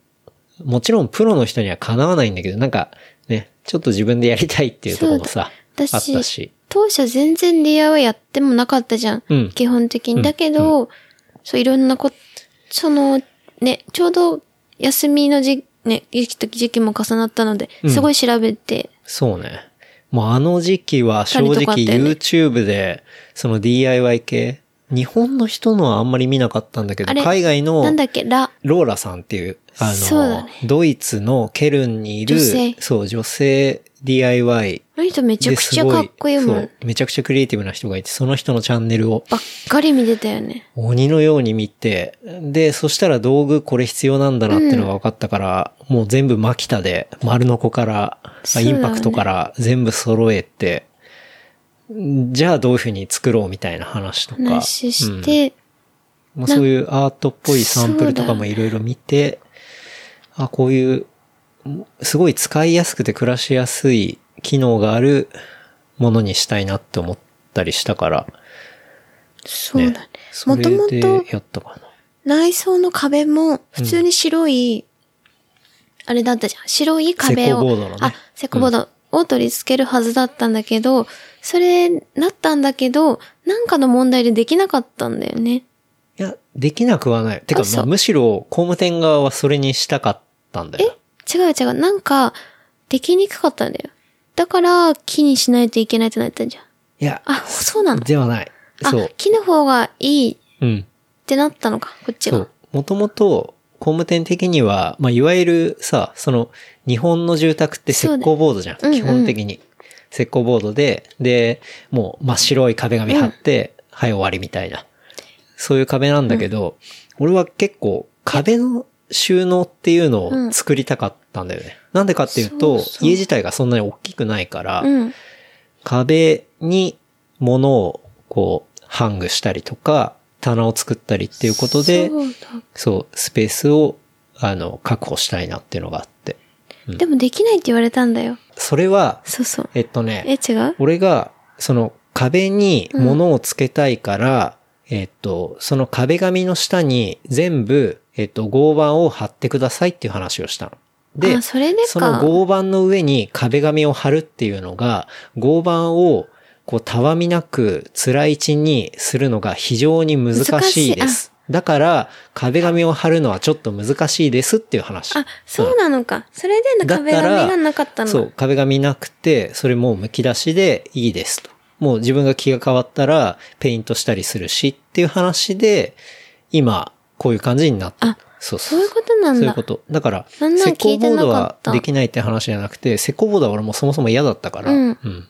[SPEAKER 1] もちろんプロの人にはかなわないんだけど、なんかね、ちょっと自分でやりたいっていうところもさ、あった
[SPEAKER 2] 私
[SPEAKER 1] し。
[SPEAKER 2] 当初全然 DIY やってもなかったじゃん。
[SPEAKER 1] うん
[SPEAKER 2] 基本的
[SPEAKER 1] う
[SPEAKER 2] に。
[SPEAKER 1] ん
[SPEAKER 2] だけど、そういろんなこ、その、ね、ちょうど休みのじ、ね、時期時期も重なったので、
[SPEAKER 1] うん
[SPEAKER 2] すごい調べて、
[SPEAKER 1] そうね。もうあの時期は正
[SPEAKER 2] 二人とかあ
[SPEAKER 1] 直
[SPEAKER 2] ったよね
[SPEAKER 1] YouTube で、その DIY 系、日本の人のはあんまり見なかったんだけ
[SPEAKER 2] あ
[SPEAKER 1] ど、
[SPEAKER 2] れ
[SPEAKER 1] 海外の、
[SPEAKER 2] なんだっけ、ラ、
[SPEAKER 1] ローラさんっていう、あの、
[SPEAKER 2] そうだね
[SPEAKER 1] ドイツのケルンにいる、
[SPEAKER 2] 女性
[SPEAKER 1] そう、女性 DIY
[SPEAKER 2] あの人めちゃ
[SPEAKER 1] で
[SPEAKER 2] く
[SPEAKER 1] す
[SPEAKER 2] ちゃ
[SPEAKER 1] ご
[SPEAKER 2] かっこいいも
[SPEAKER 1] そ
[SPEAKER 2] ん
[SPEAKER 1] う。めちゃくちゃクリエイティブな人がいて、その人のチャンネルを
[SPEAKER 2] ばっかり見てたよね。
[SPEAKER 1] 鬼のように見て、で、そしたら道具これ必要なんだなっていうのが分かったから、もう全部マキタで、丸の子から、まあ
[SPEAKER 2] そうだ
[SPEAKER 1] イ
[SPEAKER 2] よね
[SPEAKER 1] ンパクトから全部揃えて、じゃあどういうふうに作ろうみたいな話とか。
[SPEAKER 2] 話し
[SPEAKER 1] うん
[SPEAKER 2] て、
[SPEAKER 1] まあ、そういうアートっぽいサンプルとかもいろいろ見て、あ、こういう、すごい使いやすくて暮らしやすい機能があるものにしたいなって思ったりしたから、
[SPEAKER 2] そうだ
[SPEAKER 1] ね
[SPEAKER 2] ね。。
[SPEAKER 1] それ
[SPEAKER 2] もともと
[SPEAKER 1] でやったかな。
[SPEAKER 2] 内装の壁も普通に白い、あれだったじゃん。白い壁を。
[SPEAKER 1] 石膏ボードのね
[SPEAKER 2] あ、石膏ボードを取り付けるはずだったんだけど、それなったんだけど、なんかの問題でできなかったんだよね。
[SPEAKER 1] いや、できなくはない。てか
[SPEAKER 2] あ、そう
[SPEAKER 1] まあ、むしろ工務店側はそれにしたかったんだよ。
[SPEAKER 2] 違う違う。なんか、できにくかったんだよ。だから、木にしないといけないってなったじゃん。
[SPEAKER 1] いや、
[SPEAKER 2] あ、そうなの
[SPEAKER 1] ではない。
[SPEAKER 2] あ
[SPEAKER 1] そう、。
[SPEAKER 2] 木の方がいいっ
[SPEAKER 1] うん。
[SPEAKER 2] てなったのか、こっち
[SPEAKER 1] そ
[SPEAKER 2] が
[SPEAKER 1] う。。もともと、工務店的には、まあ、いわゆるさ、その、日本の住宅って石膏ボードじゃん。
[SPEAKER 2] そうだよ
[SPEAKER 1] 基本的に。石膏ボードで、で、もう真っ白い壁紙貼って、はい終わりみたいな。そういう壁なんだけど、俺は結構壁の収納っていうのを作りたかったんだよね。なんでかっていうと、
[SPEAKER 2] そうそう
[SPEAKER 1] 家自体がそんなに大きくないから、
[SPEAKER 2] うん。
[SPEAKER 1] 壁に物をこう、ハングしたりとか、棚を作ったりっていうことで、
[SPEAKER 2] そうだ
[SPEAKER 1] そう、スペースを、あの、確保したいなっていうのがあって。
[SPEAKER 2] でもできないって言われたんだよ。
[SPEAKER 1] それは、
[SPEAKER 2] そうそう。
[SPEAKER 1] えっと
[SPEAKER 2] え、
[SPEAKER 1] ね、
[SPEAKER 2] 違う
[SPEAKER 1] 俺が、その壁に物をつけたいから、えっと、その壁紙の下に全部、えっと、合板を貼ってくださいっていう話をしたの。で、
[SPEAKER 2] あ、それでか。
[SPEAKER 1] その合板の上に壁紙を貼るっていうのが、合板をこうたわみなく辛い位置にするのが非常に難しいで
[SPEAKER 2] 難し
[SPEAKER 1] す。だから、壁紙を貼るのはちょっと難しいですっていう話。
[SPEAKER 2] あ、そうなのか。それで
[SPEAKER 1] だっ
[SPEAKER 2] 壁
[SPEAKER 1] たら
[SPEAKER 2] 紙がなかったの。
[SPEAKER 1] そう、壁紙なくて、それもう剥き出しでいいですと。もう自分が気が変わったら、ペイントしたりするしっていう話で、今、こういう感じになった。
[SPEAKER 2] あ
[SPEAKER 1] そうそ
[SPEAKER 2] そういうことなんだ。
[SPEAKER 1] そういうこと。だから、石
[SPEAKER 2] なんなら聞
[SPEAKER 1] 膏
[SPEAKER 2] いて
[SPEAKER 1] ボー
[SPEAKER 2] なかっ
[SPEAKER 1] ド
[SPEAKER 2] た
[SPEAKER 1] はできないって話じゃなくて、石膏ボードは俺もそもそも嫌だったから、
[SPEAKER 2] うん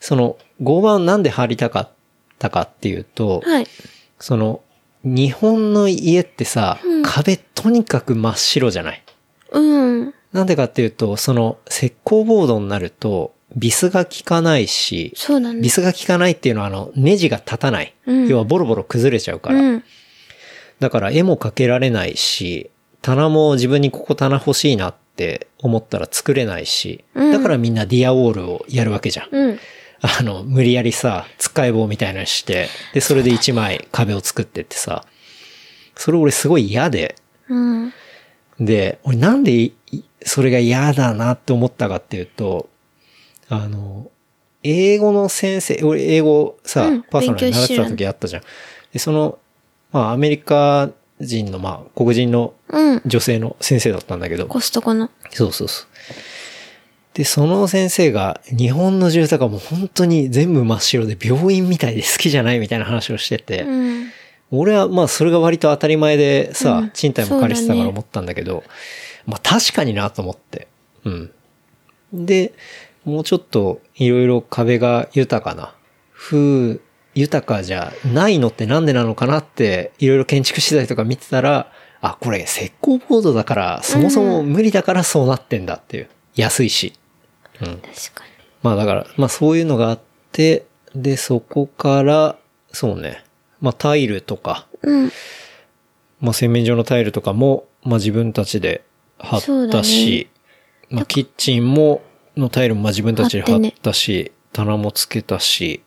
[SPEAKER 1] その、合板をなんで貼りたかったかっていうと、
[SPEAKER 2] はい。
[SPEAKER 1] その、日本の家ってさ、
[SPEAKER 2] うん
[SPEAKER 1] 壁とにかく真っ白じゃない。
[SPEAKER 2] うん。
[SPEAKER 1] なんでかっていうと、その、石膏ボードになると、ビスが効かないし、
[SPEAKER 2] そうだね。
[SPEAKER 1] ビスが効かないっていうのは、あの、ネジが立たない。
[SPEAKER 2] うん
[SPEAKER 1] 要はボロボロ崩れちゃうから。
[SPEAKER 2] うん。
[SPEAKER 1] だから絵も描けられないし、棚も自分にここ棚欲しいなって思ったら作れないし、
[SPEAKER 2] うん
[SPEAKER 1] だからみんなディアウォールをやるわけじゃん。
[SPEAKER 2] うん。
[SPEAKER 1] あの、無理やりさ、使い棒みたいなのして、で、それで一枚壁を作ってってさ、それ俺すごい嫌で、
[SPEAKER 2] うん。
[SPEAKER 1] で、俺なんでいそれが嫌だなって思ったかっていうと、あの、英語の先生、俺英語さ、
[SPEAKER 2] うん
[SPEAKER 1] パーソナルに
[SPEAKER 2] 勉強
[SPEAKER 1] 習っ
[SPEAKER 2] してて
[SPEAKER 1] た
[SPEAKER 2] る
[SPEAKER 1] 時あったじゃん。で、その、まあアメリカ人の、まあ、黒人の
[SPEAKER 2] うん。
[SPEAKER 1] 女性の先生だったんだけど、
[SPEAKER 2] コストコの。
[SPEAKER 1] そうそうそう。で、その先生が、日本の住宅はもう本当に全部真っ白で病院みたいで好きじゃないみたいな話をしてて、
[SPEAKER 2] うん。
[SPEAKER 1] 俺はまあそれが割と当たり前でさ、
[SPEAKER 2] うん
[SPEAKER 1] 賃貸も借りてたから
[SPEAKER 2] そうだね
[SPEAKER 1] 思ったんだけど、まあ確かになと思って。うん。で、もうちょっといろいろ壁が豊かな、風、豊かじゃないのってなんでなのかなって、いろいろ建築資材とか見てたら、あ、これ石膏ボードだから、そもそも無理だからそうなってんだっていう。安いし。うん。
[SPEAKER 2] 確か
[SPEAKER 1] まあだから、まあそういうのがあって、で、そこから、そうね、まあタイルとか、
[SPEAKER 2] に。うん。
[SPEAKER 1] まあ洗面所のタイルとかも、まあ自分たちで貼
[SPEAKER 2] そう
[SPEAKER 1] っ
[SPEAKER 2] だ
[SPEAKER 1] た
[SPEAKER 2] ね
[SPEAKER 1] し、まあキッチンも、のタイルもまあ自分たちで
[SPEAKER 2] 貼
[SPEAKER 1] 貼
[SPEAKER 2] って
[SPEAKER 1] っ
[SPEAKER 2] ね
[SPEAKER 1] たし、棚もつけたし、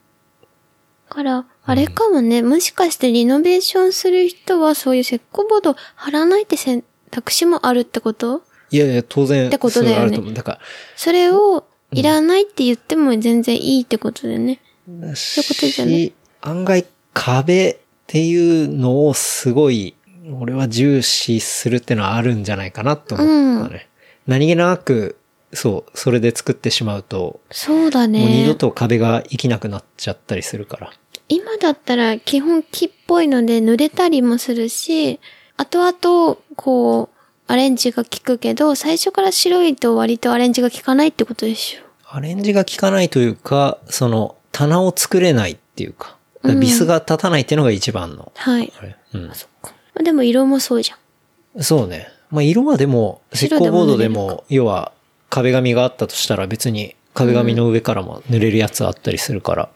[SPEAKER 2] から、あれかもね、もしかしてリノベーションする人はそういう石膏ボード貼らないって選択肢もあるってこと
[SPEAKER 1] いやいや、当然、
[SPEAKER 2] ってことだよ
[SPEAKER 1] それは
[SPEAKER 2] ね
[SPEAKER 1] あると思う。だか
[SPEAKER 2] それをいらないって言っても全然いいってことだよね。
[SPEAKER 1] ら、
[SPEAKER 2] ういうことじゃね
[SPEAKER 1] し案外壁っていうのをすごい、俺は重視するってのはあるんじゃないかなと思ったね。何気なく、そう、それで作ってしまうと、
[SPEAKER 2] そう
[SPEAKER 1] も
[SPEAKER 2] だ
[SPEAKER 1] う二度
[SPEAKER 2] ね。
[SPEAKER 1] と壁が生きなくなっちゃったりするから。
[SPEAKER 2] 今だったら基本木っぽいので濡れたりもするし、後々、こう、アレンジが効くけど、最初から白いと割とアレンジが効かないってことでしょ。
[SPEAKER 1] アレンジが効かないというか、その、棚を作れないっていうか、だからビスが立たないっていうのが一番の。
[SPEAKER 2] はい。
[SPEAKER 1] あれうん。
[SPEAKER 2] でも色もそうじゃん。
[SPEAKER 1] そうね。まあ、色はでも、石
[SPEAKER 2] 白で
[SPEAKER 1] 膏ボ
[SPEAKER 2] も
[SPEAKER 1] ード
[SPEAKER 2] 塗れ
[SPEAKER 1] で
[SPEAKER 2] るのか
[SPEAKER 1] も、要は、壁紙があったとしたら別に壁紙の上からも塗れるやつあったりするから、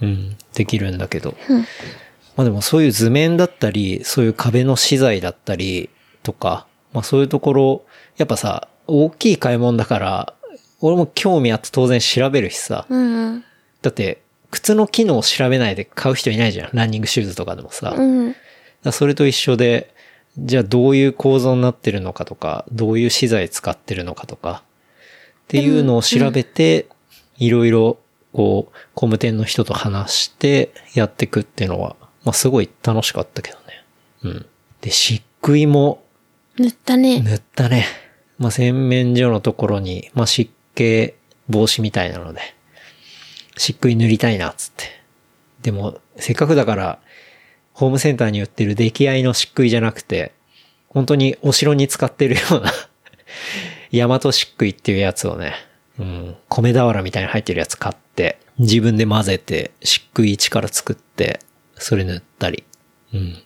[SPEAKER 1] うん、できるんだけど。
[SPEAKER 2] うん
[SPEAKER 1] まあでもそういう図面だったり、そういう壁の資材だったりとか、まあそういうところ、やっぱさ、大きい買い物だから、俺も興味あって当然調べるしさ、
[SPEAKER 2] うん
[SPEAKER 1] だって、靴の機能を調べないで買う人いないじゃん。ランニングシューズとかでもさ。
[SPEAKER 2] う
[SPEAKER 1] だか
[SPEAKER 2] ん。うん。
[SPEAKER 1] らそれと一緒で、じゃあどういう構造になってるのかとか、どういう資材使ってるのかとか、っていうのを調べて、いろいろ、こう、工務店の人と話してやってくっていうのは、まあすごい楽しかったけどね。うん。で、漆喰も
[SPEAKER 2] 塗ったね。
[SPEAKER 1] 塗ったね。まあ、洗面所のところに、まあ、湿気防止みたいなので、漆喰塗りたいな、つって。でも、せっかくだから、ホームセンターに売ってる出来合いの漆喰じゃなくて、本当にお城に使ってるような、 大和漆喰っていうやつをね、うん、米俵みたいに入ってるやつ買って、自分で混ぜて、漆喰一から作って、それ塗ったり。うん。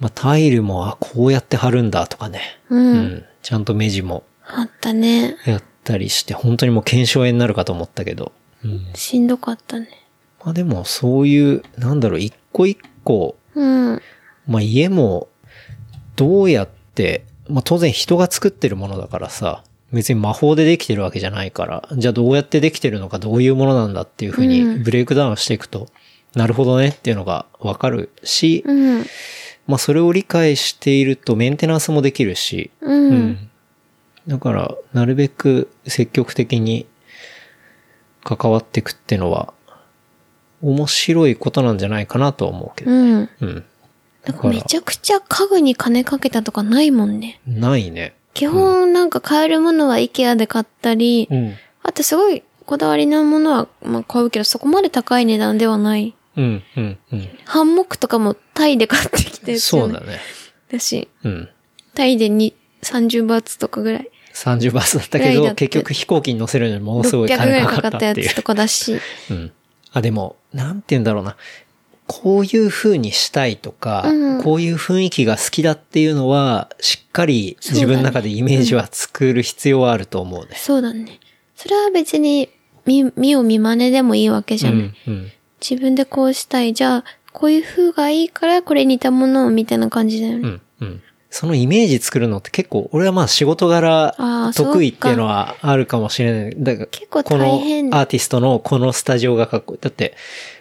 [SPEAKER 1] まあ、タイルも、あ、こうやって貼るんだとかね。
[SPEAKER 2] うん
[SPEAKER 1] うん。ちゃんと目地も
[SPEAKER 2] あったね。
[SPEAKER 1] やったりして、本当にもう検証絵になるかと思ったけど。うん。
[SPEAKER 2] しんどかったね。
[SPEAKER 1] まあでも、そういう、なんだろう、一個一個、
[SPEAKER 2] うん。
[SPEAKER 1] まあ家も、どうやって、まあ当然人が作ってるものだからさ、別に魔法でできてるわけじゃないから、じゃあどうやってできてるのかどういうものなんだっていうふうに
[SPEAKER 2] うん
[SPEAKER 1] ブレイクダウンしていくと、なるほどねっていうのがわかるし、
[SPEAKER 2] うん。
[SPEAKER 1] まあそれを理解しているとメンテナンスもできるし、
[SPEAKER 2] う。
[SPEAKER 1] うんんだから、なるべく積極的に関わっていくってのは、面白いことなんじゃないかなとは思うけど。
[SPEAKER 2] うん。
[SPEAKER 1] うん。
[SPEAKER 2] なんかめちゃくちゃ家具に金かけたとかないもんね。
[SPEAKER 1] ないね。
[SPEAKER 2] 基本なんか買えるものは IKEA で買ったり、
[SPEAKER 1] ん。
[SPEAKER 2] あとすごいこだわりのものはまあ買うけどそこまで高い値段ではない。
[SPEAKER 1] うん、うん、うん。
[SPEAKER 2] ハンモックとかもタイで買ってきたやつじゃ
[SPEAKER 1] そ
[SPEAKER 2] ないう
[SPEAKER 1] だね。
[SPEAKER 2] だし、
[SPEAKER 1] うん。
[SPEAKER 2] タイでに30バーツとかぐらい。
[SPEAKER 1] 30バースだったけ
[SPEAKER 2] ぐらいだ
[SPEAKER 1] ど
[SPEAKER 2] っ、て
[SPEAKER 1] 結局飛行機に乗せるのにものすごい
[SPEAKER 2] 600ぐら
[SPEAKER 1] 金
[SPEAKER 2] い
[SPEAKER 1] かか
[SPEAKER 2] かか
[SPEAKER 1] っ
[SPEAKER 2] ったた
[SPEAKER 1] っ
[SPEAKER 2] や
[SPEAKER 1] ていう
[SPEAKER 2] つと。かだし。
[SPEAKER 1] うん。あ、でも、なんて言うんだろうな。こういう風にしたいとか、
[SPEAKER 2] うん
[SPEAKER 1] こういう雰囲気が好きだっていうのは、しっかり自分の中でイメージは作る必要はあると思うね。
[SPEAKER 2] そうだね。それは別に、見、見を見真似でもいいわけじゃない。
[SPEAKER 1] うんうん
[SPEAKER 2] 自分でこうしたい。じゃあ、こういう風がいいから、これ似たものをみたいな感じだよね。
[SPEAKER 1] うんうんそのイメージ作るのって結構、俺はまあ仕事柄
[SPEAKER 2] あー
[SPEAKER 1] 得意っていうのはあるかもしれない。だから
[SPEAKER 2] 結構
[SPEAKER 1] この
[SPEAKER 2] 大変
[SPEAKER 1] アーティストのこのスタジオがかっこいい。だって、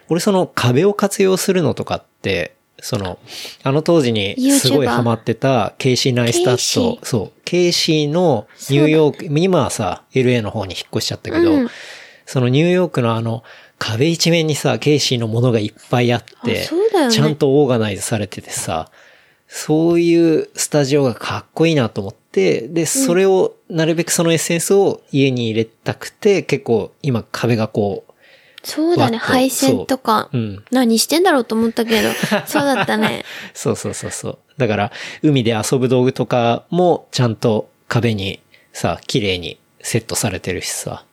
[SPEAKER 1] 俺その壁を活用するのとかって、その、あの当時にすごい
[SPEAKER 2] YouTuber
[SPEAKER 1] ハマってたケイシー・ナイスタッ
[SPEAKER 2] ケイシ
[SPEAKER 1] ト、そう、ケイシーのニューヨーク、今はさ、LA の方に引っ越しちゃったけど、
[SPEAKER 2] うん
[SPEAKER 1] そのニューヨークのあの壁一面にさ、ケイシーのものがいっぱいあって、
[SPEAKER 2] あそうだよね
[SPEAKER 1] ちゃんとオーガナイズされててさ、そういうスタジオがかっこいいなと思って、で、それを、なるべくそのエッセンスを家に入れたくて、結構今壁がこ
[SPEAKER 2] そうだ
[SPEAKER 1] わ
[SPEAKER 2] ね、
[SPEAKER 1] っと
[SPEAKER 2] 配線とか
[SPEAKER 1] う、う。ん。
[SPEAKER 2] 何してんだろうと思ったけど、そうだったね。
[SPEAKER 1] そうそうそうそう。だから、海で遊ぶ道具とかもちゃんと壁にさ、綺麗にセットされてるしさ。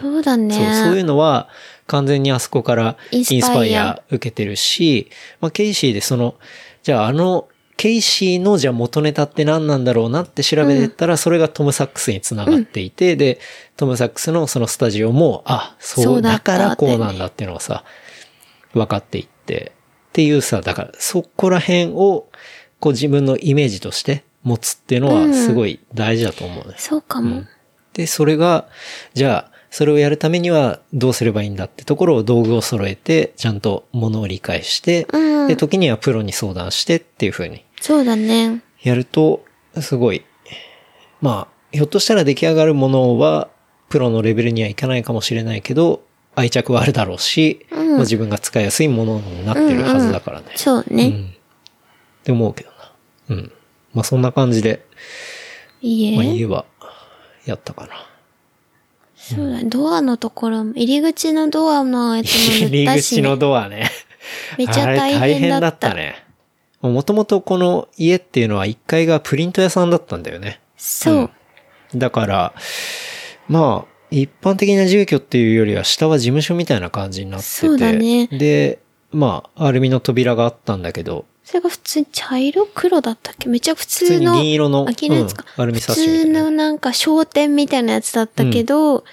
[SPEAKER 2] そうだね。
[SPEAKER 1] そう、そういうのは完全にあそこからイ
[SPEAKER 2] イ
[SPEAKER 1] ン
[SPEAKER 2] ン
[SPEAKER 1] ス
[SPEAKER 2] ス
[SPEAKER 1] パ
[SPEAKER 2] パ
[SPEAKER 1] イ
[SPEAKER 2] イ
[SPEAKER 1] ア
[SPEAKER 2] ア
[SPEAKER 1] 受けてるし、まあ、ケイシーでその、じゃああの、ケイシーのじゃあ元ネタって何なんだろうなって調べてったら、それがトム・サックスにつながっていて、で、トム・サックスのそのスタジオも、あ、そう、
[SPEAKER 2] そうだ
[SPEAKER 1] だ
[SPEAKER 2] った
[SPEAKER 1] からこうなんだっていうのがさ、分かっていって、っていうさ、だからそこら辺を、こう自分のイメージとして持つっていうの
[SPEAKER 2] う
[SPEAKER 1] は
[SPEAKER 2] ん
[SPEAKER 1] すごい大事だと思うね。
[SPEAKER 2] そうかも。
[SPEAKER 1] で、それが、じゃあ、それをやるためにはどうすればいいんだってところを道具を揃えて、ちゃんと物を理解して、
[SPEAKER 2] うん
[SPEAKER 1] で、時にはプロに相談してっていう風に
[SPEAKER 2] そうだね。
[SPEAKER 1] やると、すごい、まあ、ひょっとしたら出来上がるものは、プロのレベルにはいかないかもしれないけど、愛着はあるだろうし、
[SPEAKER 2] うん
[SPEAKER 1] まあ自分が使いやすいものになってるはずだからね。
[SPEAKER 2] そう
[SPEAKER 1] うん
[SPEAKER 2] ね。
[SPEAKER 1] って思うけどな。うん。まあそんな感じで、
[SPEAKER 2] いい
[SPEAKER 1] まあ
[SPEAKER 2] え。
[SPEAKER 1] 家はやったかな。
[SPEAKER 2] そうだね。ドアのところも、入り口のドアのやつ も塗
[SPEAKER 1] 入り
[SPEAKER 2] ったし、
[SPEAKER 1] 口の
[SPEAKER 2] ね、
[SPEAKER 1] ドアね。
[SPEAKER 2] めっちゃ
[SPEAKER 1] あれ
[SPEAKER 2] 大変だった。
[SPEAKER 1] ね。もともとこの家っていうのは1階がプリント屋さんだったんだよね。
[SPEAKER 2] そう、
[SPEAKER 1] だから、まあ、一般的な住居っていうよりは下は事務所みたいな感じになってて。
[SPEAKER 2] そうだね
[SPEAKER 1] で、まあ、アルミの扉があったんだけど、
[SPEAKER 2] それが普通に茶色黒だったっけめっちゃ普
[SPEAKER 1] 普通
[SPEAKER 2] 通
[SPEAKER 1] に
[SPEAKER 2] の、
[SPEAKER 1] 銀色の、
[SPEAKER 2] あ銀色のやつか
[SPEAKER 1] うんアルミ
[SPEAKER 2] 普
[SPEAKER 1] サッシみた
[SPEAKER 2] 通
[SPEAKER 1] いな
[SPEAKER 2] のなんか商店みたいなやつだったけど、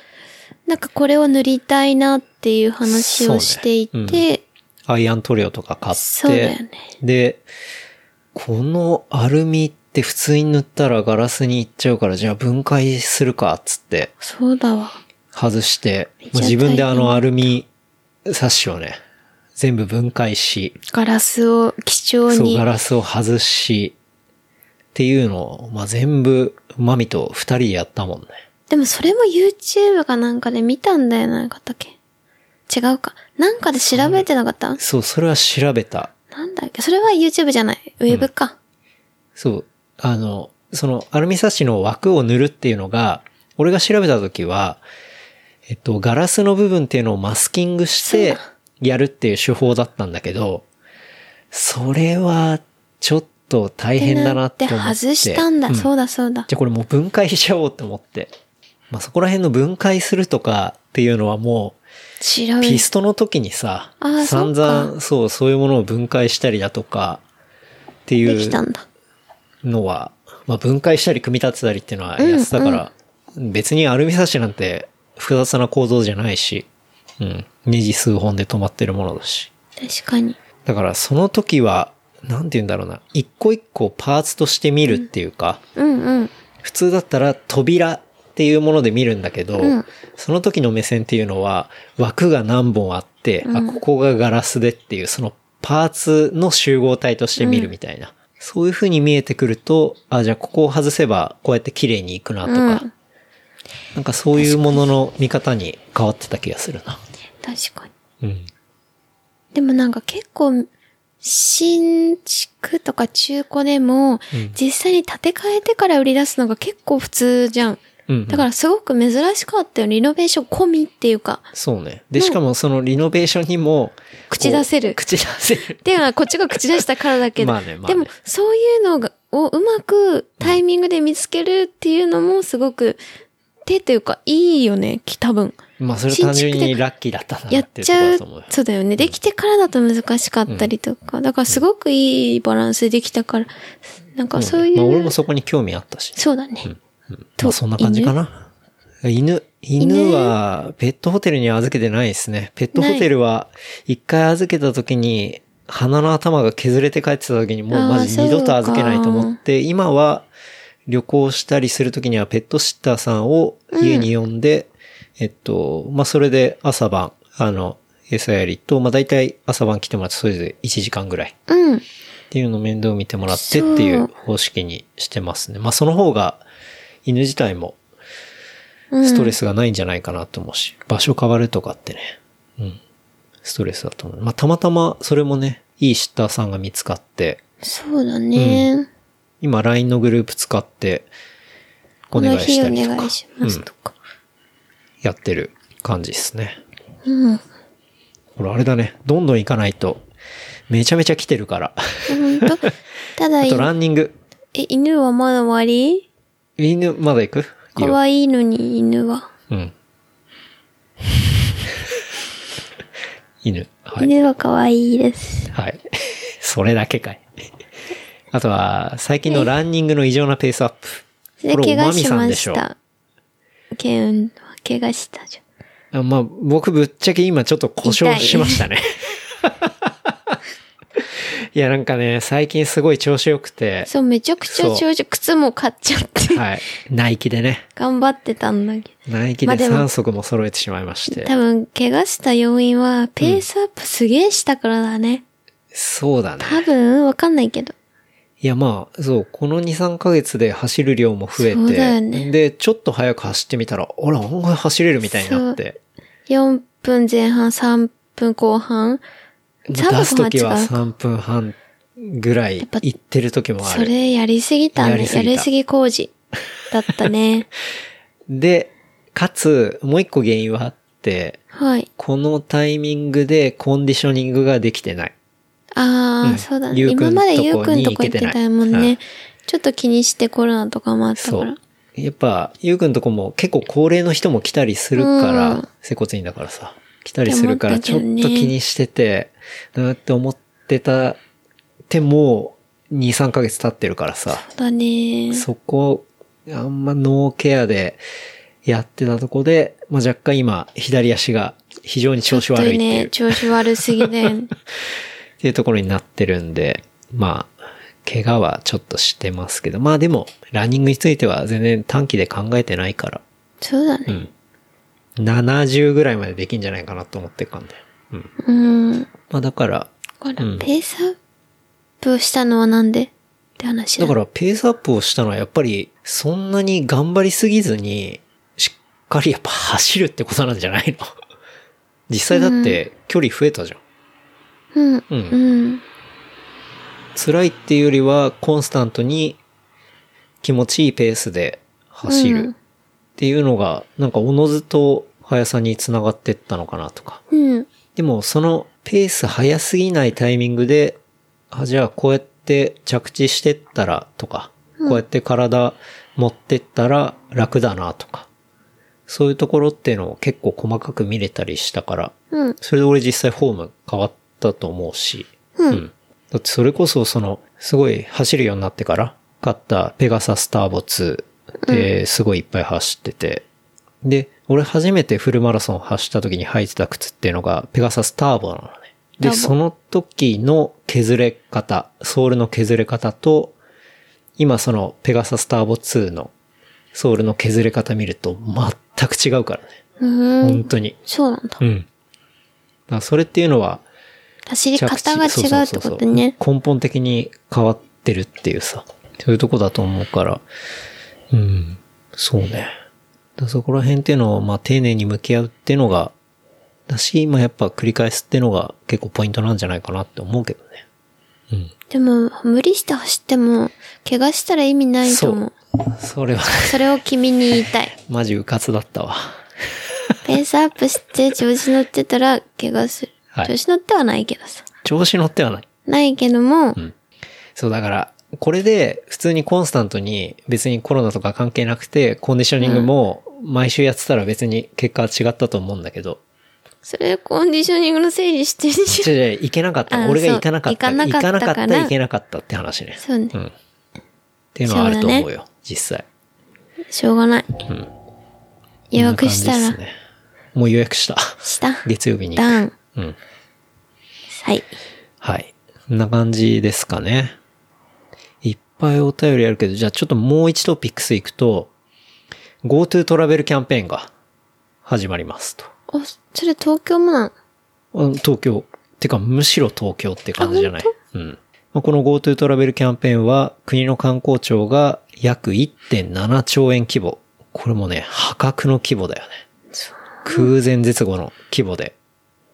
[SPEAKER 2] なんかこれを塗りたいなっていう話をしていて、
[SPEAKER 1] そうねアイアントレオとか買って。
[SPEAKER 2] そうだよね
[SPEAKER 1] で、このアルミって普通に塗ったらガラスにいっちゃうから、じゃあ分解するか、っつって
[SPEAKER 2] そうだわ。
[SPEAKER 1] 外して、
[SPEAKER 2] ちゃ
[SPEAKER 1] まあ自分であのアルミサッシをね、全部分解し、
[SPEAKER 2] ガラスを貴重
[SPEAKER 1] そう
[SPEAKER 2] に
[SPEAKER 1] ガ。ラスを外し、っていうのを、まあ、全部、マミと二人でやったもんね。
[SPEAKER 2] でもそれも YouTube かなんかで見たんだよなかったっけ違うか。なんかで調べてなかった
[SPEAKER 1] そう、それは調べた。
[SPEAKER 2] なんだっけそれは YouTube じゃない。ウェブか。
[SPEAKER 1] そう。あの、そのアルミサッシの枠を塗るっていうのが、俺が調べた時は、えっと、ガラスの部分っていうのをマスキングしてやるっていう手法だったんだけど、それはちょっと大変だなって思って。
[SPEAKER 2] で外したんだ。
[SPEAKER 1] うん
[SPEAKER 2] そうだそうだ。
[SPEAKER 1] じゃあこれもう分解しちゃおうって思って。まあ、そこら辺の分解するとかっていうのはも
[SPEAKER 2] 白
[SPEAKER 1] う、
[SPEAKER 2] い
[SPEAKER 1] ピ。ストの時にさ、
[SPEAKER 2] あー
[SPEAKER 1] 散
[SPEAKER 2] そ
[SPEAKER 1] 々、そう、そういうものを分解したりだとか、っていう。
[SPEAKER 2] できたんだ。
[SPEAKER 1] のは、まあ、分解したり組み立てたりっていうのはやってたから、別にアルミサッシなんて複雑な構造じゃないし、うん。ネジ数本で止まってるものだし。
[SPEAKER 2] 確かに。
[SPEAKER 1] だからその時は、なんて言うんだろうな。一個一個パーツとして見るっていうか、
[SPEAKER 2] うんうん。
[SPEAKER 1] 普通だったら扉っていうもので見るんだけど、
[SPEAKER 2] うん
[SPEAKER 1] その時の目線っていうのは枠が何本あって、あ、ここがガラスでっていうそのパーツの集合体として見るみたいな。そういう風に見えてくると、あ、じゃあここを外せばこうやって綺麗にいくなとか、
[SPEAKER 2] うん
[SPEAKER 1] なんかそういうものの見方に変わってた気がするな。
[SPEAKER 2] 確かに。
[SPEAKER 1] うん。
[SPEAKER 2] でもなんか結構、新築とか中古でも、実際に建て替えてから売り出すのが結構普通じゃ
[SPEAKER 1] う
[SPEAKER 2] ん。
[SPEAKER 1] んうん
[SPEAKER 2] だからすごく珍しかったよ。リノベーション込みっていうか。
[SPEAKER 1] そうね。で、しかもそのリノベーションにも、
[SPEAKER 2] 口出せる
[SPEAKER 1] こう口出せる
[SPEAKER 2] っ。ていうのはこっちが口出したからだけど。
[SPEAKER 1] まあねまあね
[SPEAKER 2] でも、そういうのが、をうまくタイミングで見つけるっていうのもすごく、手というか、いいよね、き多分。
[SPEAKER 1] まあそれ単純にラッキーだったなってい
[SPEAKER 2] や
[SPEAKER 1] う
[SPEAKER 2] っ
[SPEAKER 1] とこ
[SPEAKER 2] ち
[SPEAKER 1] ろ
[SPEAKER 2] ゃ
[SPEAKER 1] だ
[SPEAKER 2] う
[SPEAKER 1] と思うよ。
[SPEAKER 2] そうだよね。できてからだと難しかったりとか。だからすごくいいバランスできたから、なんかそういう。
[SPEAKER 1] まあ俺もそこに興味あったし。
[SPEAKER 2] そうだね。
[SPEAKER 1] まあそんな感じかな。犬犬は、ペットホテルに預けてないですね。ペットホテルは、一回預けた時に、鼻の頭が削れて帰ってた時に、もうマジ
[SPEAKER 2] あー
[SPEAKER 1] 二度と預けないと
[SPEAKER 2] そ
[SPEAKER 1] 思
[SPEAKER 2] う
[SPEAKER 1] って、今は、旅行したりする時には、ペットシッターさんを家に呼んで、えっと、まあ、それで朝晩、あの、餌やりと、まあ、大体朝晩来てもらって、それぞれ1時間ぐらい。
[SPEAKER 2] うん。
[SPEAKER 1] っていうのを面倒見てもらってってい
[SPEAKER 2] そうう
[SPEAKER 1] 方式にしてますね。まあその方が犬自体も
[SPEAKER 2] うん、
[SPEAKER 1] ストレスがないんじゃないかなと思うし、場所変わるとかってね、うん、ストレスだと思う。まあたまたまそれもね、いいシッターさんが見つかって、
[SPEAKER 2] そうだね。
[SPEAKER 1] 今 LINE のグループ使って、お
[SPEAKER 2] この
[SPEAKER 1] 願いし
[SPEAKER 2] 日お
[SPEAKER 1] たりと
[SPEAKER 2] 願
[SPEAKER 1] か
[SPEAKER 2] いしますとか。
[SPEAKER 1] やってる感じですね。
[SPEAKER 2] うん。
[SPEAKER 1] これあれだね。どんどん行かないと、めちゃめちゃ来てるから。
[SPEAKER 2] 本当ただ
[SPEAKER 1] あと
[SPEAKER 2] い、
[SPEAKER 1] ランニング。
[SPEAKER 2] え、犬はまだ終わり
[SPEAKER 1] 犬、まだ行くいいよ
[SPEAKER 2] 可愛いのに犬は。
[SPEAKER 1] うん。 犬。はい。
[SPEAKER 2] 犬は可愛いです。
[SPEAKER 1] はい。それだけかい。あとは、最近のランニングの異常なペースアップ。
[SPEAKER 2] それ
[SPEAKER 1] これ
[SPEAKER 2] 怪
[SPEAKER 1] おま
[SPEAKER 2] 我
[SPEAKER 1] み
[SPEAKER 2] し
[SPEAKER 1] さん
[SPEAKER 2] ま
[SPEAKER 1] でしょ
[SPEAKER 2] した。ケンは怪我したじ
[SPEAKER 1] あまあ、僕ぶっちゃけ今ちょっと故障しましたね。いや、なんかね、最近すごい調子良く
[SPEAKER 2] ゃ
[SPEAKER 1] て
[SPEAKER 2] ん。、そう、めちゃくち
[SPEAKER 1] そ
[SPEAKER 2] ゃ
[SPEAKER 1] う
[SPEAKER 2] 長寿。靴も買っちゃって。
[SPEAKER 1] はい。ナイキでね。
[SPEAKER 2] 頑張ってたんだけ
[SPEAKER 1] ナイキ
[SPEAKER 2] ま
[SPEAKER 1] で
[SPEAKER 2] あでも
[SPEAKER 1] 3足も揃えてしまいまし
[SPEAKER 2] ど。
[SPEAKER 1] て。
[SPEAKER 2] 多分、怪我した要因は、ペースアップすげえしたからだね。
[SPEAKER 1] そうだね。
[SPEAKER 2] 多分、わかんないけど。
[SPEAKER 1] いやまあ、そう、この2、3ヶ月で走る量も増え
[SPEAKER 2] そうだ
[SPEAKER 1] て、
[SPEAKER 2] よね
[SPEAKER 1] で、ちょっと早く走ってみたら、あら、案外走れるみたいになって。
[SPEAKER 2] 4分前半、3分後半。
[SPEAKER 1] まあ出す時は3
[SPEAKER 2] 3分
[SPEAKER 1] 分半ぐらい
[SPEAKER 2] ぱ
[SPEAKER 1] 行ってる時もあ
[SPEAKER 2] そ
[SPEAKER 1] る。
[SPEAKER 2] れやりすぎたね。
[SPEAKER 1] やり
[SPEAKER 2] やり
[SPEAKER 1] すぎた
[SPEAKER 2] すぎ工事だっ たね。
[SPEAKER 1] で、かつ、もう一個原因はあって、
[SPEAKER 2] はい。
[SPEAKER 1] このタイミングでコンディショニングができてない。
[SPEAKER 2] ああ、
[SPEAKER 1] うん
[SPEAKER 2] そうだね。
[SPEAKER 1] ゆうくん
[SPEAKER 2] 今までゆうくん
[SPEAKER 1] と
[SPEAKER 2] と
[SPEAKER 1] こ
[SPEAKER 2] こ
[SPEAKER 1] に行け
[SPEAKER 2] 行って
[SPEAKER 1] てない
[SPEAKER 2] たもんね。
[SPEAKER 1] うん
[SPEAKER 2] ちょっと気にしてコロナとかもあった
[SPEAKER 1] そ
[SPEAKER 2] か
[SPEAKER 1] う
[SPEAKER 2] ら。。
[SPEAKER 1] やっぱ、ゆうくんとこも結構高齢の人も来たりするから、
[SPEAKER 2] うん
[SPEAKER 1] 接骨院だからさ、来たりするから、
[SPEAKER 2] って
[SPEAKER 1] ちょっ
[SPEAKER 2] 思ったけどね
[SPEAKER 1] と気にしてて、うーって思ってた、てもう、2、3ヶ月経ってるからさ、
[SPEAKER 2] だね。
[SPEAKER 1] そこ、あんまノーケアでやってたとこで、まあ、若干今、左足が非常に調子悪いっていう、
[SPEAKER 2] ね、調子悪すぎ で。
[SPEAKER 1] っていうところになってるんで、まあ、怪我はちょっとしてますけど、まあでも、ランニングについては全然短期で考えてないから、
[SPEAKER 2] そうだ
[SPEAKER 1] う
[SPEAKER 2] ね。
[SPEAKER 1] ん。70ぐらいまでできんじゃないかなと思ってるからね。うん。
[SPEAKER 2] うん。
[SPEAKER 1] まあだから、
[SPEAKER 2] ほら、
[SPEAKER 1] うん
[SPEAKER 2] ペースアップしたのはなんでって話
[SPEAKER 1] だ
[SPEAKER 2] だ。
[SPEAKER 1] からペースアップをしたのはやっぱり、そんなに頑張りすぎずに、しっかりやっぱ走るってことなんじゃないの 実際だって距離増えたじゃん。
[SPEAKER 2] うん。
[SPEAKER 1] う
[SPEAKER 2] うんん。
[SPEAKER 1] 辛いっていうよりは、コンスタントに気持ちいいペースで走
[SPEAKER 2] うん
[SPEAKER 1] るっていうのが、なんかおのずと速さにつながってったのかなとか。
[SPEAKER 2] うん。
[SPEAKER 1] でも、そのペース早すぎないタイミングで、あ、じゃあこうやって着地してったらとか、こうやって体持ってったら楽だなとか、そういうところっていうのを結構細かく見れたりしたから、
[SPEAKER 2] うん。
[SPEAKER 1] それで俺実際フォーム変わったと思うし、
[SPEAKER 2] うん
[SPEAKER 1] だってそれこそその、すごい走るようになってから、買ったペガサスターボ2で、すごいいっぱい走ってて、で、俺初めてフルマラソン走った時に履いてた靴っていうのが、ペガサスターボなのね。
[SPEAKER 2] ター
[SPEAKER 1] で、
[SPEAKER 2] ボ
[SPEAKER 1] その時の削れ方、ソールの削れ方と、今そのペガサスターボ2のソールの削れ方見ると全く違うからね。
[SPEAKER 2] うん。
[SPEAKER 1] 本当に。
[SPEAKER 2] そうなんだ。
[SPEAKER 1] うん。だからそれっていうのは、
[SPEAKER 2] 走り方が違
[SPEAKER 1] 着地そうう
[SPEAKER 2] って
[SPEAKER 1] そう
[SPEAKER 2] こ
[SPEAKER 1] そう
[SPEAKER 2] とね。
[SPEAKER 1] そう根本的に変わってるっていうさ、そういうとこだと思うから、うん、そうね。だからそこら辺っていうのを、まあ、丁寧に向き合うっていうのが、だし、まあ、やっぱ繰り返すっていうのが結構ポイントなんじゃないかなって思うけどね。
[SPEAKER 2] でも、無理して走っても、怪我したら意味な
[SPEAKER 1] うん。
[SPEAKER 2] い
[SPEAKER 1] そ
[SPEAKER 2] と思
[SPEAKER 1] う
[SPEAKER 2] う。。
[SPEAKER 1] それは、
[SPEAKER 2] それを君に言いたい。
[SPEAKER 1] マジうかつだったわ。
[SPEAKER 2] ペースアップして調子乗ってたら怪我する。
[SPEAKER 1] はい
[SPEAKER 2] 調子乗ってはないけどさ。
[SPEAKER 1] 調子乗ってはない。
[SPEAKER 2] ないけども、
[SPEAKER 1] そう、だから、これで普通にコンスタントに別にコロナとか関係なくて、コンディショニングも毎週やってたら別に結果は違ったと思うんだけど、
[SPEAKER 2] それコンディショニングの整理してるじ
[SPEAKER 1] 違う違う、行けなかった。
[SPEAKER 2] あ
[SPEAKER 1] 俺が
[SPEAKER 2] そう
[SPEAKER 1] 行かなかった。
[SPEAKER 2] 行かなかった
[SPEAKER 1] 行か
[SPEAKER 2] か
[SPEAKER 1] な
[SPEAKER 2] ら
[SPEAKER 1] 行けなかったって話ね
[SPEAKER 2] ゃん。。そうね
[SPEAKER 1] う。ん。っていうのはあると思
[SPEAKER 2] そうう
[SPEAKER 1] よ、実際。
[SPEAKER 2] しょうがない。
[SPEAKER 1] ん
[SPEAKER 2] 予約した
[SPEAKER 1] こんな
[SPEAKER 2] ら、
[SPEAKER 1] 感じっすねもう予約した。
[SPEAKER 2] した。
[SPEAKER 1] 月曜日に。
[SPEAKER 2] ダン。
[SPEAKER 1] うん。
[SPEAKER 2] はい。
[SPEAKER 1] はい。こんな感じですかね。いっぱいお便りあるけど、じゃあちょっともう一トピックス行くと、GoTo トラベルキャンペーンが始まりますと。
[SPEAKER 2] お、それ東京もなん。
[SPEAKER 1] あ東京。てか、むしろ東京って感じじゃない。うん。まあこの GoTo トラベルキャンペーンは、国の観光庁が約1.7兆円規模。これもね、破格の規模だよね。空前絶後の規模で、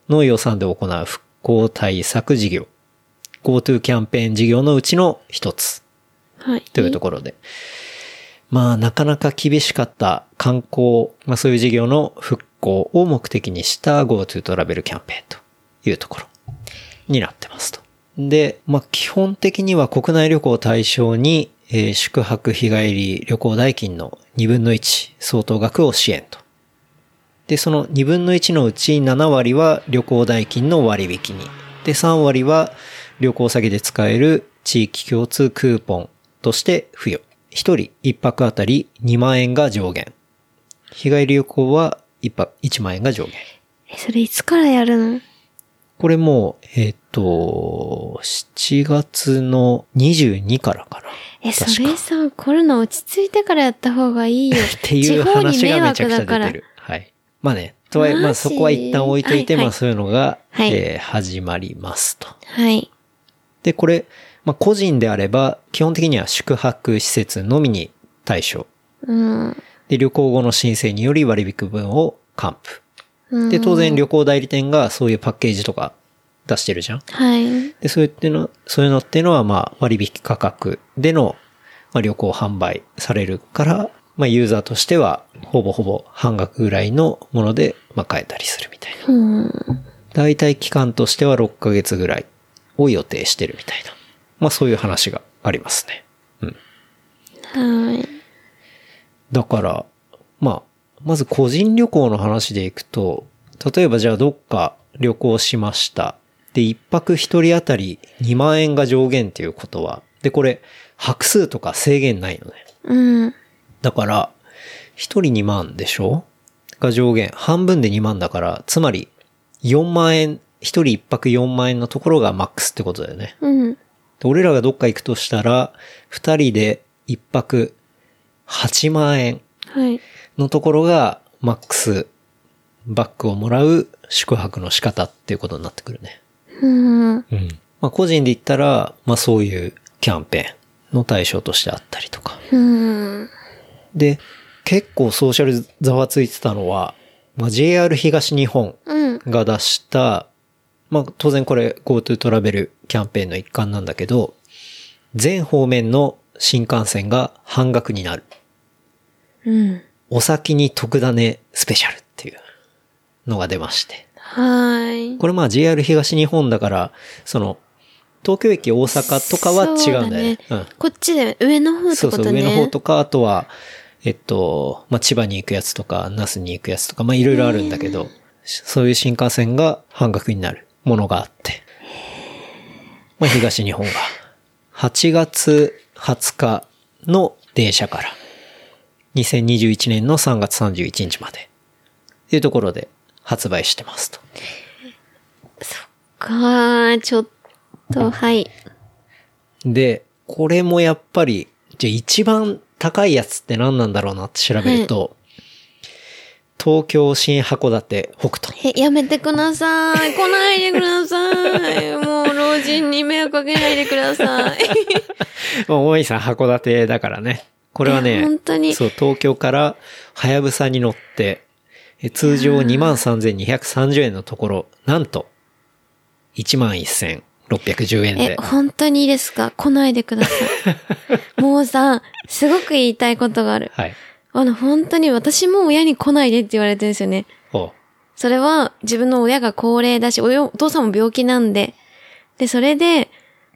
[SPEAKER 1] の予算で行う復興対策事業。 GoTo キャンペーン事業のうちの一つ
[SPEAKER 2] はい。
[SPEAKER 1] というところで。まあ、なかなか厳しかった観光、まあそういう事業の復興を目的にした GoTo トラベルキャンペーンというところになってますと。で、まあ基本的には国内旅行を対象に、えー宿泊日帰り旅行代金の2分の1相当額を支援と。で、その2分の1のうち7割は旅行代金の割引に。で、3割は旅行先で使える地域共通クーポンとして付与。1人1泊あたり2万円が上限。日帰り旅行は 1, 泊1万円が上限。
[SPEAKER 2] え、それいつからやるの
[SPEAKER 1] これもう、えっ、と、7月の22からかな。
[SPEAKER 2] え、
[SPEAKER 1] 確か
[SPEAKER 2] それさ、コロナ落ち着いてからやった方がいいよ。
[SPEAKER 1] っていう話がめちゃくちゃ出て
[SPEAKER 2] 地方に迷惑だ
[SPEAKER 1] る。はい。まあね、とはいえ、まあ
[SPEAKER 2] マジ
[SPEAKER 1] そこは一旦置いといて、
[SPEAKER 2] はいはい
[SPEAKER 1] まあそういうのが、
[SPEAKER 2] はい
[SPEAKER 1] えー始まりますと。
[SPEAKER 2] はい。
[SPEAKER 1] で、これ、まあ個人であれば、基本的には宿泊施設のみに対象。
[SPEAKER 2] うん。
[SPEAKER 1] で、旅行後の申請により割引分を還
[SPEAKER 2] う
[SPEAKER 1] 付。
[SPEAKER 2] ん
[SPEAKER 1] で、当然旅行代理店がそういうパッケージとか出してるじゃん。
[SPEAKER 2] はい。
[SPEAKER 1] で、そういうっていうの、そういうのっていうのは、まあ、割引価格での、まあ、旅行販売されるから、まあ、ユーザーとしては、ほぼほぼ半額ぐらいのもので、まあ、買えたりするみたいな。
[SPEAKER 2] うん。
[SPEAKER 1] 大体期間としては6ヶ月ぐらいを予定してるみたいな。まあ、そういう話がありますね。うん。
[SPEAKER 2] はい。
[SPEAKER 1] だから、まあ、まず個人旅行の話でいくと、例えばじゃあどっか旅行しました。で、一泊一人当たり2万円が上限っていうことは、で、これ、泊数とか制限ないのね。
[SPEAKER 2] うん。
[SPEAKER 1] だから、一人2万でしょが上限。半分で2万だから、つまり、4万円、一人一泊4万円のところがマックスってことだよね。
[SPEAKER 2] うん。
[SPEAKER 1] で俺らがどっか行くとしたら、二人で一泊8万円。
[SPEAKER 2] はい。
[SPEAKER 1] のところが、マックスバックをもらう宿泊の仕方っていうことになってくるね。
[SPEAKER 2] う
[SPEAKER 1] う
[SPEAKER 2] ん。
[SPEAKER 1] ん。まあ、個人で言ったら、まあ、そういうキャンペーンの対象としてあったりとか。
[SPEAKER 2] うん。
[SPEAKER 1] で、結構ソーシャルざわついてたのは、まあ、JR 東日本
[SPEAKER 2] うん。
[SPEAKER 1] が出した、まあ、当然これ GoTo トラベルキャンペーンの一環なんだけど、全方面の新幹線が半額になる。
[SPEAKER 2] うん。
[SPEAKER 1] お先に特ダネスペシャルっていうのが出まして。
[SPEAKER 2] はい。
[SPEAKER 1] これまあ JR 東日本だから、その、東京駅大阪とかは違うんだよね。
[SPEAKER 2] そうだこっちで上の方
[SPEAKER 1] ん。
[SPEAKER 2] って
[SPEAKER 1] そ
[SPEAKER 2] こ
[SPEAKER 1] うそ
[SPEAKER 2] と
[SPEAKER 1] う、上
[SPEAKER 2] ね。
[SPEAKER 1] の方とか、あとは、えっと、まあ千葉に行くやつとか、那須に行くやつとか、まあいろいろあるんだけど、そういう新幹線が半額になるものがあって。まあ東日本が、8月20日の電車から、2021年の3月31日まで、というところで発売してますと。
[SPEAKER 2] かー、ちょっと、はい。
[SPEAKER 1] で、これもやっぱり、じゃあ一番高いやつって何なんだろうなって調べると、東京、新函館、北斗。
[SPEAKER 2] え、やめてください。来ないでくだ さい。もう老人に迷惑かけないでください。
[SPEAKER 1] まあ、大井さん函館だからね。これはね、
[SPEAKER 2] いや本当に
[SPEAKER 1] そう、東京から、はやぶさに乗って、え通常23,230円のところ、なんと、11,610円
[SPEAKER 2] え
[SPEAKER 1] で、。
[SPEAKER 2] 本当にいいですか来ないでくださ い。もうさ、すごく言いたいことがある。
[SPEAKER 1] はい。
[SPEAKER 2] あの、本当に私も親に来ないでって言われてるんですよね。
[SPEAKER 1] お
[SPEAKER 2] それは自分の親が高齢だし、およお父さんも病気なんで。で、それで、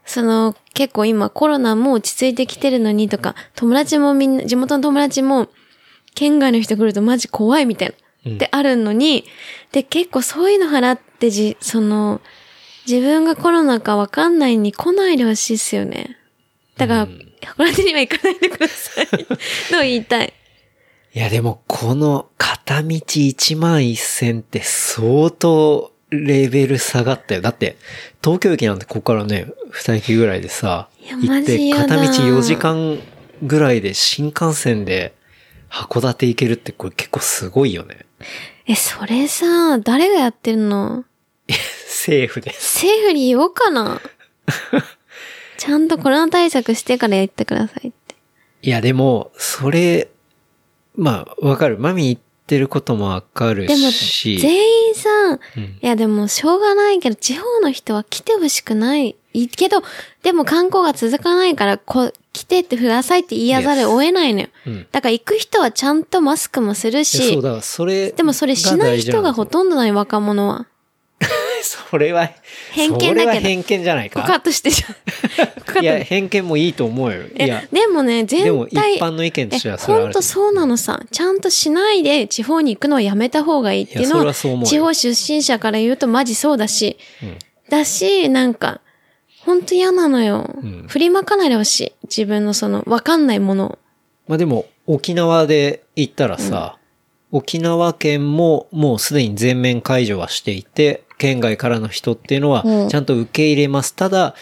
[SPEAKER 2] その、結構今コロナも落ち着いてきてるのにとか、友達もみんな、地元の友達も、県外の人来るとマジ怖いみたいな。ってあるのに、で、結構そういうの払ってじ、その、自分がコロナかわかんないのに来ないでほしいっすよね。だから、函館には行かないでください。の言いたい。
[SPEAKER 1] いやでもこの片道1万1000って相当レベル下がったよ。だって東京駅なんてここからね、2駅ぐらいでさ、
[SPEAKER 2] いや
[SPEAKER 1] 行
[SPEAKER 2] マ
[SPEAKER 1] っ
[SPEAKER 2] ジ
[SPEAKER 1] て
[SPEAKER 2] や
[SPEAKER 1] 片
[SPEAKER 2] だ
[SPEAKER 1] 道4時間ぐらいで新幹線で函館行けるってこれ結構すごいよね。
[SPEAKER 2] え、それさ、誰がやってるの
[SPEAKER 1] セーフです。
[SPEAKER 2] 政府に言おうかな。 ちゃんとコロナ対策してからやってくださいって。
[SPEAKER 1] いやでも、それ、まあわかる。マミ言ってることもわかる
[SPEAKER 2] でも、
[SPEAKER 1] し。
[SPEAKER 2] 全員さ、
[SPEAKER 1] うん
[SPEAKER 2] いやでもしょうがないけど、地方の人は来てほしくないいいけど、でも観光が続かないから、こ来てってくださいって言いやざるを得ないのよ。
[SPEAKER 1] うん。
[SPEAKER 2] だから行く人はちゃんとマスクもす
[SPEAKER 1] い
[SPEAKER 2] る
[SPEAKER 1] やそう
[SPEAKER 2] し、
[SPEAKER 1] だから、それ。
[SPEAKER 2] でもそれしない人がほ
[SPEAKER 1] ん
[SPEAKER 2] とんどない若者は。
[SPEAKER 1] ど。それは、
[SPEAKER 2] 偏見だけど
[SPEAKER 1] それは偏見じゃない
[SPEAKER 2] 告
[SPEAKER 1] か。
[SPEAKER 2] 発して じゃん。告
[SPEAKER 1] いや、
[SPEAKER 2] 発
[SPEAKER 1] 偏見もいいと思うよ。いや
[SPEAKER 2] え、、でもね、
[SPEAKER 1] で
[SPEAKER 2] 全
[SPEAKER 1] も一
[SPEAKER 2] 体、
[SPEAKER 1] 般の意見として
[SPEAKER 2] え、
[SPEAKER 1] はそれはあ
[SPEAKER 2] ほん
[SPEAKER 1] る
[SPEAKER 2] とそうなのさ。ちゃんとしないで地方に行くのはやめた方がいいってい
[SPEAKER 1] い
[SPEAKER 2] うの
[SPEAKER 1] やそれ
[SPEAKER 2] は、
[SPEAKER 1] はそう思うよ
[SPEAKER 2] 地方出身者から言うとマジそうだし、
[SPEAKER 1] うん
[SPEAKER 2] だし、なんか、ほんと嫌なのよ。
[SPEAKER 1] うん
[SPEAKER 2] 振りまかないでほしい。自分のその、わかんないものを。
[SPEAKER 1] まあでも、沖縄で行ったらさ、沖縄県ももうすでに全面解除はしていて、県外からの人っていうの
[SPEAKER 2] う
[SPEAKER 1] は
[SPEAKER 2] ん
[SPEAKER 1] ちゃんと受け入れます。ただ、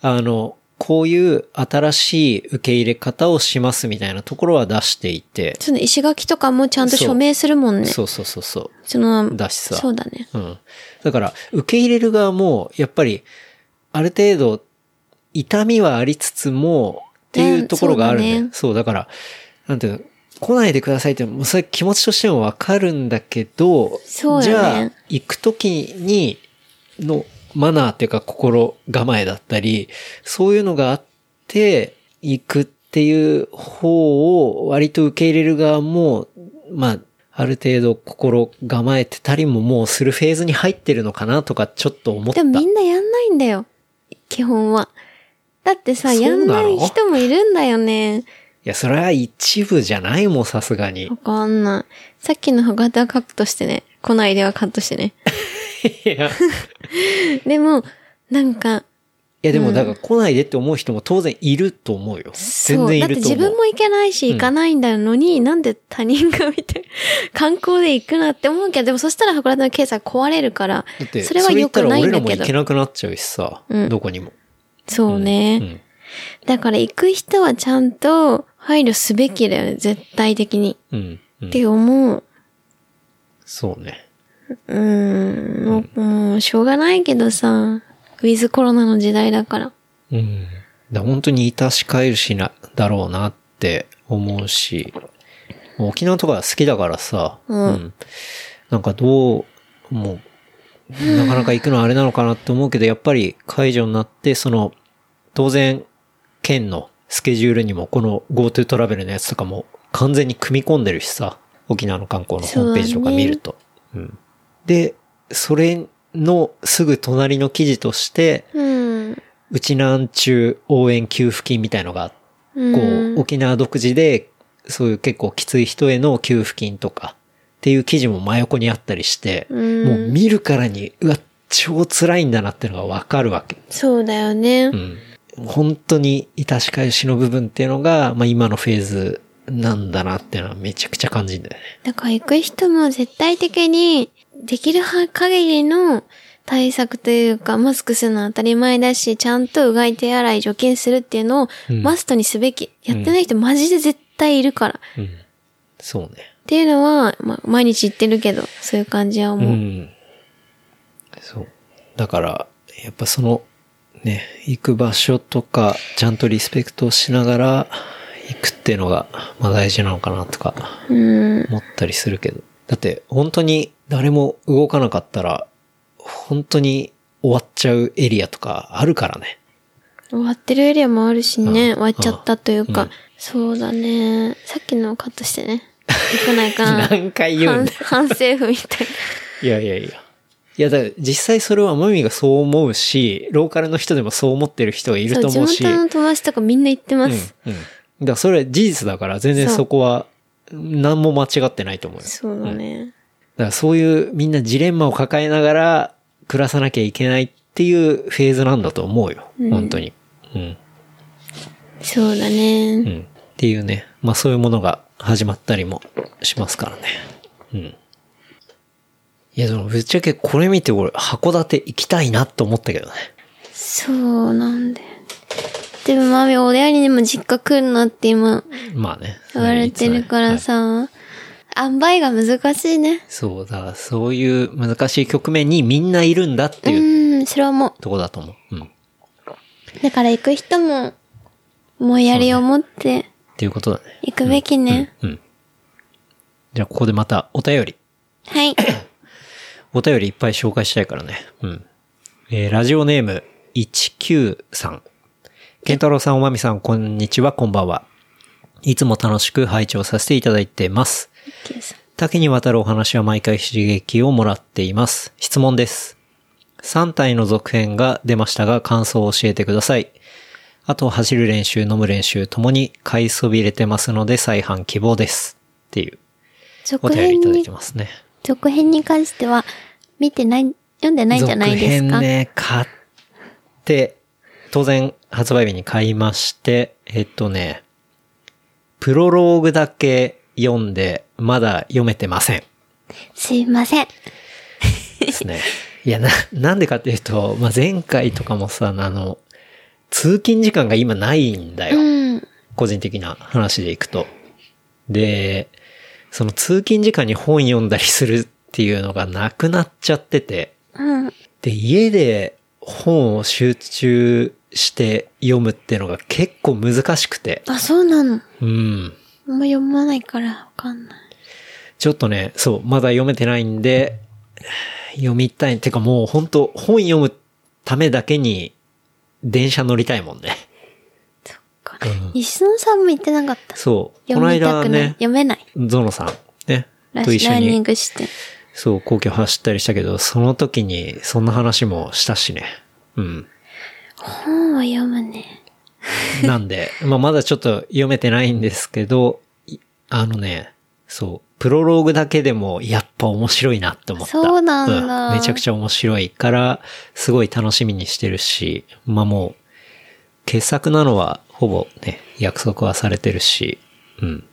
[SPEAKER 1] あの、こういう新しい受け入れ方をしますみたいなところは出していて、
[SPEAKER 2] その石垣とかもちゃんと
[SPEAKER 1] そう
[SPEAKER 2] 署名するもんね。そ
[SPEAKER 1] そうそうそうそ
[SPEAKER 2] の
[SPEAKER 1] う、、だしさ。
[SPEAKER 2] そうだね。
[SPEAKER 1] うん。だから、受け入れる側も、やっぱり、ある程度、痛みはありつつも、っていうところがあるんだよ。
[SPEAKER 2] ね
[SPEAKER 1] そう、だから、なんていうの、来ないでくださいって、もうそれ気持ちとしてもわかるんだけど、
[SPEAKER 2] そうだね
[SPEAKER 1] じゃあ、行くときに、の、マナーっていうか心構えだったり、そういうのがあって、行くっていう方を割と受け入れる側も、まあ、ある程度心構えてたりももうするフェーズに入ってるのかなとかちょっと思った。
[SPEAKER 2] でもみんなやんないんだよ。基本は。だってさ、
[SPEAKER 1] そうな
[SPEAKER 2] やん
[SPEAKER 1] の
[SPEAKER 2] ない人もいるんだよね。
[SPEAKER 1] いや、それは一部じゃないもん、さすが に
[SPEAKER 2] わ。かんない。さっきの歯型はカットしてね。来ないではカットしてね。
[SPEAKER 1] いや、い
[SPEAKER 2] でも、なんか、
[SPEAKER 1] やでもだから来ないでって思う人も当然いると思うよ。
[SPEAKER 2] そ
[SPEAKER 1] 全
[SPEAKER 2] う。
[SPEAKER 1] 然
[SPEAKER 2] だ
[SPEAKER 1] い
[SPEAKER 2] って
[SPEAKER 1] ると
[SPEAKER 2] 自
[SPEAKER 1] 思
[SPEAKER 2] 分
[SPEAKER 1] う。
[SPEAKER 2] も行けないし、行かないんだのに、なんで他人が見て、 観光で行くなって思うけど、でもそしたら函館の経済壊れるから
[SPEAKER 1] だって、、
[SPEAKER 2] それは良くないんだ
[SPEAKER 1] それ言ったら俺ら
[SPEAKER 2] け
[SPEAKER 1] も行
[SPEAKER 2] ど
[SPEAKER 1] け。なくなっちゃうしさ、
[SPEAKER 2] うん
[SPEAKER 1] どこにも。
[SPEAKER 2] そうね。
[SPEAKER 1] うん
[SPEAKER 2] だから行く人はちゃんと配慮すべきだよね、絶対的に。
[SPEAKER 1] うん。うん
[SPEAKER 2] って思う。
[SPEAKER 1] そうね。
[SPEAKER 2] うーん、もう、もうしょうがないけどさ、ウィズコロナの時代だから。
[SPEAKER 1] うん。だ本当にいたし返るしな、だろうなって思うし、もう沖縄とか好きだからさ、
[SPEAKER 2] うん
[SPEAKER 1] なんかどう、もう、なかなか行くのあれなのかなって思うけど、やっぱり解除になって、その、当然、県のスケジュールにも、この GoTo トラベルのやつとかも完全に組み込んでるしさ、沖縄の観光のホームページとか見ると。うん、で、それのすぐ隣の記事として、
[SPEAKER 2] うん。
[SPEAKER 1] うちなんちゅう応援給付金みたいのが、こう、沖縄独自で、そういう結構きつい人への給付金とか、っていう記事も真横にあったりして、
[SPEAKER 2] うん
[SPEAKER 1] もう見るからに、うわ、超辛いんだなってのがわかるわけ。
[SPEAKER 2] そうだよね。
[SPEAKER 1] うん。本当に、いたし返しの部分っていうのが、まあ今のフェーズなんだなっていうのはめちゃくちゃ感じるんだよね。
[SPEAKER 2] だから行く人も絶対的に、できる限りの対策というか、マスクするのは当たり前だし、ちゃんとうがい手洗い除菌するっていうのを
[SPEAKER 1] うん
[SPEAKER 2] マストにすべき。やってない人マジで絶対いるから。っ
[SPEAKER 1] うん。そうね。
[SPEAKER 2] ていうのは、まあ、毎日言ってるけど、そういう感じは
[SPEAKER 1] う
[SPEAKER 2] 思う。
[SPEAKER 1] ん。そう。だから、やっぱその、ね、行く場所とか、ちゃんとリスペクトしながら、行くっていうのが、まあ大事なのかなとか、
[SPEAKER 2] うん。
[SPEAKER 1] 思ったりするけど。だって、本当に誰も動かなかったら、本当に終わっちゃうエリアとかあるからね。
[SPEAKER 2] 終わってるエリアもあるしね、
[SPEAKER 1] うん
[SPEAKER 2] 終わっちゃったというか、
[SPEAKER 1] うん
[SPEAKER 2] そうだね。さっきのカットしてね。行くな いかな。
[SPEAKER 1] 何回言うんだよ
[SPEAKER 2] 反反政府みたい
[SPEAKER 1] いやいやいや。いや、だから実際それはマミがそう思うし、ローカルの人でもそう思ってる人がい
[SPEAKER 2] な。
[SPEAKER 1] ると
[SPEAKER 2] そ
[SPEAKER 1] 思
[SPEAKER 2] う、
[SPEAKER 1] う
[SPEAKER 2] 地
[SPEAKER 1] し。
[SPEAKER 2] 元の友達とかみんな行ってます。
[SPEAKER 1] うん。うん、だからそれは事実だから全然
[SPEAKER 2] そう
[SPEAKER 1] そこは何も間違ってないと思うよ。
[SPEAKER 2] そうだね。
[SPEAKER 1] だからそういうみんなジレンマを抱えながら暮らさなきゃいけないっていうフェーズなんだと思うよ。本当に。うん。
[SPEAKER 2] そうだ
[SPEAKER 1] う
[SPEAKER 2] ね。
[SPEAKER 1] ん。っていうね。まあそういうものが始まったりもしますからね。うん。いやでもぶっちゃけこれ見て俺函館行きたいなと思ったけどね。
[SPEAKER 2] そうなんだよ。でもマミ、親にでも実家来るなって今
[SPEAKER 1] まあね。
[SPEAKER 2] 言われてるから
[SPEAKER 1] はい。
[SPEAKER 2] さ、塩梅が難しいね。
[SPEAKER 1] そう、だからそういう難しい局面にみんないるんだって
[SPEAKER 2] う、
[SPEAKER 1] いうん
[SPEAKER 2] それはもう。
[SPEAKER 1] とこだと思う。うん。っ
[SPEAKER 2] だから行く人も、もうやりを持って
[SPEAKER 1] ていうことだね。
[SPEAKER 2] 行くべきね。
[SPEAKER 1] うん。じゃあ、ここでまたお便り。
[SPEAKER 2] はい。
[SPEAKER 1] お便りいっぱい紹介したいからね。うん。えーラジオネーム、 193。健太郎さん、おまみさん、こんにちは、こんばんは。いつも楽しく拝聴させていただいてます。
[SPEAKER 2] ケイさん
[SPEAKER 1] 多岐にわたるお話は毎回刺激をもらっています。質問です。3体の続編が出ましたが感想を教えてください。あと走る練習、飲む練習ともに買いそびれてますので再販希望です。っていうお
[SPEAKER 2] 続
[SPEAKER 1] 便りい
[SPEAKER 2] 編
[SPEAKER 1] ただい
[SPEAKER 2] に
[SPEAKER 1] て、ますね。
[SPEAKER 2] 続編に関しては、見てない、読んでないんじゃないです
[SPEAKER 1] 続編
[SPEAKER 2] か、
[SPEAKER 1] ね、買って、当然発売日に買いまして、えっとね、プロローグだけ読んで、まだ読めてません。
[SPEAKER 2] すいません。
[SPEAKER 1] ですね。いや、な、なんでかっていうと、まあ、前回とかもさ、あの、通勤時間が今ないんだよ。
[SPEAKER 2] うん。
[SPEAKER 1] 個人的な話でいくと。で、その通勤時間に本読んだりするっていうのがなくなっちゃってて、
[SPEAKER 2] うん。
[SPEAKER 1] で、家で本を集中して読むっていうのが結構難しくて、
[SPEAKER 2] あ、そうなの。
[SPEAKER 1] うん。
[SPEAKER 2] あんま読まないからわかんない。
[SPEAKER 1] ちょっとね、そう、まだ読めてないんで、読みたい。てかもう本当本読むためだけに電車乗りたいもんね。
[SPEAKER 2] か西野さんも言ってなかった。
[SPEAKER 1] そう。この
[SPEAKER 2] 読みた
[SPEAKER 1] 間
[SPEAKER 2] くない。
[SPEAKER 1] ね、
[SPEAKER 2] 読めない。
[SPEAKER 1] ゾノさんね、
[SPEAKER 2] ラ
[SPEAKER 1] と一
[SPEAKER 2] ラ
[SPEAKER 1] 緒
[SPEAKER 2] ンニン
[SPEAKER 1] に、
[SPEAKER 2] グして。
[SPEAKER 1] そう、皇居走ったりしたけど、その時にそんな話もしたしね。うん。
[SPEAKER 2] 本は読むね。
[SPEAKER 1] なんで、まあ、まだちょっと読めてないんですけど、いあのね、そう、プロローグだけでもやっぱ面白いなって思った。
[SPEAKER 2] そうなんだ
[SPEAKER 1] めちゃくちゃ面白いから、すごい楽しみにしてるし、まあ、もう、傑作なのはほぼね、約束はされてるし、うん。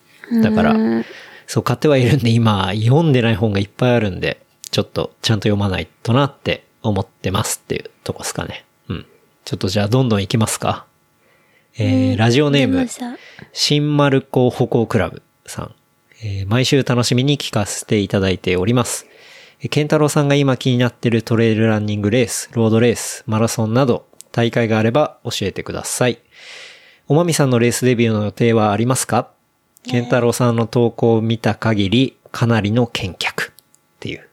[SPEAKER 1] だから、
[SPEAKER 2] うん
[SPEAKER 1] そう買ってはいるんで今読んでない本がいっぱいあるんで、ちょっとちゃんと読まないとなって思ってますっていうとこですかね。うん。ちょっとじゃあどんどん行きますか。えー、ラジオネー
[SPEAKER 2] で
[SPEAKER 1] ム
[SPEAKER 2] も、さ
[SPEAKER 1] 新丸子歩行クラブさん。えー毎週楽しみに聞かせていただいております。えーケンタロウさんが今気になっているトレイルランニングレース、ロードレース、マラソンなど、大会があれば教えてください。おまみさんのレースデビューの予定はありますかケンタロウさんの投稿を見た限り、かなりの見客っていう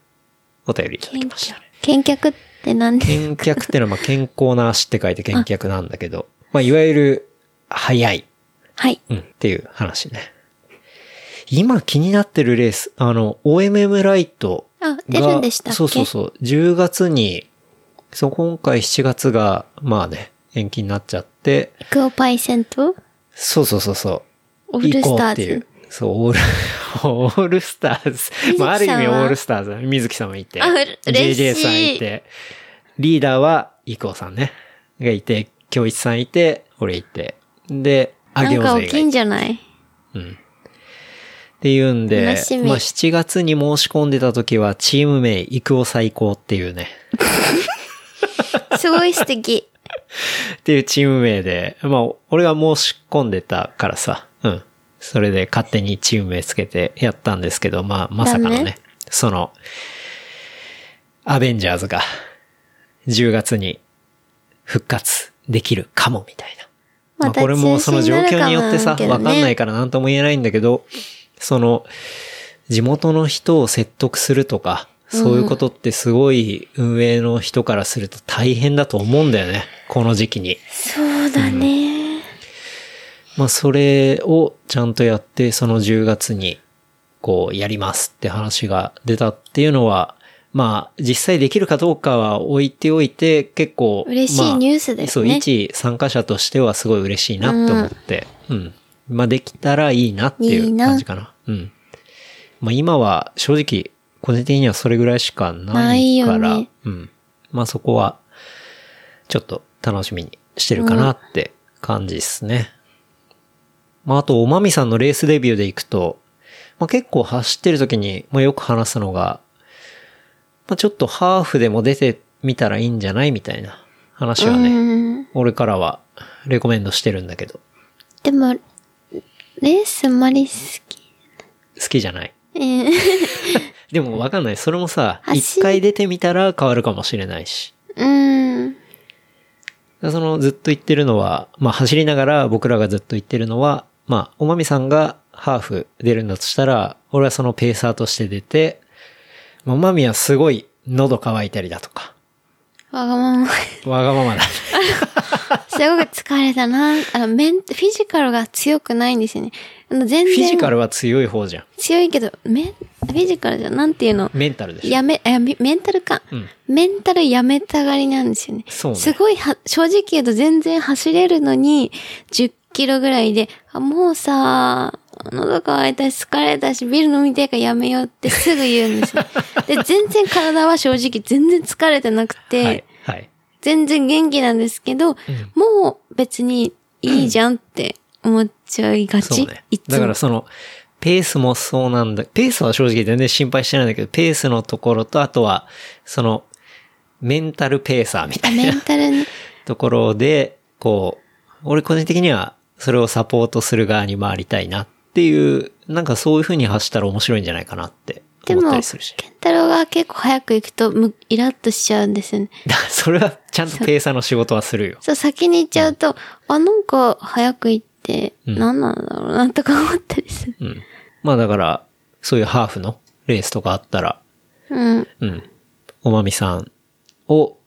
[SPEAKER 1] お便りいただ
[SPEAKER 2] 見
[SPEAKER 1] きました
[SPEAKER 2] 客
[SPEAKER 1] ね。。
[SPEAKER 2] 見客って何で
[SPEAKER 1] 健脚ってのはまあ健康な足って書いて健脚なんだけど、まあいわゆる、速い
[SPEAKER 2] はい。
[SPEAKER 1] うん、っていう話ね。今気になってるレース、あの、OMM ライトが。
[SPEAKER 2] あ出るんでしたっけ
[SPEAKER 1] そうそうそう。10月に、そう、今回7月が、まあね、延期になっちゃって、
[SPEAKER 2] エクオパイセント
[SPEAKER 1] そうそうそうそう。
[SPEAKER 2] オールスタ
[SPEAKER 1] 行こう
[SPEAKER 2] ーズ
[SPEAKER 1] っていう。そう、オール、 オールスターズ。まあ、ある
[SPEAKER 2] 水木
[SPEAKER 1] 意
[SPEAKER 2] さんは
[SPEAKER 1] 味オールスターズ。水木さんもいて。
[SPEAKER 2] あうれ嬉しい
[SPEAKER 1] JJ さんいて。リーダーは、イコウさんね。がいて、京一さんいて、俺いて。で、あ
[SPEAKER 2] な
[SPEAKER 1] げ
[SPEAKER 2] ん
[SPEAKER 1] お
[SPEAKER 2] か
[SPEAKER 1] がい
[SPEAKER 2] 大きい
[SPEAKER 1] て
[SPEAKER 2] ん。じゃない
[SPEAKER 1] っていうんで、まあ
[SPEAKER 2] 楽しみ
[SPEAKER 1] 7月に申し込んでた時はチーム名、イクオ最高っていうね、
[SPEAKER 2] すごい素敵。
[SPEAKER 1] っていうチーム名で、まあ俺が申し込んでたからさ、うん。それで勝手にチーム名つけてやったんですけど、まあまさかの
[SPEAKER 2] ダ
[SPEAKER 1] ね
[SPEAKER 2] メ、
[SPEAKER 1] その、アベンジャーズが10月に復活できるかもみたいな。 まあ、これもその状況によってさ、わかんない
[SPEAKER 2] か
[SPEAKER 1] から何とも言えないんだけど、その、地元の人を説得するとか、そういうことってすごい運営の人からすると大変だと思うんだよね。この時期に。
[SPEAKER 2] ら。そうだね。
[SPEAKER 1] まあ、それをちゃんとやって、その10月に、こう、やりますって話が出たっていうのは、まあ、実際できるかどうかは置いておいて、結構、
[SPEAKER 2] 嬉しい
[SPEAKER 1] まあ
[SPEAKER 2] ニュースですね
[SPEAKER 1] そう、一参加者としてはすごい嬉しいなって思って、うん。まあ、できたらいいなってい
[SPEAKER 2] いいうな
[SPEAKER 1] 感じかな。うん。まあ、今は正直、個人的にはそれぐらいしかな
[SPEAKER 2] ない
[SPEAKER 1] い
[SPEAKER 2] よ
[SPEAKER 1] か
[SPEAKER 2] ね
[SPEAKER 1] ら、うん。まあ、そこは、ちょっと楽しみにしてるかなって感じですね。まあ、あと、おまみさんのレースデビューで行くと、まあ、結構走ってる時に、まあ、よく話すのが、まあ、ちょっとハーフでも出てみたらいいんじゃないみたいな話はね、
[SPEAKER 2] うん。
[SPEAKER 1] 俺からはレコメンドしてるんだけど、
[SPEAKER 2] でも、レースあんまり好き。
[SPEAKER 1] 好きじゃない。
[SPEAKER 2] えー
[SPEAKER 1] でもわかんない。それもさ、
[SPEAKER 2] 走
[SPEAKER 1] 一回出てみたら変わるかもしれないし。
[SPEAKER 2] うん。
[SPEAKER 1] そのずっと言ってるのは、まあ走りながら僕らがずっと言ってるのは、まあおまみさんがハーフ出るんだとしたら、俺はそのペーサーとして出て、まあおまみはすごい喉乾いたりだとか、
[SPEAKER 2] わがまま。
[SPEAKER 1] わがままだ、
[SPEAKER 2] すごく疲れたな。あの、メン、フィジカルが強くないんですよね。あの全
[SPEAKER 1] フィジカ
[SPEAKER 2] 然
[SPEAKER 1] ルは強い方じゃん。
[SPEAKER 2] 強いけど、メン、フィジカルじゃ、なんていうの
[SPEAKER 1] メンタルでしょ。
[SPEAKER 2] やめ、あメメンタルか、
[SPEAKER 1] うん
[SPEAKER 2] メンタルやめたがりなんですよね。
[SPEAKER 1] そうね
[SPEAKER 2] すごいは、正直言うと全然走れるのに、10キロぐらいで、あもうさ、喉乾いたし疲れたし、ビール飲みたいからやめようってすぐ言うんですね。で、全然体は正直全然疲れてなく て、
[SPEAKER 1] はい。はい。
[SPEAKER 2] 全然元気なんですけど、もう別にいいじゃんって思っちゃいが
[SPEAKER 1] そ
[SPEAKER 2] ち。
[SPEAKER 1] うね
[SPEAKER 2] い。つ
[SPEAKER 1] だ
[SPEAKER 2] も
[SPEAKER 1] からその、ペースもそうなんだ。ペースは正直全然心配してないんだけど、ペースのところと、あとは、その、メンタルペーサーみた
[SPEAKER 2] あ
[SPEAKER 1] い
[SPEAKER 2] メ
[SPEAKER 1] な
[SPEAKER 2] ンタルに。
[SPEAKER 1] ところで、こう、俺個人的には、それをサポートする側に回りたいなっていう、なんかそういう風に走ったら面白いんじゃないかなって
[SPEAKER 2] で
[SPEAKER 1] 思っ
[SPEAKER 2] も、
[SPEAKER 1] た
[SPEAKER 2] ケ
[SPEAKER 1] りするし。
[SPEAKER 2] ンタロウが結構早く行くとむ、イラッとしちゃうんですよね。
[SPEAKER 1] だから それはちゃんとペーサーの仕事はするよ。
[SPEAKER 2] そう、先に行っちゃうと、あ、なんか早く行って、
[SPEAKER 1] うん
[SPEAKER 2] 何なんだろうなとか思ったりする。
[SPEAKER 1] うん。まあだから、そういうハーフのレースとかあったら、
[SPEAKER 2] うん。
[SPEAKER 1] うん。おまみさんを、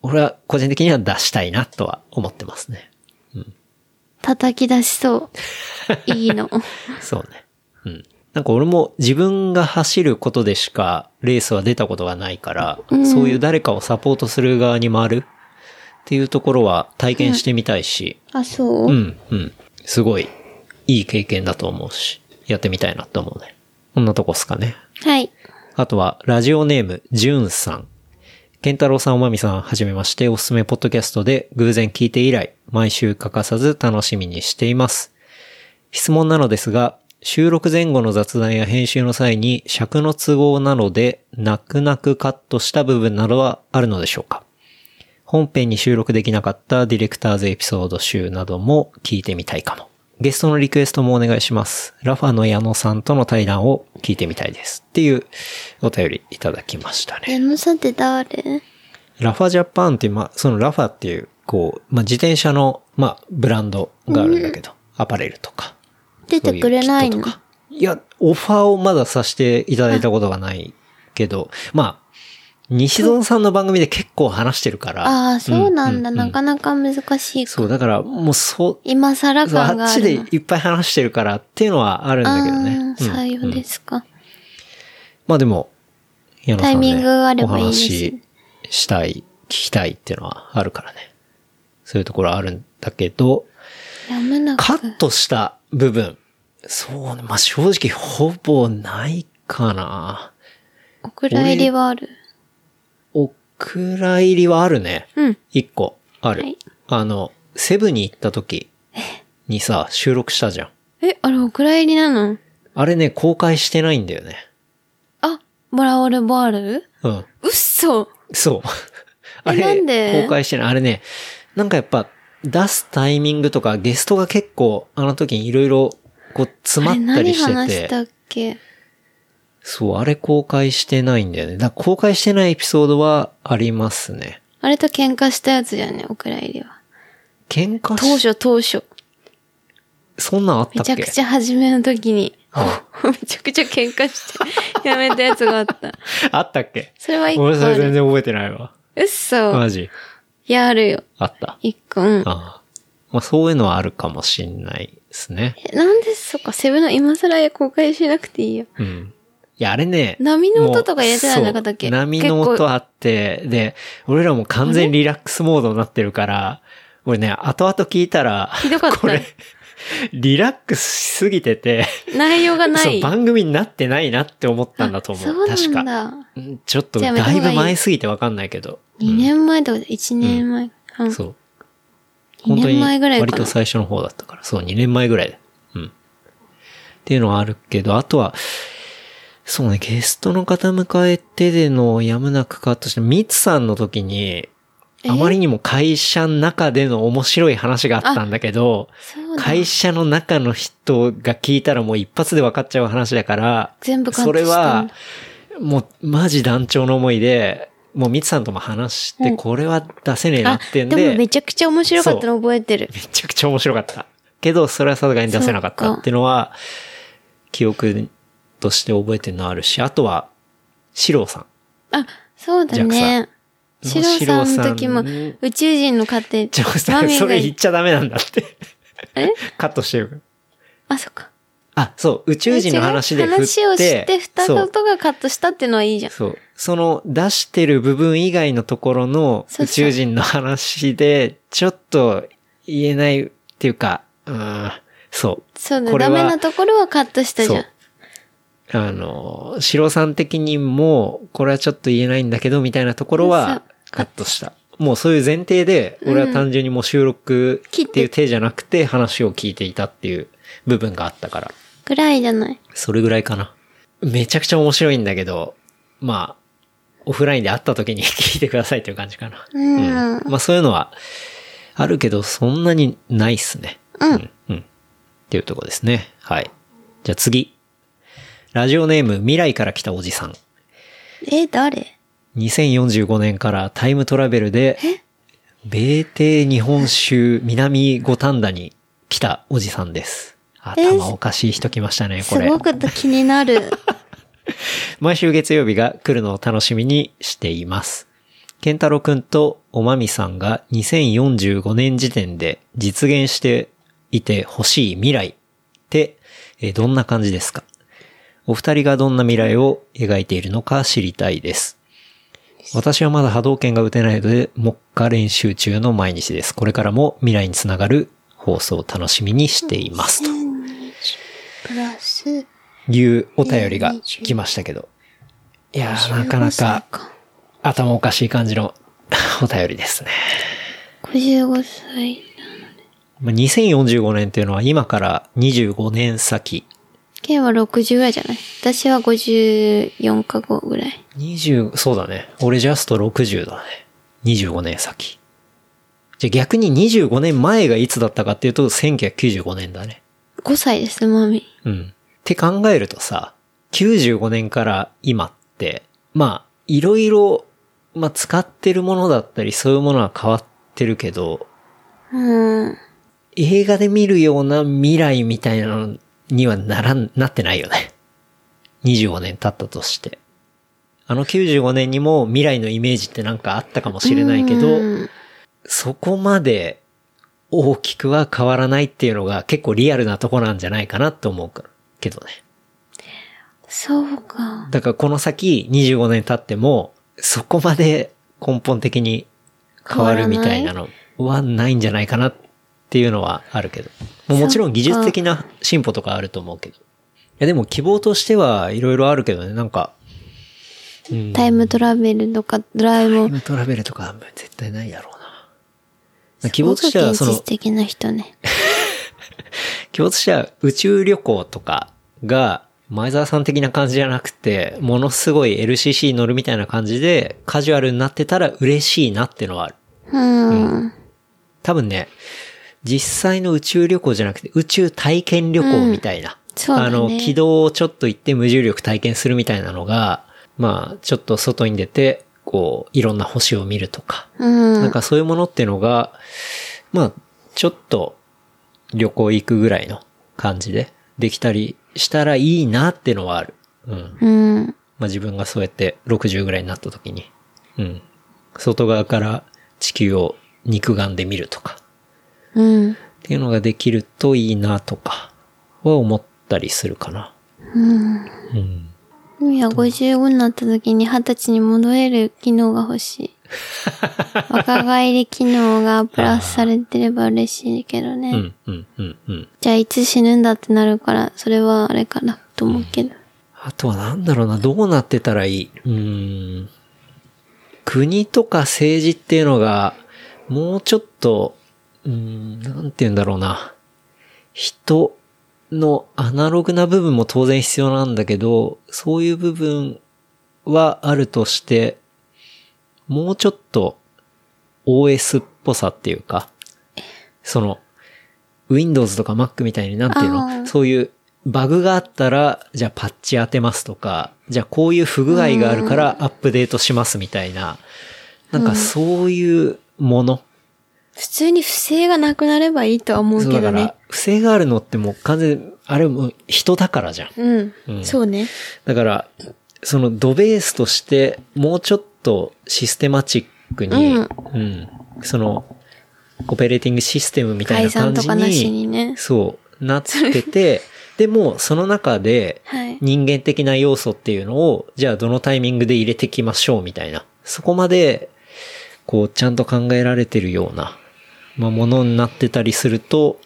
[SPEAKER 1] 俺は個人的には出したいなとは思ってますね。
[SPEAKER 2] 叩き出しそう。い いの。
[SPEAKER 1] そうね。うん。なんか俺も自分が走ることでしかレースは出たことがないから、そういう誰かをサポートする側に回るっていうところは体験してみたいし、
[SPEAKER 2] あ、そう、
[SPEAKER 1] うん、うん。すごいいい経験だと思うし、やってみたいなと思うね。こんなとこっすかね。
[SPEAKER 2] はい。
[SPEAKER 1] あとは、ラジオネーム、じゅんさん。ケンタロウさん、おまみさん、はじめまして、おすすめポッドキャストで偶然聞いて以来、毎週欠かさず楽しみにしています。質問なのですが、収録前後の雑談や編集の際に尺の都合なので、泣く泣くカットした部分などはあるのでしょうか本編に収録できなかったディレクターズエピソード集なども聞いてみたいかも。ゲストのリクエストもお願いします。ラファの矢野さんとの対談を聞いてみたいです。っていうお便りいただきましたね。
[SPEAKER 2] 矢野さんって誰
[SPEAKER 1] ラファジャパンっていう、まあ、そのラファっていう、こう、まあ、自転車の、まあ、ブランドがあるんだけど、アパレルとか。
[SPEAKER 2] 出てくれないの
[SPEAKER 1] そううキットとかいや、オファーをまださせていただいたことがないけど、まあ、西園さんの番組で結構話してるから。
[SPEAKER 2] ああ、そうなんだ、
[SPEAKER 1] う
[SPEAKER 2] なかなか難しいか。
[SPEAKER 1] そう、だから、もうそう、
[SPEAKER 2] 今更
[SPEAKER 1] そう
[SPEAKER 2] 感が
[SPEAKER 1] あっ
[SPEAKER 2] あ
[SPEAKER 1] ち
[SPEAKER 2] る
[SPEAKER 1] で
[SPEAKER 2] な。
[SPEAKER 1] いっぱい話してるからっていうのはあるんだけどね。
[SPEAKER 2] あー
[SPEAKER 1] うん
[SPEAKER 2] 採用ですか。
[SPEAKER 1] まあでも、矢野さん、ね、
[SPEAKER 2] タイミングがあればいい
[SPEAKER 1] お
[SPEAKER 2] です
[SPEAKER 1] 話ししたい、聞きたいっていうのはあるからね。そういうところはあるんだけど、
[SPEAKER 2] やむなく。
[SPEAKER 1] カットした部分。そうね。まあ、正直ほぼないかな。
[SPEAKER 2] お蔵入りはある。
[SPEAKER 1] お蔵入りはあるね。
[SPEAKER 2] うん。
[SPEAKER 1] 一個ある。
[SPEAKER 2] はい
[SPEAKER 1] あの、セブンに行った時にさ、収録したじゃん。
[SPEAKER 2] え、あれお蔵入りなの
[SPEAKER 1] あれね、公開してないんだよね。
[SPEAKER 2] あ、ボラオルボール
[SPEAKER 1] うん。
[SPEAKER 2] うっそ
[SPEAKER 1] そう。あれ、
[SPEAKER 2] なんで
[SPEAKER 1] 公開してない。あれね、なんかやっぱ、出すタイミングとか、ゲストが結構、あの時にいろいろ、こう、詰ま
[SPEAKER 2] あれ
[SPEAKER 1] ったり
[SPEAKER 2] 何
[SPEAKER 1] して
[SPEAKER 2] 話
[SPEAKER 1] て。
[SPEAKER 2] したっけ
[SPEAKER 1] そう、あれ公開してないんだよね。だから公開してないエピソードはありますね。
[SPEAKER 2] あれと喧嘩したやつじゃんね、お蔵入りは。
[SPEAKER 1] 喧嘩
[SPEAKER 2] 当
[SPEAKER 1] し、
[SPEAKER 2] 初当初。
[SPEAKER 1] そんなんあっ
[SPEAKER 2] め
[SPEAKER 1] たっ
[SPEAKER 2] ち
[SPEAKER 1] け
[SPEAKER 2] ゃくちゃ初めの時に。
[SPEAKER 1] あ
[SPEAKER 2] めちゃくちゃ喧嘩して、 やめたやつがあった。
[SPEAKER 1] あったっけ
[SPEAKER 2] それは一個
[SPEAKER 1] 俺そ
[SPEAKER 2] あ
[SPEAKER 1] れ全
[SPEAKER 2] る。
[SPEAKER 1] 然覚えてないわ。
[SPEAKER 2] うっそ
[SPEAKER 1] マジ。
[SPEAKER 2] いや、あるよ。
[SPEAKER 1] あった。
[SPEAKER 2] 一個、うん。
[SPEAKER 1] ああまあそういうのはあるかもしんないですね。
[SPEAKER 2] えなんで、そっか、セブンの今更公開しなくていいよ。
[SPEAKER 1] うん。いや、あれね。
[SPEAKER 2] 波の音とか入れてなかったっけ
[SPEAKER 1] もうそう波の
[SPEAKER 2] 結構
[SPEAKER 1] 音あって、で、俺らもう完全リラックスモードになってるから、俺ね、後々聞いたら、
[SPEAKER 2] ひどかった
[SPEAKER 1] これ、リラックスしすぎてて、
[SPEAKER 2] 内容がな
[SPEAKER 1] そう
[SPEAKER 2] い。
[SPEAKER 1] 番組になってないなって思ったんだと思う。
[SPEAKER 2] そう
[SPEAKER 1] 確
[SPEAKER 2] な
[SPEAKER 1] か
[SPEAKER 2] ん。だ。
[SPEAKER 1] うんちょっと
[SPEAKER 2] じゃあや
[SPEAKER 1] だ
[SPEAKER 2] め
[SPEAKER 1] い
[SPEAKER 2] た方がい
[SPEAKER 1] ぶ
[SPEAKER 2] い
[SPEAKER 1] 前すぎてわかんないけど。
[SPEAKER 2] 2年前とか1年前。うん
[SPEAKER 1] そう。
[SPEAKER 2] 2
[SPEAKER 1] 本当
[SPEAKER 2] 年
[SPEAKER 1] に
[SPEAKER 2] 前ぐらいか
[SPEAKER 1] 割
[SPEAKER 2] な。
[SPEAKER 1] と最初の方だったから。そう、2年前ぐらいだ。うん。っていうのはあるけど、あとは、そうね、ゲストの方迎えてでのやむなくカットして、ミツさんの時に、
[SPEAKER 2] え
[SPEAKER 1] あまりにも会社の中での面白い話があったんだけど、
[SPEAKER 2] そうだ
[SPEAKER 1] 会社の中の人が聞いたらもう一発で分かっちゃう話だから、
[SPEAKER 2] 全部カッ
[SPEAKER 1] そ
[SPEAKER 2] ト
[SPEAKER 1] れ
[SPEAKER 2] したん
[SPEAKER 1] は
[SPEAKER 2] だ。、
[SPEAKER 1] もうマジ団長の思いで、もうミツさんとも話して、これは出せねえな
[SPEAKER 2] あ
[SPEAKER 1] ってん
[SPEAKER 2] で
[SPEAKER 1] で、
[SPEAKER 2] もめちゃくちゃ面白かったの覚えてる。
[SPEAKER 1] めちゃくちゃ面白かった。けど、それはさすがに出せなかっ
[SPEAKER 2] そ
[SPEAKER 1] た
[SPEAKER 2] っか
[SPEAKER 1] っていうのは、記憶として覚えてるのあるし、あとは、シローさん。
[SPEAKER 2] あ、そうだね。シロさんの時も
[SPEAKER 1] シロさん
[SPEAKER 2] 宇宙人の勝手、
[SPEAKER 1] ちょ、
[SPEAKER 2] マ
[SPEAKER 1] さ、
[SPEAKER 2] ミン
[SPEAKER 1] そ
[SPEAKER 2] が
[SPEAKER 1] れ言っちゃダメなんだって。
[SPEAKER 2] え
[SPEAKER 1] カットしてる。
[SPEAKER 2] あ、そっか。
[SPEAKER 1] あ、そう、宇宙人の話で振って。
[SPEAKER 2] 話をして、二
[SPEAKER 1] そう
[SPEAKER 2] 言がカットしたっていうのはいいじゃん。
[SPEAKER 1] そう。その出してる部分以外のところの
[SPEAKER 2] そう
[SPEAKER 1] 宇
[SPEAKER 2] そう
[SPEAKER 1] 宙人の話で、ちょっと言えないっていうか、うん、そう。
[SPEAKER 2] そうだ、
[SPEAKER 1] これ
[SPEAKER 2] ダ
[SPEAKER 1] は
[SPEAKER 2] メなところはカットしたじゃん。
[SPEAKER 1] そう。あの、シロさん的にも、これはちょっと言えないんだけど、みたいなところは
[SPEAKER 2] そう
[SPEAKER 1] カットした。もうそういう前提で、
[SPEAKER 2] うん
[SPEAKER 1] 俺は単純にもう収録
[SPEAKER 2] 切っ
[SPEAKER 1] ってていう手じゃなくて話を聞いていたっていう部分があったから。
[SPEAKER 2] ぐらいじゃない。
[SPEAKER 1] それぐらいかな。めちゃくちゃ面白いんだけど、まあ、オフラインで会った時に 聞いてくださいという感じかな。
[SPEAKER 2] うん
[SPEAKER 1] まあそういうのはあるけど、そんなにないっすね。
[SPEAKER 2] うん
[SPEAKER 1] うん。うん。っていうとこですね。はい。じゃあ次。ラジオネーム未来から来たおじさん。
[SPEAKER 2] え、誰
[SPEAKER 1] 2045年からタイムトラベルで
[SPEAKER 2] え、
[SPEAKER 1] 米帝日本州南五反田に来たおじさんです。頭おかしい人来ましたね、こ
[SPEAKER 2] す
[SPEAKER 1] れ。
[SPEAKER 2] ごく気になる。
[SPEAKER 1] 毎週月曜日が来るのを楽しみにしています。ケンタロウくんとおまみさんが2045年時点で実現していて欲しい未来って、えーどんな感じですかお二人がどんな未来を描いているのか知りたいです。私はまだ波動拳が打てないので、目下練習中の毎日です。これからも未来につながる放送を楽しみにしています。と
[SPEAKER 2] プラス、
[SPEAKER 1] いうお便りが来ましたけど。いやー、なかなか頭おかしい感じの お便りですね。
[SPEAKER 2] 55歳。
[SPEAKER 1] まあ2045年っていうのは今から25年先。
[SPEAKER 2] ケンは60ぐらいじゃない私は54か5ぐらい。
[SPEAKER 1] 20、そうだね。俺ジャスト60だね。25年先。じゃあ逆に25年前がいつだったかっていうと1995年だね。
[SPEAKER 2] 5歳です、マミ。
[SPEAKER 1] うん。って考えるとさ、95年から今って、まあ、いろいろ、まあ使ってるものだったりそういうものは変わってるけど、
[SPEAKER 2] うん。
[SPEAKER 1] 映画で見るような未来みたいなのにはならん、なってないよね。25年経ったとして。あの95年にも未来のイメージってなんかあったかもしれないけど、
[SPEAKER 2] うん
[SPEAKER 1] そこまで大きくは変わらないっていうのが結構リアルなとこなんじゃないかなと思うからけどね。
[SPEAKER 2] そうか。
[SPEAKER 1] だからこの先25年経っても、そこまで根本的に変わるみたいなのはないんじゃないかなっていうのはあるけど。もうもちろん技術的な進歩とかあると思うけど。いやでも希望としてはいろいろあるけどね、なんか。うん
[SPEAKER 2] タイムトラベルとかドラえも
[SPEAKER 1] タイ
[SPEAKER 2] ん。
[SPEAKER 1] ムトラベルとか絶対ないだろうな。希望としては、
[SPEAKER 2] す
[SPEAKER 1] そ
[SPEAKER 2] ごく
[SPEAKER 1] の
[SPEAKER 2] 現実、的な人ね。
[SPEAKER 1] 共通者宇宙旅行とかが、前澤さん的な感じじゃなくて、ものすごい LCC 乗るみたいな感じで、カジュアルになってたら嬉しいなってのはある。
[SPEAKER 2] うん。
[SPEAKER 1] 多分ね、実際の宇宙旅行じゃなくて、宇宙体験旅行みたいな。
[SPEAKER 2] そうだね
[SPEAKER 1] あの、軌道をちょっと行って無重力体験するみたいなのが、まあ、ちょっと外に出て、こう、いろんな星を見るとか、
[SPEAKER 2] う
[SPEAKER 1] なん
[SPEAKER 2] ん。
[SPEAKER 1] かそういうものっていうのが、まあ、ちょっと旅行行くぐらいの感じでできたりしたらいいなっていうのはある。うん。
[SPEAKER 2] うん。
[SPEAKER 1] まあ自分がそうやって60ぐらいになった時に、うん。外側から地球を肉眼で見るとか、
[SPEAKER 2] うん。
[SPEAKER 1] っていうのができるといいなとか、は思ったりするかな。うん。
[SPEAKER 2] いや、55になった時に20歳に戻れる機能が欲し い。若返り機能がプラスされてれば嬉しいけどね。
[SPEAKER 1] うん、うん、うん、うん。
[SPEAKER 2] じゃあいつ死ぬんだってなるから、それはあれかなと思うけど。
[SPEAKER 1] あとはなんだろうな、どうなってたらいい。うーん。国とか政治っていうのが、もうちょっと、うーん、なんて言うんだろうな。人のアナログな部分も当然必要なんだけど、そういう部分はあるとして、もうちょっと OS っぽさっていうか、その、Windows とか Mac みたいになんていう
[SPEAKER 2] あー
[SPEAKER 1] のそういうバグがあったら、じゃあパッチ当てますとか、じゃあこういう不具合があるからアップデートしますみたいな、なんかそういうもの。
[SPEAKER 2] 普通に不正がなくなればいいとは思う
[SPEAKER 1] そう
[SPEAKER 2] け
[SPEAKER 1] だ
[SPEAKER 2] ど
[SPEAKER 1] から
[SPEAKER 2] ね。、
[SPEAKER 1] 不正があるのってもう完全に、あれもう人だからじゃん。
[SPEAKER 2] うん、
[SPEAKER 1] うん
[SPEAKER 2] そうね。
[SPEAKER 1] だから、そのドベースとして、もうちょっとシステマチッックに、
[SPEAKER 2] う
[SPEAKER 1] うん
[SPEAKER 2] ん、
[SPEAKER 1] その、オペレーティングシステムみたい
[SPEAKER 2] 解
[SPEAKER 1] な
[SPEAKER 2] 散
[SPEAKER 1] 感
[SPEAKER 2] と
[SPEAKER 1] じ
[SPEAKER 2] かなし
[SPEAKER 1] に、
[SPEAKER 2] にね。
[SPEAKER 1] そう、なってて、でも、その中で、
[SPEAKER 2] はい。
[SPEAKER 1] 人間的な要素っていうのを、じゃあどのタイミングで入れてきましょうみたいな。そこまで、こう、ちゃんと考えられてるような、まあ、ものになってたりすると、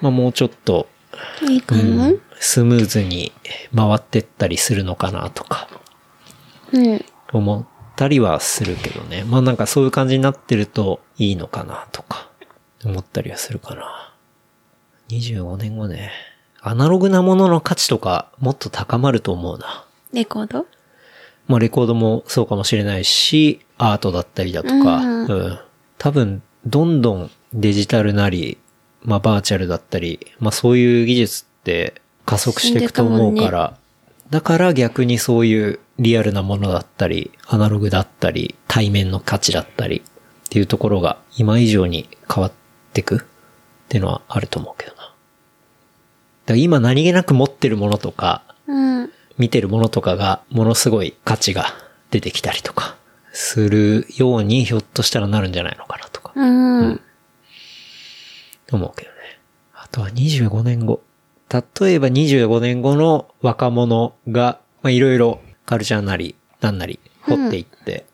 [SPEAKER 1] まあ、もうちょっと、
[SPEAKER 2] いいか
[SPEAKER 1] うん
[SPEAKER 2] なうん。
[SPEAKER 1] スムーズに回ってったりするのかなとか、思ったりはするけどね。まあ、なんかそういう感じになってるといいのかなとか、思ったりはするかな。25年後ね。アナログなものの価値とか、もっと高まると思うな。
[SPEAKER 2] レコード
[SPEAKER 1] まあ、レコードもそうかもしれないし、アートだったりだとか、
[SPEAKER 2] うん
[SPEAKER 1] うん多分、どんどんデジタルなり、まあ、バーチャルだったり、まあ、そういう技術って加速していくと思うから、だから逆にそういうリアルなものだったり、アナログだったり、対面の価値だったりっていうところが今以上に変わってくっていうのはあると思うけどな。だから今何気なく持ってるものとか、
[SPEAKER 2] うん。
[SPEAKER 1] 見てるものとかがものすごい価値が出てきたりとかするようにひょっとしたらなるんじゃないのかなとか
[SPEAKER 2] うん。
[SPEAKER 1] 思うけどね。あとは25年後。例えば25年後の若者が、まあいろいろカルチャーなり、なんなり掘っていって、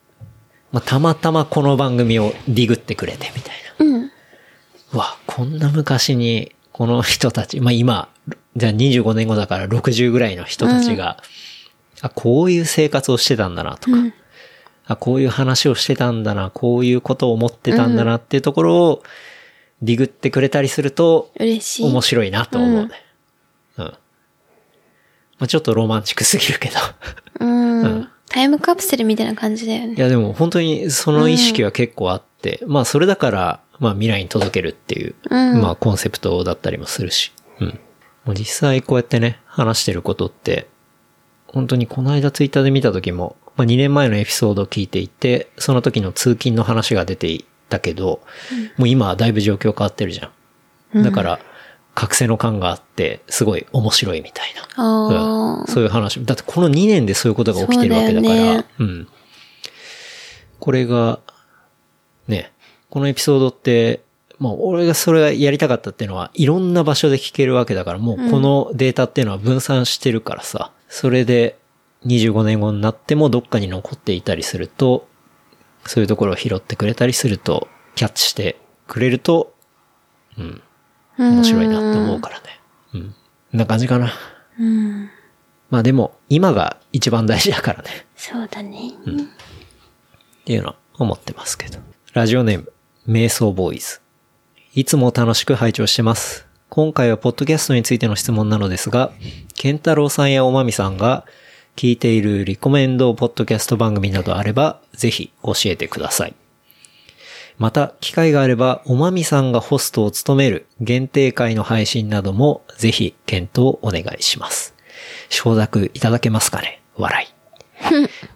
[SPEAKER 1] まあたまたまこの番組をディグってくれてみたいな。
[SPEAKER 2] うん。
[SPEAKER 1] うわ、こんな昔に、この人たち、まあ今、じゃあ25年後だから60ぐらいの人たちが、あ、こういう生活をしてたんだなとか、
[SPEAKER 2] うん
[SPEAKER 1] あ、こういう話をしてたんだな、こういうことを思ってたんだなっていうところを、ディグってくれたりすると、
[SPEAKER 2] 嬉しい。
[SPEAKER 1] 面白いなと思うね。うん。まあちょっとロマンチックすぎるけ ど。
[SPEAKER 2] うん。タイムカプセルみたいな感じだよ
[SPEAKER 1] い
[SPEAKER 2] ね。
[SPEAKER 1] やでも本当にその意識は結構あって、まあそれだから、まあ未来に届けるっていう、
[SPEAKER 2] うん
[SPEAKER 1] まあコンセプトだったりもするし、うん。もう実際こうやってね、話してることって、本当にこの間ツイッターで見た時も、まあ2年前のエピソードを聞いていて、その時の通勤の話が出ていたけど、もう今はだいぶ状況変わってるじゃん。だから、覚醒の感があって、すごい面白いみたいな。
[SPEAKER 2] あ
[SPEAKER 1] そういう話。だってこの2年でそういうことが起きてるわけだか
[SPEAKER 2] そうだよ
[SPEAKER 1] ら、
[SPEAKER 2] ね
[SPEAKER 1] うん。これが、ね、このエピソードって、まあ俺がそれがやりたかったっていうのは、いろんな場所で聞けるわけだから、もうこのデータっていうのは分散してるからさ、それで25年後になってもどっかに残っていたりすると、そういうところを拾ってくれたりすると、キャッチしてくれると、うん、
[SPEAKER 2] あ。
[SPEAKER 1] 面白いなと思うからね。うん。こんな感じかな。
[SPEAKER 2] うん。
[SPEAKER 1] まあでも、今が一番大事だからね。
[SPEAKER 2] そうだね。
[SPEAKER 1] っていうのは思ってますけど。ラジオネーム、瞑想ボーイズ。いつも楽しく拝聴してます。今回はポッドキャストについての質問なのですが、ケンタロウさんやおまみさんが聞いているリコメンドポッドキャスト番組などあれば、ぜひ教えてください。また、機会があれば、おまみさんがホストを務める限定会の配信なども、ぜひ検討お願いします。承諾いただけますかね笑い。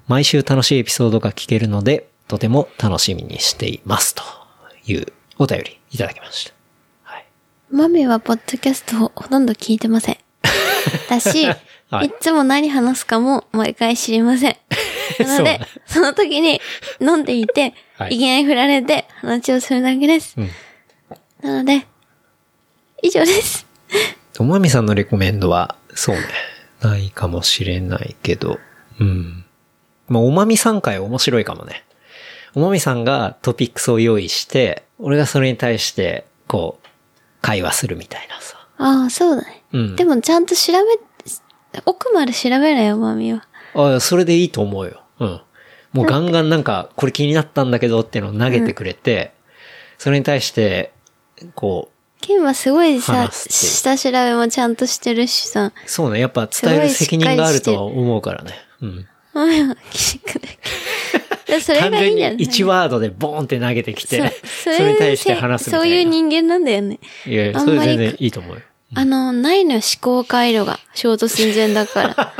[SPEAKER 1] 毎週楽しいエピソードが聞けるので、とても楽しみにしています。というお便りいただきました。はい。
[SPEAKER 2] マミはポッドキャストをほとんど聞いてません。だし、
[SPEAKER 1] はい
[SPEAKER 2] い、つも何話すかも毎回知りま せん。なので、その時に飲んでいて、
[SPEAKER 1] はい
[SPEAKER 2] い、きなり振られて話をするだけです。
[SPEAKER 1] うん
[SPEAKER 2] なので、以上です。
[SPEAKER 1] おまみさんのレコメンドは、そうね、 ないかもしれないけど、うん。まあ、おまみさん回面白いかもね。おまみさんがトピックスを用意して、俺がそれに対して、こう、会話するみたいなさ。
[SPEAKER 2] ああ、そうだね。
[SPEAKER 1] うん
[SPEAKER 2] でもちゃんと調べ、奥まで調べろよ、マミは。
[SPEAKER 1] あそれでいいと思うよ。うん。もうガンガンなんか、これ気になったんだけどっていうのを投げてくれて、それに対して、こ
[SPEAKER 2] ケンはすごいさ、
[SPEAKER 1] 話すっていう
[SPEAKER 2] 下調べもちゃんとしてるしさ、
[SPEAKER 1] う、そうね、やっぱ伝える責任があるとは思うからね。うん。
[SPEAKER 2] マミは岸君だけ。それ
[SPEAKER 1] 単
[SPEAKER 2] がい
[SPEAKER 1] 純
[SPEAKER 2] いん
[SPEAKER 1] に
[SPEAKER 2] だよね。
[SPEAKER 1] 1ワードでボーンって投げてきて、 そ
[SPEAKER 2] そ
[SPEAKER 1] れに
[SPEAKER 2] うそういう
[SPEAKER 1] 対して話すみたいな。
[SPEAKER 2] そういう人間なんだよね。
[SPEAKER 1] いやいや、
[SPEAKER 2] あ
[SPEAKER 1] そ
[SPEAKER 2] ん
[SPEAKER 1] れ
[SPEAKER 2] まり
[SPEAKER 1] 全然いいと思うよ。
[SPEAKER 2] あの、ないのよ思考回路が、衝突寸前だ から。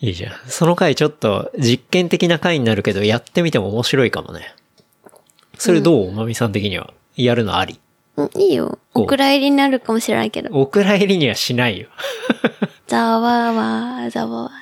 [SPEAKER 1] いいじゃん。その回ちょっと実験的な回になるけど、やってみても面白いかもね。それどうおまみさん的には。やるのあり。
[SPEAKER 2] うんいいよ。
[SPEAKER 1] こう
[SPEAKER 2] お蔵入りになるかもしれないけど。
[SPEAKER 1] お蔵入りにはしないよ。
[SPEAKER 2] ざわわ、ざわわね。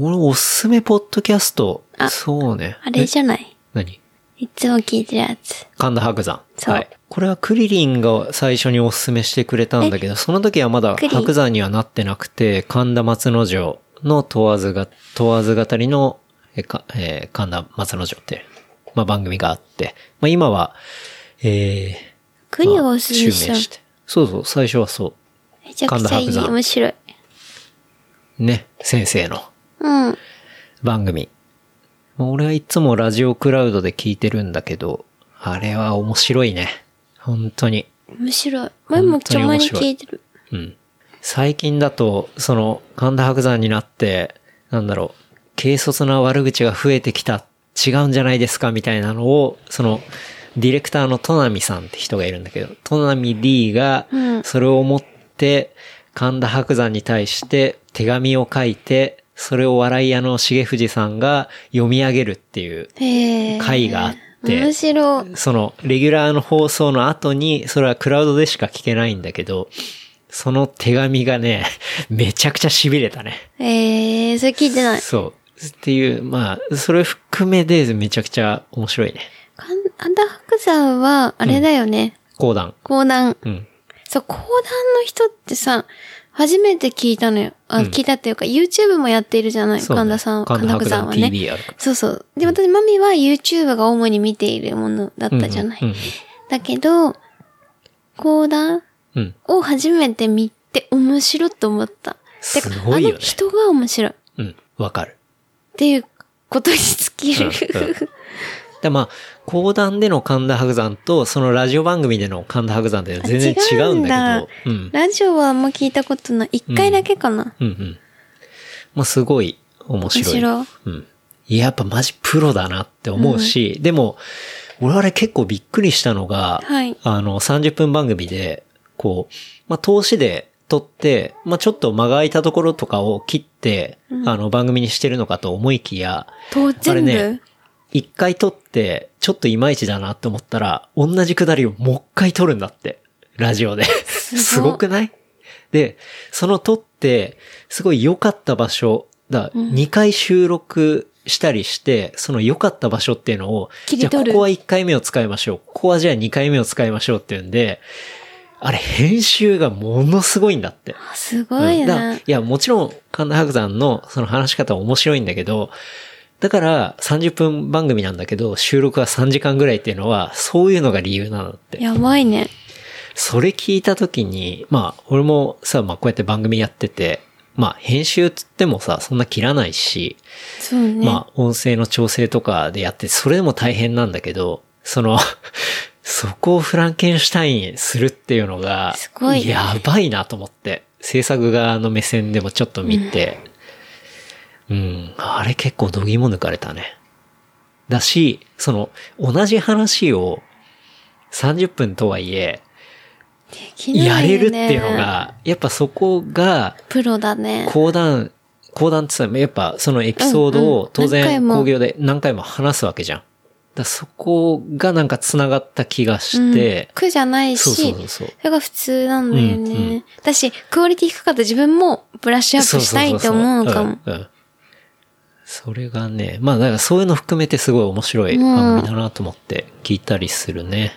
[SPEAKER 1] 俺、おすすめポッドキャスト。
[SPEAKER 2] あ
[SPEAKER 1] そうね。
[SPEAKER 2] あれじ
[SPEAKER 1] ゃ。
[SPEAKER 2] ゃない
[SPEAKER 1] 何
[SPEAKER 2] いつも聞いてるやつ。
[SPEAKER 1] 神田伯山。
[SPEAKER 2] そう
[SPEAKER 1] はい。これはクリリンが最初におすすめしてくれたんだけど、その時はまだ
[SPEAKER 2] クリ
[SPEAKER 1] 白山にはなってなくて、神田松之丞の問わずが、問わず語りの、え、か、えー神田松之丞って、まあ番組があって、まあ今は、えー、
[SPEAKER 2] クリをおすすめし
[SPEAKER 1] まあ襲名
[SPEAKER 2] ちゃ。
[SPEAKER 1] てそうそう、最初はそう
[SPEAKER 2] めちゃくちゃいい、
[SPEAKER 1] 神田伯山
[SPEAKER 2] 面白い。
[SPEAKER 1] う。ね、先生の
[SPEAKER 2] うん。
[SPEAKER 1] 番組。もう俺はいつもラジオクラウドで聞いてるんだけど、あれは面白いね。本当に。
[SPEAKER 2] 面白い。前もちょまに聞いてる。
[SPEAKER 1] うん。最近だと、その、神田伯山になって、なんだろう、軽率な悪口が増えてきた、違うんじゃないですか、みたいなのを、その、ディレクターのトナミさんって人がいるんだけど、トナミ D が
[SPEAKER 2] うん、
[SPEAKER 1] それを持って、神田伯山に対して手紙を書いて、それを笑い屋の重藤さんが読み上げるっていう、
[SPEAKER 2] へえ。
[SPEAKER 1] 回があって
[SPEAKER 2] 面白い。
[SPEAKER 1] その、レギュラーの放送の後に、それはクラウドでしか聞けないんだけど、その手紙がね、 めちゃくちゃ痺れたね。
[SPEAKER 2] ええ、それ聞いてない。
[SPEAKER 1] そう。っていう、まあ、それ含めでめちゃくちゃ面白いね。
[SPEAKER 2] 神神田伯山は、あれだよね。
[SPEAKER 1] 講談。
[SPEAKER 2] 講談。
[SPEAKER 1] うん。
[SPEAKER 2] そう、講談の人ってさ、初めて聞いたのよ。あ、
[SPEAKER 1] うん
[SPEAKER 2] 聞いたっていうか、YouTube もやっているじゃない、
[SPEAKER 1] そうね
[SPEAKER 2] 神田さん、
[SPEAKER 1] 神
[SPEAKER 2] 神
[SPEAKER 1] 田
[SPEAKER 2] 田
[SPEAKER 1] 伯山
[SPEAKER 2] 伯山
[SPEAKER 1] は
[SPEAKER 2] は
[SPEAKER 1] TV
[SPEAKER 2] ね。
[SPEAKER 1] あるから。
[SPEAKER 2] そうそう。で、私、マミは YouTube が主に見ているものだったじゃない。
[SPEAKER 1] うんうん
[SPEAKER 2] だけど、講談
[SPEAKER 1] うん。うん
[SPEAKER 2] を初めて見て面白いと思った。てか
[SPEAKER 1] すごいよね
[SPEAKER 2] あの人が面白い。っ
[SPEAKER 1] うん。わかる。
[SPEAKER 2] ていうことに尽きる。
[SPEAKER 1] うん うんで、まあ、講談での神田伯山と、そのラジオ番組での神田伯山って全然違うんだけど、 うん。
[SPEAKER 2] ラジオはあんま聞いたことない。一回だけかな。
[SPEAKER 1] うんうん。まあ、すごい面白い。
[SPEAKER 2] 面白
[SPEAKER 1] うん。いややっぱマジプロだなって思うし、でも、俺あれ結構びっくりしたのが、
[SPEAKER 2] はい
[SPEAKER 1] あの、30分番組で、こう、まあ、投資で撮って、まあ、ちょっと間が空いたところとかを切って、あの、番組にしてるのかと思いきや、
[SPEAKER 2] と、
[SPEAKER 1] あれ
[SPEAKER 2] 全部、
[SPEAKER 1] ね、一回撮って、ちょっといまいちだなって思ったら、同じくだりをもう一回撮るんだって。ラジオで。す
[SPEAKER 2] ご
[SPEAKER 1] ごくないで、その撮って、すごい良かった場所、だ、2回収録したりして、その良かった場所っていうのを、
[SPEAKER 2] 切
[SPEAKER 1] じゃ
[SPEAKER 2] り
[SPEAKER 1] あこ
[SPEAKER 2] 取る
[SPEAKER 1] こは1回目を使いましょう。ここはじゃあ2回目を使いましょうっていうんで、あれ、編集がものすごいんだって。
[SPEAKER 2] あすごい
[SPEAKER 1] うんだから
[SPEAKER 2] な。
[SPEAKER 1] いや、もちろん、神田伯山のその話し方は面白いんだけど、だから30分番組なんだけど、収録は3時間ぐらいっていうのは、そういうのが理由なんだって。
[SPEAKER 2] やばいね。
[SPEAKER 1] それ聞いた時に、まあ、俺もさ、まあこうやって番組やってて、まあ編集つってもさ、そんな切らないし、
[SPEAKER 2] そうね。
[SPEAKER 1] まあ、音声の調整とかでやって、それでも大変なんだけど、その、 そこをフランケンシュタインするっていうのが、
[SPEAKER 2] すごいね
[SPEAKER 1] やばいなと思って、制作側の目線でもちょっと見て、うん、あれ結構度肝抜かれたね。だし、その、同じ話を30分とはいえ、
[SPEAKER 2] できないよ
[SPEAKER 1] や
[SPEAKER 2] ね
[SPEAKER 1] れるっていうの。が、やっぱそこが、
[SPEAKER 2] プロだね。
[SPEAKER 1] 講談、講談って言ったらやっぱそのエピソード
[SPEAKER 2] うんう
[SPEAKER 1] を
[SPEAKER 2] ん
[SPEAKER 1] 当
[SPEAKER 2] 何回
[SPEAKER 1] 然
[SPEAKER 2] も
[SPEAKER 1] 工業で何回も話すわけじゃん。だからそこがなんか繋がった気がして
[SPEAKER 2] うん、苦じゃない
[SPEAKER 1] そうそう
[SPEAKER 2] し
[SPEAKER 1] そう、そう。
[SPEAKER 2] それが普通なんだよ
[SPEAKER 1] うんうん
[SPEAKER 2] ね。だし、クオリティ低かった自分もブラッシュアップしたいって思うかも。
[SPEAKER 1] うんうんそれがね、まあだからそういうの含めてすごい面白い番組だなと思って聞いたりするね。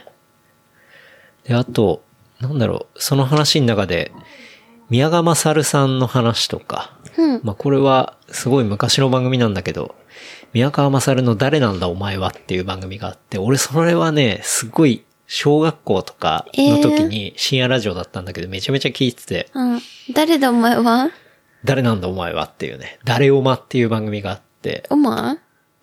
[SPEAKER 1] で、あと、なんだろう、その話の中で、宮川勝さんの話とか、
[SPEAKER 2] うん。
[SPEAKER 1] まあこれはすごい昔の番組なんだけど、宮川勝の誰なんだお前はっていう番組があって、俺それはね、すごい小学校とかの時に深夜ラジオだったんだけど、めちゃめちゃ聞いてて、
[SPEAKER 2] うん。誰だお前は
[SPEAKER 1] 誰なんだお前はっていうね、誰おまっていう番組があ って、
[SPEAKER 2] おま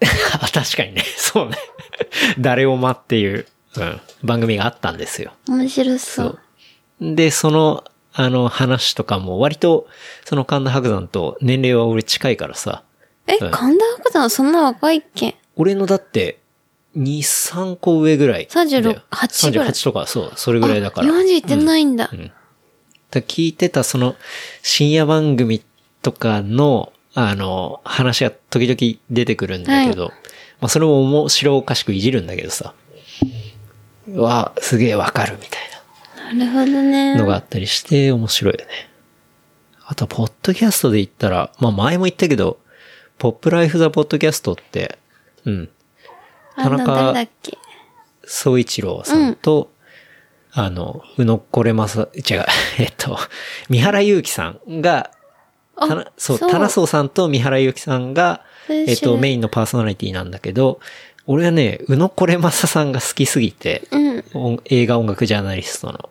[SPEAKER 1] あ確かにね、そうね。 誰おまっていう、うん、番組があったんですよ。
[SPEAKER 2] 面白そ。
[SPEAKER 1] そうう。で、その、あの話とかも割と、その神田伯山と年齢は俺近いからさ、
[SPEAKER 2] え、
[SPEAKER 1] うん
[SPEAKER 2] 神田伯山そんな若いっけ
[SPEAKER 1] 俺のだって、2、3個上ぐらい。
[SPEAKER 2] 36 8ぐらい
[SPEAKER 1] 38とか、そう、それぐらいだから。
[SPEAKER 2] あ40いってないんだ。
[SPEAKER 1] だから聞いてたその深夜番組とかの、あの、話が時々出てくるんだけど、まあそれも面白おかしくいじるんだけどさ、うわ、すげえわかるみたい
[SPEAKER 2] なるほどね
[SPEAKER 1] な。のがあったりして面白いよね。あと、ポッドキャストで言ったら、まあ前も言ったけど、ポップライフザポッドキャストって、うん。
[SPEAKER 2] あ
[SPEAKER 1] 田
[SPEAKER 2] の、
[SPEAKER 1] 中
[SPEAKER 2] 誰だっけ
[SPEAKER 1] 総一郎さんと、あの、宇野これまさ、違う、 えっと、三原祐希さんが、
[SPEAKER 2] あ
[SPEAKER 1] たなそう、
[SPEAKER 2] そう
[SPEAKER 1] 田中壮さんと三原祐希さんが、
[SPEAKER 2] そういう
[SPEAKER 1] えっ
[SPEAKER 2] 種
[SPEAKER 1] と、
[SPEAKER 2] 類
[SPEAKER 1] メインのパーソナリティなんだけど、俺はね、宇野これまささんが好きすぎて、
[SPEAKER 2] うん。
[SPEAKER 1] 音映画音楽ジャーナリストの、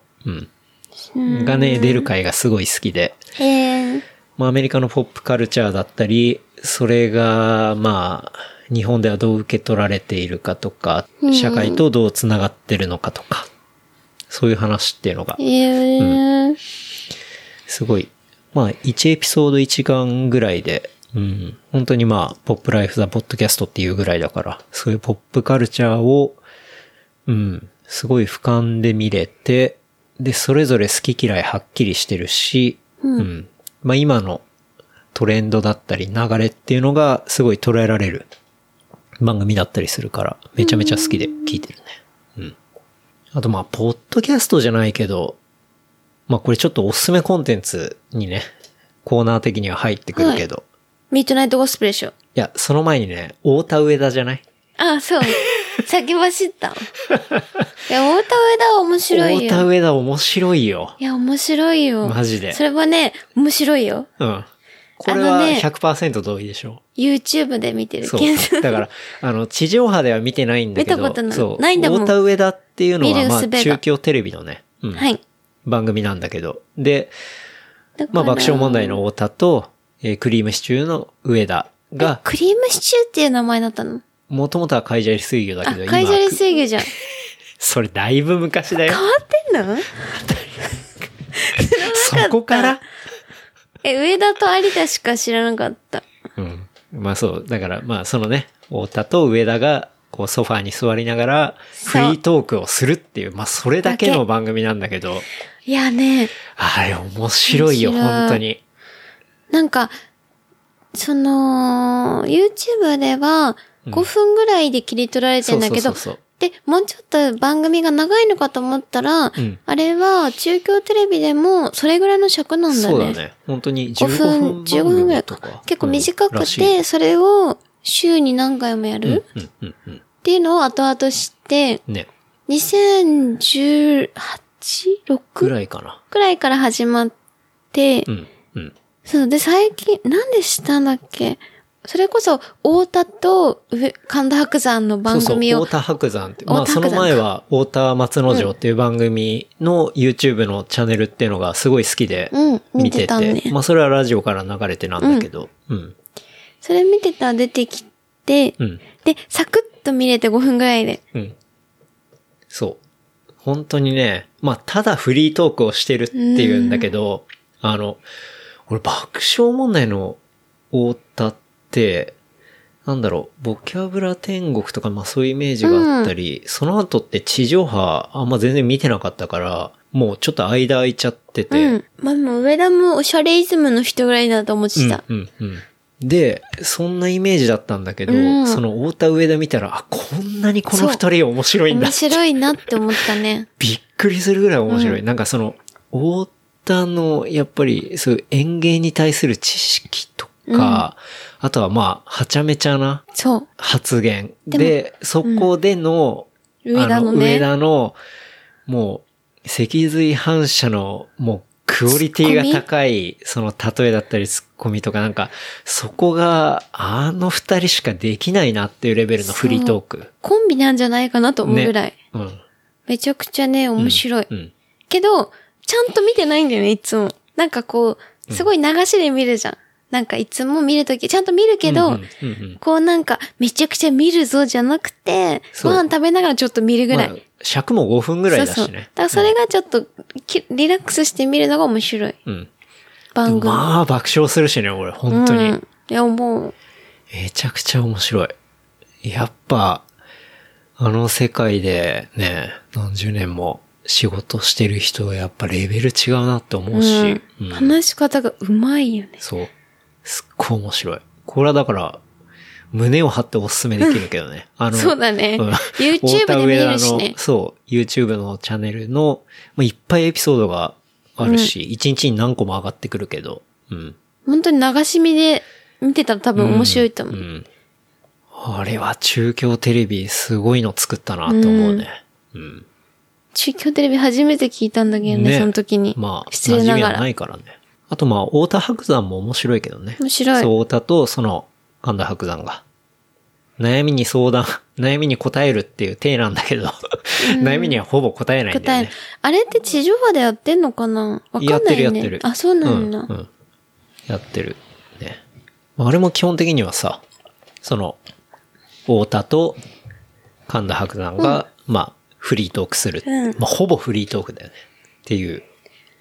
[SPEAKER 1] うん。がね、出る回がすごい好きで、
[SPEAKER 2] へえ。
[SPEAKER 1] まあ、アメリカのポップカルチャーだったり、それが、まあ、日本ではどう受け取られているかとか、社会とどうつながってるのかとか、そういう話っていうのが、
[SPEAKER 2] へえ。
[SPEAKER 1] すごい、まあ、1エピソード1時間ぐらいで、うん、本当にまあ、ポップライフザポッドキャストっていうぐらいだから、そういうポップカルチャーを、うん、すごい俯瞰で見れて、で、それぞれ好き嫌いはっきりしてるし、うん、まあ今のトレンドだったり流れっていうのがすごい捉えられる番組だったりするから、めちゃめちゃ好きで聞いてるね。うん。あとまあ、ポッドキャストじゃないけど、まあこれちょっとおすすめコンテンツにね、コーナー的には入ってくるけど、
[SPEAKER 2] ミッドナイトゴスプでしょ。
[SPEAKER 1] いや、その前にね、太田上田じゃない
[SPEAKER 2] あ、そう。先走った。いや、太田上田は面白い
[SPEAKER 1] 太田
[SPEAKER 2] よ。
[SPEAKER 1] 上田面白いよ。
[SPEAKER 2] いや、面白いよ。
[SPEAKER 1] マジで
[SPEAKER 2] それはね、面白いよ。
[SPEAKER 1] うん。これは
[SPEAKER 2] あのね
[SPEAKER 1] 100%同意でしょ
[SPEAKER 2] YouTube で見てる
[SPEAKER 1] そ
[SPEAKER 2] 検
[SPEAKER 1] う。
[SPEAKER 2] 索
[SPEAKER 1] だから、あの、地上波では見てないんだけど、
[SPEAKER 2] 見たことない
[SPEAKER 1] そう
[SPEAKER 2] ないんだもん
[SPEAKER 1] 太田上田っていうの
[SPEAKER 2] 見
[SPEAKER 1] は、
[SPEAKER 2] る
[SPEAKER 1] まあ、
[SPEAKER 2] 術が
[SPEAKER 1] 中京テレビのね、うん
[SPEAKER 2] はい。
[SPEAKER 1] 番組なんだけど、で、
[SPEAKER 2] だから
[SPEAKER 1] まあ、爆笑問題の太田と、えークリームシチューの上田が、
[SPEAKER 2] クリームシチューっていう名前だったの
[SPEAKER 1] もともとは海砂利水魚だ
[SPEAKER 2] あ
[SPEAKER 1] けど、、
[SPEAKER 2] カイジャリ
[SPEAKER 1] 今、
[SPEAKER 2] 水魚じゃん。
[SPEAKER 1] それだいぶ昔だよ。
[SPEAKER 2] 変わってんの
[SPEAKER 1] そこから
[SPEAKER 2] え、上田と有田しか知らなかった。
[SPEAKER 1] うん。まあそう。だから、まあそのね、太田と上田が、こうソファーに座りながら、フ
[SPEAKER 2] そう
[SPEAKER 1] リートークをするっていう、まあそれだけ
[SPEAKER 2] だ
[SPEAKER 1] の
[SPEAKER 2] け
[SPEAKER 1] 番組なんだけど、
[SPEAKER 2] いやね、
[SPEAKER 1] あれ面白いよ、
[SPEAKER 2] 面白い
[SPEAKER 1] 本当に。
[SPEAKER 2] なんか、その、YouTube では5分ぐらいで切り取られてんだけ
[SPEAKER 1] そ
[SPEAKER 2] ど
[SPEAKER 1] うそうそうそう、
[SPEAKER 2] で、もうちょっと番組が長いのかと思ったら
[SPEAKER 1] ん、
[SPEAKER 2] あれは中京テレビでもそれぐらいの尺なんだ
[SPEAKER 1] そ
[SPEAKER 2] ね。
[SPEAKER 1] うだね。本当に
[SPEAKER 2] 5
[SPEAKER 1] 15分
[SPEAKER 2] 分、15分ぐらい
[SPEAKER 1] と
[SPEAKER 2] か
[SPEAKER 1] か。。
[SPEAKER 2] 結構短
[SPEAKER 1] うんら
[SPEAKER 2] く
[SPEAKER 1] しい
[SPEAKER 2] て、それを週に何回もやる
[SPEAKER 1] うんうんうん。
[SPEAKER 2] っていうのを後々知って、
[SPEAKER 1] ね。
[SPEAKER 2] 2018?6?
[SPEAKER 1] ぐらいかな。
[SPEAKER 2] くらいから始まって、
[SPEAKER 1] うんうん。
[SPEAKER 2] そう、で、最近、なんでしたんだっけそれこそ、太田と上神田伯山の
[SPEAKER 1] そう
[SPEAKER 2] 番
[SPEAKER 1] そう、
[SPEAKER 2] 組を、
[SPEAKER 1] 太田白山って。まあ
[SPEAKER 2] 太
[SPEAKER 1] そ
[SPEAKER 2] 田
[SPEAKER 1] の
[SPEAKER 2] 伯山
[SPEAKER 1] 前
[SPEAKER 2] か
[SPEAKER 1] は、太田松之丞っていう番組の YouTube のチャンネルっていうのがすごい好きで、
[SPEAKER 2] うん、見
[SPEAKER 1] 見て
[SPEAKER 2] てた
[SPEAKER 1] て
[SPEAKER 2] ね。。
[SPEAKER 1] まあそれはラジオから流れてなんだけど、うん。
[SPEAKER 2] それ見てたら出てきて、
[SPEAKER 1] うん。
[SPEAKER 2] で、サクッと見れて5分ぐらいで。
[SPEAKER 1] うん。そう。本当にね、まあ、ただフリートークをしてるっていうんだけど、あの、俺爆笑問題の太田って、なんだろう、ボキャブラ天国とか、まあそういうイメージがあったり、その後って地上波あんま全然見てなかったから、もうちょっと間空いちゃってて、
[SPEAKER 2] うん。まあ、もう上田もおしゃれイズムの人ぐらいだと思ってた。
[SPEAKER 1] うんうんうん、で、そんなイメージだったんだけど、
[SPEAKER 2] うん
[SPEAKER 1] その太田上田見たら、あ、こんなにこの二人面白いんだ
[SPEAKER 2] 面白いなって思っ たね。
[SPEAKER 1] びっくりするぐらい面白い。なんかその、太田の、やっぱり、そういう園芸に対する知識とか、あとはまあ、はちゃめちゃな
[SPEAKER 2] そう。
[SPEAKER 1] 発言。で、そこでの、
[SPEAKER 2] うん
[SPEAKER 1] あ
[SPEAKER 2] 上田のね
[SPEAKER 1] 上田の、もう、脊髄反射の、もう、クオリティが高い、その例えだったりツッコミとかなんか、そこが、あの二人しかできないなっていうレベルのフリートーク。
[SPEAKER 2] コンビなんじゃないかなと思うぐらい。
[SPEAKER 1] うん。
[SPEAKER 2] めちゃくちゃね、面白い。
[SPEAKER 1] うん。
[SPEAKER 2] けど、ちゃんと見てないんだよね、いつも。なんかこう、すごい流しで見るじゃん。なんかいつも見るとき、ちゃんと見るけど、
[SPEAKER 1] うんうんうんうん
[SPEAKER 2] こうなんか、めちゃくちゃ見るぞじゃなくて、
[SPEAKER 1] そ
[SPEAKER 2] ご
[SPEAKER 1] う
[SPEAKER 2] 飯食べながらちょっと見るぐらい。
[SPEAKER 1] まあ尺も5分ぐらいだしね。
[SPEAKER 2] そうそう。だからそれがちょっと、きリラックスして見るのが面白い。
[SPEAKER 1] うん。
[SPEAKER 2] 番組。
[SPEAKER 1] まあ、爆笑するしね、俺、本当に。
[SPEAKER 2] うん、いや、もう、
[SPEAKER 1] めちゃくちゃ面白い。やっぱ、あの世界でね、何十年も仕事してる人はやっぱレベル違うなって思うし、
[SPEAKER 2] うん
[SPEAKER 1] うん
[SPEAKER 2] 話し方がうまいよね。
[SPEAKER 1] そう。すっごい面白い。これはだから、胸を張っておすすめできるけどね。あの、
[SPEAKER 2] そうだね。
[SPEAKER 1] うん
[SPEAKER 2] YouTube で見えるし
[SPEAKER 1] 太田上田
[SPEAKER 2] ね
[SPEAKER 1] の。そう、YouTube のチャンネルの、まあ、いっぱいエピソードがあるし、一日に何個も上がってくるけど、うん。
[SPEAKER 2] 本当に流し見で見てたら多分面白いと思う。
[SPEAKER 1] うん。あれは中京テレビすごいの作ったなと思うね。うん。
[SPEAKER 2] 中京テレビ初めて聞いたんだけどね、
[SPEAKER 1] ね
[SPEAKER 2] その時に。
[SPEAKER 1] まあ、
[SPEAKER 2] 失礼な
[SPEAKER 1] 馴染み
[SPEAKER 2] が
[SPEAKER 1] は
[SPEAKER 2] ら。
[SPEAKER 1] ないからね。あとまあ、太田白山も面白いけどね。
[SPEAKER 2] 面白い
[SPEAKER 1] そう、太田とその神田白山が。悩みに相談、 悩みに答えるっていう体なんだけど、 悩みにはほぼ答えないんだ
[SPEAKER 2] 答
[SPEAKER 1] よ
[SPEAKER 2] え
[SPEAKER 1] ね。、
[SPEAKER 2] あれって地上波でやってんのかなわかんないね。
[SPEAKER 1] やってるやってる。
[SPEAKER 2] あ、そうなんだ。
[SPEAKER 1] うんうんやってる。ね。まああれも基本的にはさ、その、太田と神田伯山が、まあ、フリートークする。
[SPEAKER 2] うん
[SPEAKER 1] まあ、ほぼフリートークだよね。っていう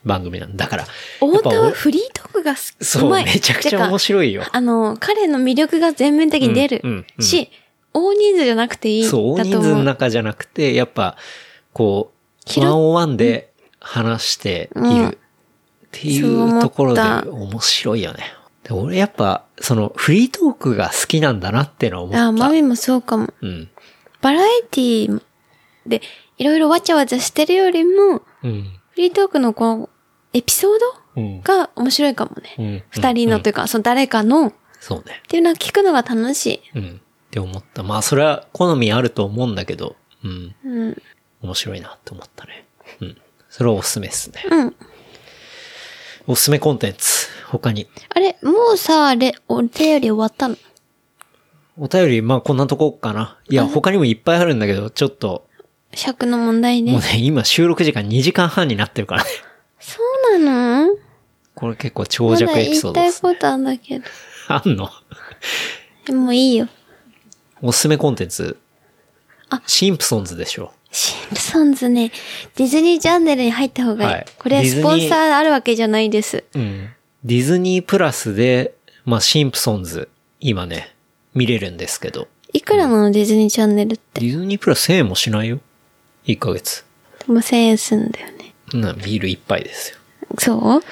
[SPEAKER 1] 番組なんだから。
[SPEAKER 2] 太田
[SPEAKER 1] やっ
[SPEAKER 2] は
[SPEAKER 1] ぱ
[SPEAKER 2] フリートークがす
[SPEAKER 1] そう
[SPEAKER 2] まい。
[SPEAKER 1] めちゃくちゃ面白いよ
[SPEAKER 2] てかあの、彼の魅力が全面的に出る。
[SPEAKER 1] うんうんうん
[SPEAKER 2] し、大人数じゃなくていい。
[SPEAKER 1] そう、大
[SPEAKER 2] だと
[SPEAKER 1] 人
[SPEAKER 2] 思
[SPEAKER 1] 数の
[SPEAKER 2] う。
[SPEAKER 1] 中じゃなくて、やっぱ、こう、
[SPEAKER 2] 広
[SPEAKER 1] ワンオンワンで話してい
[SPEAKER 2] うん
[SPEAKER 1] るってい
[SPEAKER 2] そう思っ
[SPEAKER 1] う
[SPEAKER 2] た
[SPEAKER 1] ところで面白いよね。で俺やっぱ、そのフリートークが好きなんだなってのは思った。
[SPEAKER 2] あ、マミもそうかも。
[SPEAKER 1] うん。
[SPEAKER 2] バラエティーで、いろいろわちゃわちゃしてるよりも、
[SPEAKER 1] うん。
[SPEAKER 2] フリートークのこの、エピソー
[SPEAKER 1] うん
[SPEAKER 2] ドが面白いかも
[SPEAKER 1] う
[SPEAKER 2] ね。
[SPEAKER 1] ん。
[SPEAKER 2] 二人のというか、その誰かの、っ
[SPEAKER 1] そうね。
[SPEAKER 2] ていうのは聞くのが楽し
[SPEAKER 1] うん。って思った。まあ、それは好みあると思うんだけど、うん。
[SPEAKER 2] い。うん。
[SPEAKER 1] 面白いなって思ったね。うん。それはおすすめですね。
[SPEAKER 2] うん。
[SPEAKER 1] おすすめコンテンツ。他に。
[SPEAKER 2] あれ、もうさ、れ、お手より終わったの。
[SPEAKER 1] お便り、まあ、こんなとこかな。いや、他にもいっぱいあるんだけど、ちょっと、
[SPEAKER 2] 尺の問題
[SPEAKER 1] もう
[SPEAKER 2] ね。
[SPEAKER 1] ね、今収録時間2時間半になってるからね。
[SPEAKER 2] そうなの
[SPEAKER 1] これ結構長尺エピソードで
[SPEAKER 2] まだ言いたい
[SPEAKER 1] す。
[SPEAKER 2] ことあんだけど。
[SPEAKER 1] あんの
[SPEAKER 2] でもういいよ。
[SPEAKER 1] おすすめコンテンツ。
[SPEAKER 2] あ
[SPEAKER 1] シンプソンズでしょ。
[SPEAKER 2] シンプソンズね、ディズニーチャンネルに入った方がいい。
[SPEAKER 1] はい
[SPEAKER 2] これはスポンサーあるわけじゃないです。
[SPEAKER 1] うん。ディズニープラスで、まあ、シンプソンズ、今ね、見れるんですけど。
[SPEAKER 2] いくらなのディズニーチャンネルって。
[SPEAKER 1] ディズニープラス1000円もしないよ。1ヶ月。
[SPEAKER 2] でも1000円すんだよね。
[SPEAKER 1] な、ビール一杯ですよ。
[SPEAKER 2] そう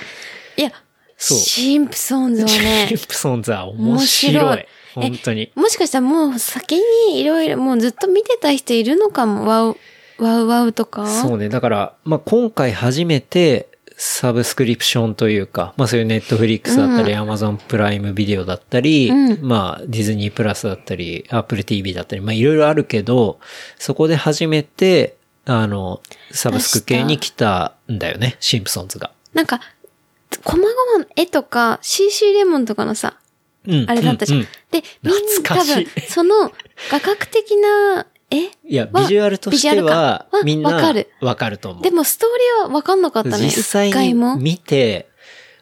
[SPEAKER 2] いや、
[SPEAKER 1] そう
[SPEAKER 2] シンプソンズはね
[SPEAKER 1] シン、プソンズは面白い。
[SPEAKER 2] 面白い
[SPEAKER 1] 本当に。
[SPEAKER 2] もしかしたらもう先にいろいろ、もうずっと見てた人いるのかも。ワウ、ワウワウとか。
[SPEAKER 1] そうね。だから、まあ、今回初めて、サブスクリプションというか、まあ、そういうネットフリックスだったり、アマゾンプライムビデオだったり、
[SPEAKER 2] うん
[SPEAKER 1] まあ、ディズニープラスだったり、アップル TV だったり、まあ、いろいろあるけど、そこで初めて、あの、サブスク系に来たんだよね、シンプソンズが。
[SPEAKER 2] なんか、こまごまの絵とか、CC レモンとかのさ、
[SPEAKER 1] うん。
[SPEAKER 2] あれだったじゃん。
[SPEAKER 1] うう
[SPEAKER 2] で、みんな
[SPEAKER 1] 懐
[SPEAKER 2] 多
[SPEAKER 1] かしい
[SPEAKER 2] 分、その画角的な絵
[SPEAKER 1] いや、
[SPEAKER 2] は
[SPEAKER 1] ビジュアルとして
[SPEAKER 2] ビジュア
[SPEAKER 1] は
[SPEAKER 2] ルか、
[SPEAKER 1] みんな、
[SPEAKER 2] わかる
[SPEAKER 1] わかると思う。
[SPEAKER 2] でもストーリーは分かんなかったね。
[SPEAKER 1] 実際
[SPEAKER 2] 一回
[SPEAKER 1] に
[SPEAKER 2] も。
[SPEAKER 1] 見て、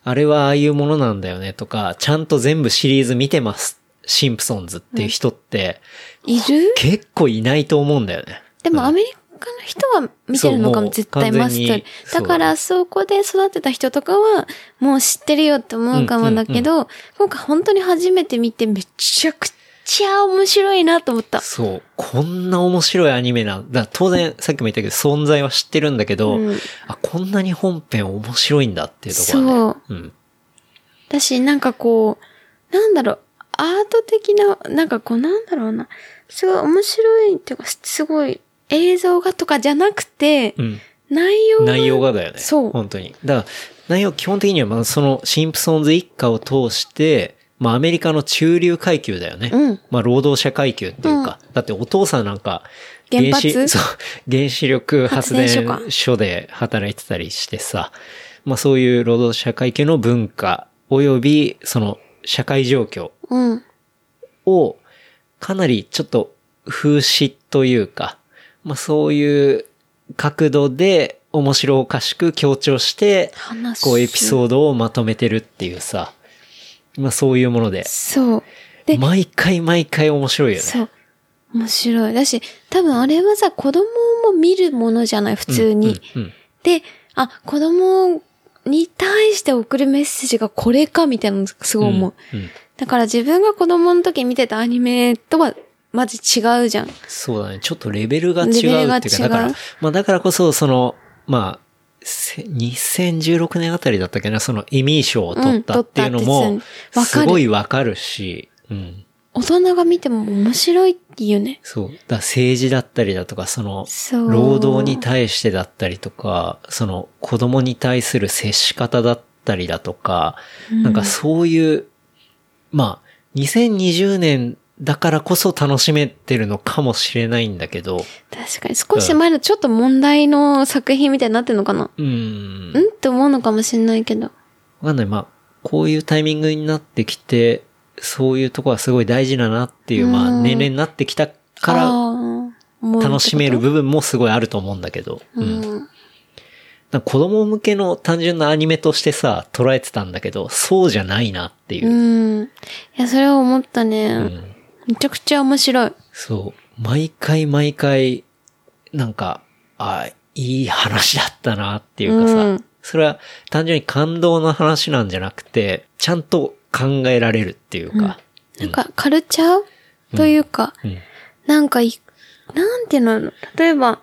[SPEAKER 1] あれはああいうものなんだよねとか、ちゃんと全部シリーズ見てます。シンプソンズっていう人って、
[SPEAKER 2] いる
[SPEAKER 1] 結構いないと思うんだよね。
[SPEAKER 2] でもアメリカの人は見てるの
[SPEAKER 1] そ
[SPEAKER 2] かも、
[SPEAKER 1] うもう
[SPEAKER 2] 絶対
[SPEAKER 1] 完
[SPEAKER 2] マスタ
[SPEAKER 1] 全
[SPEAKER 2] ー
[SPEAKER 1] に。
[SPEAKER 2] だからそこで育てた人とかは、もう知ってるよって思うかもだけど、今回本当に初めて見てめちゃくちゃ面白いなと思った。
[SPEAKER 1] そう。こんな面白いアニメなんだ。当然、さっきも言ったけど、存在は知ってるんだけど、
[SPEAKER 2] うん
[SPEAKER 1] あ、こんなに本編面白いんだっていうところはね。うん。
[SPEAKER 2] だし、なんかこう、なんだろう、アート的な、なんかこう、なんだろうな。すごい面白いっていうか、すすごい映像がとかじゃなくて、
[SPEAKER 1] うん。
[SPEAKER 2] 内容が。
[SPEAKER 1] 内容がだよね。
[SPEAKER 2] そう
[SPEAKER 1] 本当に。だから、内容基本的には、まあ、その、シンプソンズ一家を通して、まあ、アメリカの中流階級だよね。
[SPEAKER 2] うん
[SPEAKER 1] まあ、労働者階級っていうか、だってお父さんなんか、
[SPEAKER 2] 原
[SPEAKER 1] 子
[SPEAKER 2] 発
[SPEAKER 1] そう、原子力発電
[SPEAKER 2] 発電所か
[SPEAKER 1] 所で働いてたりしてさ、まあ、そういう労働者階級の文化、および、その、社会状況
[SPEAKER 2] うん。
[SPEAKER 1] を、かなりちょっと風刺というか、まあそういう角度で面白おかしく強調して、
[SPEAKER 2] 話す。
[SPEAKER 1] こうエピソードをまとめてるっていうさ、まあそういうもので、
[SPEAKER 2] そう。で、
[SPEAKER 1] 毎回毎回面白いよね。
[SPEAKER 2] そう。面白い。だし、多分あれはさ、子供も見るものじゃない、普通に。
[SPEAKER 1] うん。うん
[SPEAKER 2] で、あ、子供に対して送るメッセージがこれか、みたいなのすごい思う。
[SPEAKER 1] うんうん
[SPEAKER 2] だから自分が子供の時見てたアニメとは、まず違うじゃん。
[SPEAKER 1] そうだね。ちょっとレベルが違うっ
[SPEAKER 2] レ
[SPEAKER 1] て
[SPEAKER 2] ベ
[SPEAKER 1] いう
[SPEAKER 2] ルが
[SPEAKER 1] か、
[SPEAKER 2] 違う
[SPEAKER 1] だから、まあだからこそ、その、まあ、せ2016年あたりだったっけな、そのエミー賞を取ったっていうの
[SPEAKER 2] う
[SPEAKER 1] も
[SPEAKER 2] ん取ったって、
[SPEAKER 1] す
[SPEAKER 2] 全然わかる
[SPEAKER 1] ごいわかるし、うん。
[SPEAKER 2] 大人が見ても面白いっていうね。
[SPEAKER 1] そう。だから政治だったりだとか、その、
[SPEAKER 2] そう
[SPEAKER 1] 労働に対してだったりとか、その、子供に対する接し方だったりだとか、なんかそういう、まあ、 2020年だからこそ楽しめてるのかもしれないんだけど、
[SPEAKER 2] 確かに少し前のちょっと問題の作品みたいになってんのかな、
[SPEAKER 1] うーん
[SPEAKER 2] うん、って思うのかもしれないけど。
[SPEAKER 1] わかんない。まあ、こういうタイミングになってきて、そういうとこはすごい大事だなっていう、ま
[SPEAKER 2] う
[SPEAKER 1] あ、
[SPEAKER 2] ん
[SPEAKER 1] 年齢になってきたか
[SPEAKER 2] から
[SPEAKER 1] ら楽しめる部分もすごいあると思うんだけど。う。
[SPEAKER 2] うん
[SPEAKER 1] だか
[SPEAKER 2] ん。
[SPEAKER 1] ら子供向けの単純なアニメとしてさ、捉えてたんだけど、そうじゃないなっていうう。
[SPEAKER 2] ん。いや、それは思ったね。
[SPEAKER 1] うん
[SPEAKER 2] めちゃくちゃ面白い。
[SPEAKER 1] そう。毎回毎回、なんか、あいい話だったなっていうかさ、
[SPEAKER 2] うん
[SPEAKER 1] それは単純に感動の話なんじゃなくて、ちゃんと考えられるっていうか。
[SPEAKER 2] なんか、カルチャーというか、
[SPEAKER 1] うん
[SPEAKER 2] なんかい、なんていうの、例えば、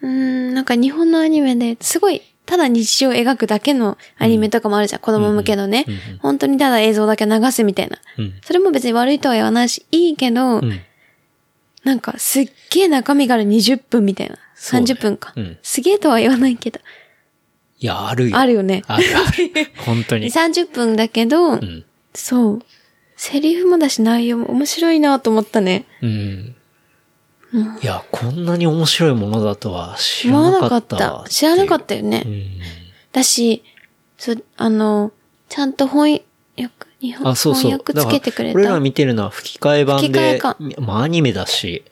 [SPEAKER 2] うーん、なんか日本のアニメですごい、ただ日常を描くだけのアニメとかもあるじゃん。子供向けのね、
[SPEAKER 1] うんうん
[SPEAKER 2] 本当にただ映像だけ流すみたいな。
[SPEAKER 1] うん。
[SPEAKER 2] それも別に悪いとは言わないし、いいけ
[SPEAKER 1] う
[SPEAKER 2] ど、
[SPEAKER 1] ん。
[SPEAKER 2] なんかすっげえ中身がある20分みたいな。
[SPEAKER 1] そうね
[SPEAKER 2] 30分か。
[SPEAKER 1] うん
[SPEAKER 2] すげえとは言わないけど。
[SPEAKER 1] いや、あるよ。
[SPEAKER 2] あるよね。
[SPEAKER 1] あるあ る。本当に。
[SPEAKER 2] 30分だけど、
[SPEAKER 1] うん。
[SPEAKER 2] そう。セリフもだし内容も面白いなと思ったね。
[SPEAKER 1] うん。いや、こんなに面白いものだとは知らなかった
[SPEAKER 2] 言わなかった知らなかったよね。
[SPEAKER 1] うん。
[SPEAKER 2] だし、そう、あの、ちゃんと翻訳、日本
[SPEAKER 1] あ、そうそう。
[SPEAKER 2] 翻訳つけてくれ
[SPEAKER 1] だから俺ら
[SPEAKER 2] た。
[SPEAKER 1] 見てるのは吹き替え版
[SPEAKER 2] 吹き替え
[SPEAKER 1] で
[SPEAKER 2] か、
[SPEAKER 1] まあアニメだし、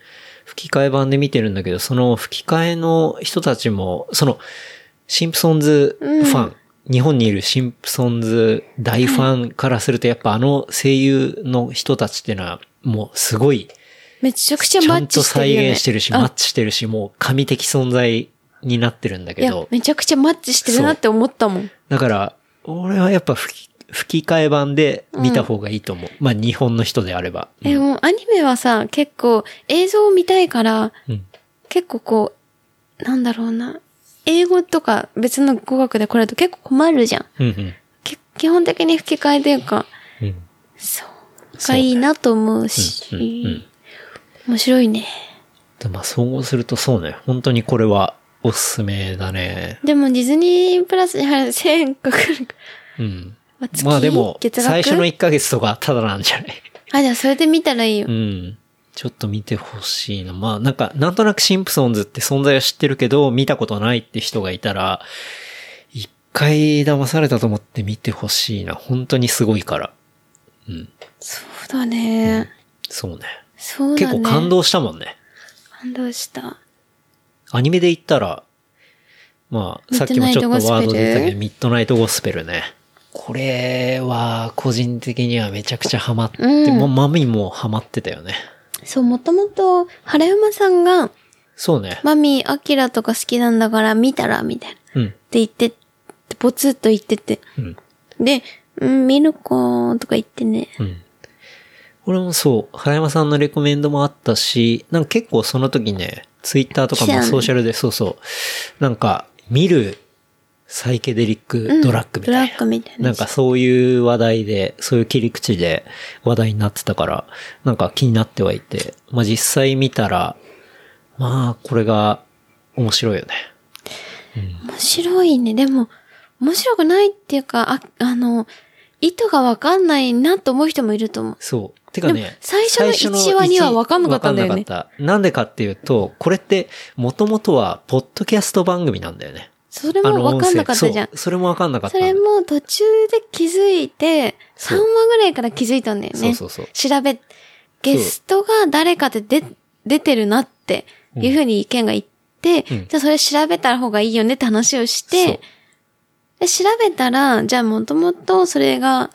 [SPEAKER 1] 吹き替え版で見てるんだけど、その吹き替えの人たちも、その、シンプソンズファン、日本にいるシンプソンズ大ファンからすると、やっぱあの声優の人たちってのは、もうすごい、
[SPEAKER 2] めちゃくち
[SPEAKER 1] ち
[SPEAKER 2] ゃマ
[SPEAKER 1] ゃ
[SPEAKER 2] ッ
[SPEAKER 1] ん
[SPEAKER 2] チ
[SPEAKER 1] と
[SPEAKER 2] してるよ、ね。
[SPEAKER 1] 再現してるし、マッ
[SPEAKER 2] あ
[SPEAKER 1] チしてるし、もう神的存在になってるんだ
[SPEAKER 2] い
[SPEAKER 1] け
[SPEAKER 2] や
[SPEAKER 1] ど、、
[SPEAKER 2] めちゃくちゃマッチしてるなって思ったもん。
[SPEAKER 1] だから、俺はやっぱ吹き吹き替え版で見た方がいいと思う。まあ日本の人であれば。
[SPEAKER 2] え、もうアニメはさ、結構映像を見たいから、
[SPEAKER 1] うん
[SPEAKER 2] 結構こう、なんだろうな。英語とか別の語学で来られると結構困るじゃん。
[SPEAKER 1] うんうん
[SPEAKER 2] け基本的に吹き替えというか、
[SPEAKER 1] うん
[SPEAKER 2] そう。
[SPEAKER 1] そう
[SPEAKER 2] が
[SPEAKER 1] ね
[SPEAKER 2] いいなと思う
[SPEAKER 1] うんうん
[SPEAKER 2] し、面白いね。
[SPEAKER 1] でまあ、総合するとそうね。本当にこれはおすすめだね。
[SPEAKER 2] でもディズニープラスに入る1000円かかるか
[SPEAKER 1] うん。
[SPEAKER 2] ら。月
[SPEAKER 1] まあでも、
[SPEAKER 2] 月額
[SPEAKER 1] 最初の1ヶ月とかただなんじゃない
[SPEAKER 2] あ、じゃあそれで見たらいいよ
[SPEAKER 1] う。ん。ちょっと見てほしいな。まあなんか、なんとなくシンプソンズって存在は知ってるけど、見たことないって人がいたら、一回騙されたと思って見てほしいな。本当にすごいから。
[SPEAKER 2] そうだね。
[SPEAKER 1] そうね。
[SPEAKER 2] そうだ
[SPEAKER 1] 結構
[SPEAKER 2] ね。
[SPEAKER 1] 感。動したもんね。
[SPEAKER 2] 感動した。
[SPEAKER 1] アニメで言ったら、まあ、さっきもちょっとワードで言ったけど、ミッドナイトゴスペルね。これは、個人的にはめちゃくちゃハマって、
[SPEAKER 2] うん
[SPEAKER 1] ま、マミもハマってたよね。
[SPEAKER 2] そう、もともと、原山さんが、
[SPEAKER 1] そうね。
[SPEAKER 2] マミー、アキラとか好きなんだから見たら、みたいな。っ
[SPEAKER 1] うん。
[SPEAKER 2] て言って、ポツッと言ってて。
[SPEAKER 1] うん。
[SPEAKER 2] で、うん、見るかとか言ってね。
[SPEAKER 1] うん。俺もそう、原山さんのレコメンドもあったし、なんか結構その時ね、ツイッターとか
[SPEAKER 2] 来た
[SPEAKER 1] も
[SPEAKER 2] よね
[SPEAKER 1] ソーシャルで、そうそう、なんか、見るサイケデリックドラッグみ
[SPEAKER 2] ド
[SPEAKER 1] たいな。
[SPEAKER 2] ラッグみたいな。
[SPEAKER 1] なんかそういう話題で、そういう切り口で話題になってたから、なんか気になってはいて、まあ実際見たら、まあこれが面白いよね。
[SPEAKER 2] 面白いね。でも、面白くないっていうか、あ、あの、意図がわかんないなと思う人もいると思う。
[SPEAKER 1] そう。てか
[SPEAKER 2] でも
[SPEAKER 1] ね、
[SPEAKER 2] 最初の
[SPEAKER 1] 最
[SPEAKER 2] 一話には分かんなかったんだよね
[SPEAKER 1] 分かなかったなんでかっていうと、これって元々はポッドキャスト番組なんだよね。
[SPEAKER 2] それ
[SPEAKER 1] あ
[SPEAKER 2] も
[SPEAKER 1] の
[SPEAKER 2] わかんなかったじゃん
[SPEAKER 1] 音声そう。それも分かんなかった
[SPEAKER 2] そ
[SPEAKER 1] んだ
[SPEAKER 2] れも途中で気づいて、
[SPEAKER 1] そ
[SPEAKER 2] 3
[SPEAKER 1] う
[SPEAKER 2] 話ぐらいから気づいたんだよね。
[SPEAKER 1] そうそうそう
[SPEAKER 2] 調べ、ゲストが誰かで出、出てるなっていうふうに意見が言って、
[SPEAKER 1] うん
[SPEAKER 2] じゃあそれ調べた方がいいよねって話をし
[SPEAKER 1] そう
[SPEAKER 2] て、で調べたら、じゃあもともとそれが、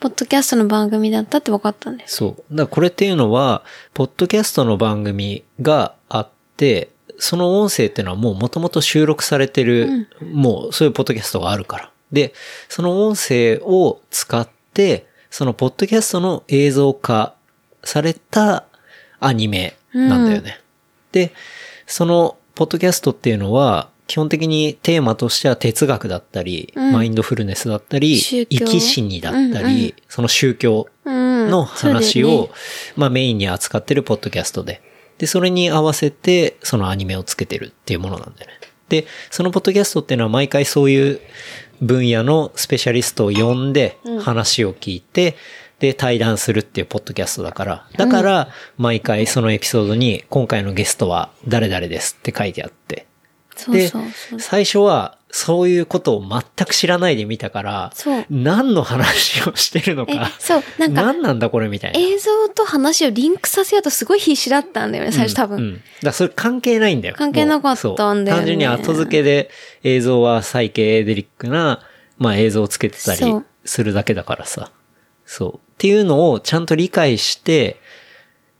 [SPEAKER 2] ポッドキャストの番組だったって分かったんです。
[SPEAKER 1] そう。だからこれっていうのは、ポッドキャストの番組があって、その音声っていうのはもう元々収録されてる、もうそういうポッドキャストがあるから。で、その音声を使って、そのポッドキャストの映像化されたアニメなんだよね。で、そのポッドキャストっていうのは、基本的にテーマとしては哲学だったり、
[SPEAKER 2] うん
[SPEAKER 1] マインドフルネスだったり、
[SPEAKER 2] 宗
[SPEAKER 1] 生
[SPEAKER 2] 教
[SPEAKER 1] き死にだったり、
[SPEAKER 2] うんうん
[SPEAKER 1] その宗教
[SPEAKER 2] うん。
[SPEAKER 1] の
[SPEAKER 2] そうだよね
[SPEAKER 1] 話を、まあメインに扱ってるポッドキャストで。で、それに合わせて、そのアニメをつけてるっていうものなんだよね。で、そのポッドキャストっていうのは毎回そういう分野のスペシャリストを呼んで、話を聞いて、で対談するっていうポッドキャストだから、だから毎回そのエピソードに今回のゲストは誰々ですって書いてあって。
[SPEAKER 2] そう
[SPEAKER 1] で
[SPEAKER 2] そうそう。
[SPEAKER 1] 最初はそういうことを全く知らないで見たから、
[SPEAKER 2] そう
[SPEAKER 1] 何の話をしてるの
[SPEAKER 2] え
[SPEAKER 1] か、、
[SPEAKER 2] そう、なんか、
[SPEAKER 1] 何なんだこれみたいな。
[SPEAKER 2] 映像と話をリンクさせようとすごい必死だったんだよね、最初多分。
[SPEAKER 1] うんうんだからそれ関係ないんだよ。
[SPEAKER 2] 関係なかったんだ
[SPEAKER 1] もうそう
[SPEAKER 2] よね
[SPEAKER 1] 単純に後付けで映像はサイケデリックな、まあ映像をつけてたり
[SPEAKER 2] そう
[SPEAKER 1] するだけだからさ。そう。っていうのをちゃんと理解して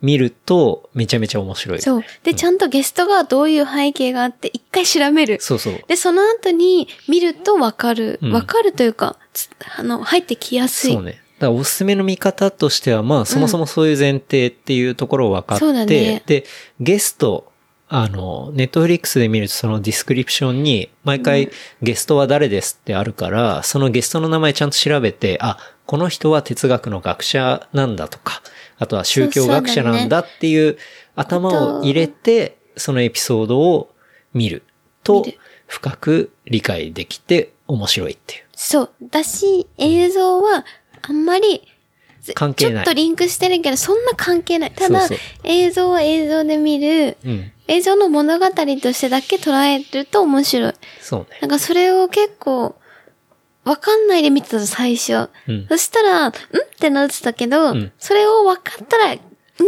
[SPEAKER 1] 見るとめちゃめちゃ面白い。
[SPEAKER 2] そう。で、ちゃんとゲストがどういう背景があって、一回調べる。
[SPEAKER 1] そうそう。
[SPEAKER 2] で、その後に見るとわかる。
[SPEAKER 1] うん
[SPEAKER 2] わかるというか、つあの、入ってきやすい。
[SPEAKER 1] そうね。だからおすすめの見方としては、まあ、そもそもそういう前提っていうところを分かって、
[SPEAKER 2] そうだね
[SPEAKER 1] で、ゲスト、あの、ネットフリックスで見るとそのディスクリプションに、毎回ゲストは誰ですってあるから、そのゲストの名前ちゃんと調べて、あ、この人は哲学の学者なんだとか、あとは宗教学者なんだっていう頭を入れて、そのエピソードを見ると
[SPEAKER 2] 見る、
[SPEAKER 1] 深く理解できて面白いっていう。
[SPEAKER 2] そう。だし、映像は、あんまり、ず
[SPEAKER 1] 関係ない
[SPEAKER 2] ちょっとリンクしてるけど、そんな関係ない。ただ、
[SPEAKER 1] そうそう
[SPEAKER 2] 映像は映像で見る、
[SPEAKER 1] うん。
[SPEAKER 2] 映像の物語としてだけ捉えると面白い。
[SPEAKER 1] そうね。
[SPEAKER 2] なんかそれを結構、わかんないで見てたの最初。
[SPEAKER 1] うん
[SPEAKER 2] そしたら、んってなってたけど、
[SPEAKER 1] うん
[SPEAKER 2] それを分かったら、うん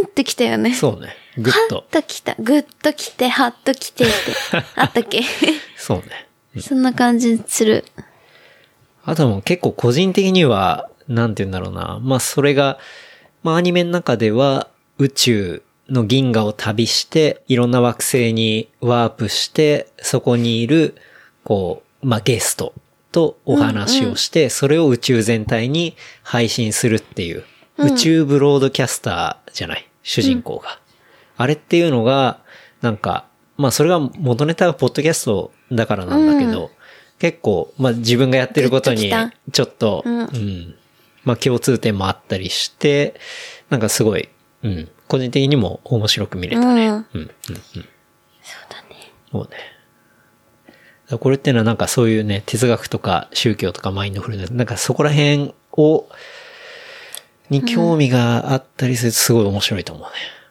[SPEAKER 2] ってきたよね。
[SPEAKER 1] そうね。ぐっ
[SPEAKER 2] は
[SPEAKER 1] と
[SPEAKER 2] っ。ときた。ぐっときて、はっときてって。 あったっけ
[SPEAKER 1] そうね。
[SPEAKER 2] そんな感じする。
[SPEAKER 1] あとはもう結構個人的には、なんて言うんだろうな。まあそれが、まあアニメの中では宇宙の銀河を旅して、いろんな惑星にワープして、そこにいる、こう、まあゲストとお話をして、それを宇宙全体に配信するっていう、宇宙ブロードキャスターじゃない、主人公が。あれっていうのが、なんか、まあそれが元ネタがポッドキャストだからなんだけど、結構、まあ自分がやってること
[SPEAKER 2] グッ
[SPEAKER 1] に
[SPEAKER 2] ときた、
[SPEAKER 1] ちょっと、
[SPEAKER 2] うん
[SPEAKER 1] うん。まあ共通点もあったりして、なんかすごい、うん。個人的にも面白く見れ
[SPEAKER 2] う
[SPEAKER 1] た。うん。
[SPEAKER 2] ん。
[SPEAKER 1] うん。うん。そうだね。そうね。だからこれっていうのはなんかそういうね、哲学とか宗教とかマインドフルネス、なんかそこら辺を、に興味があったりするとすごい面白いと思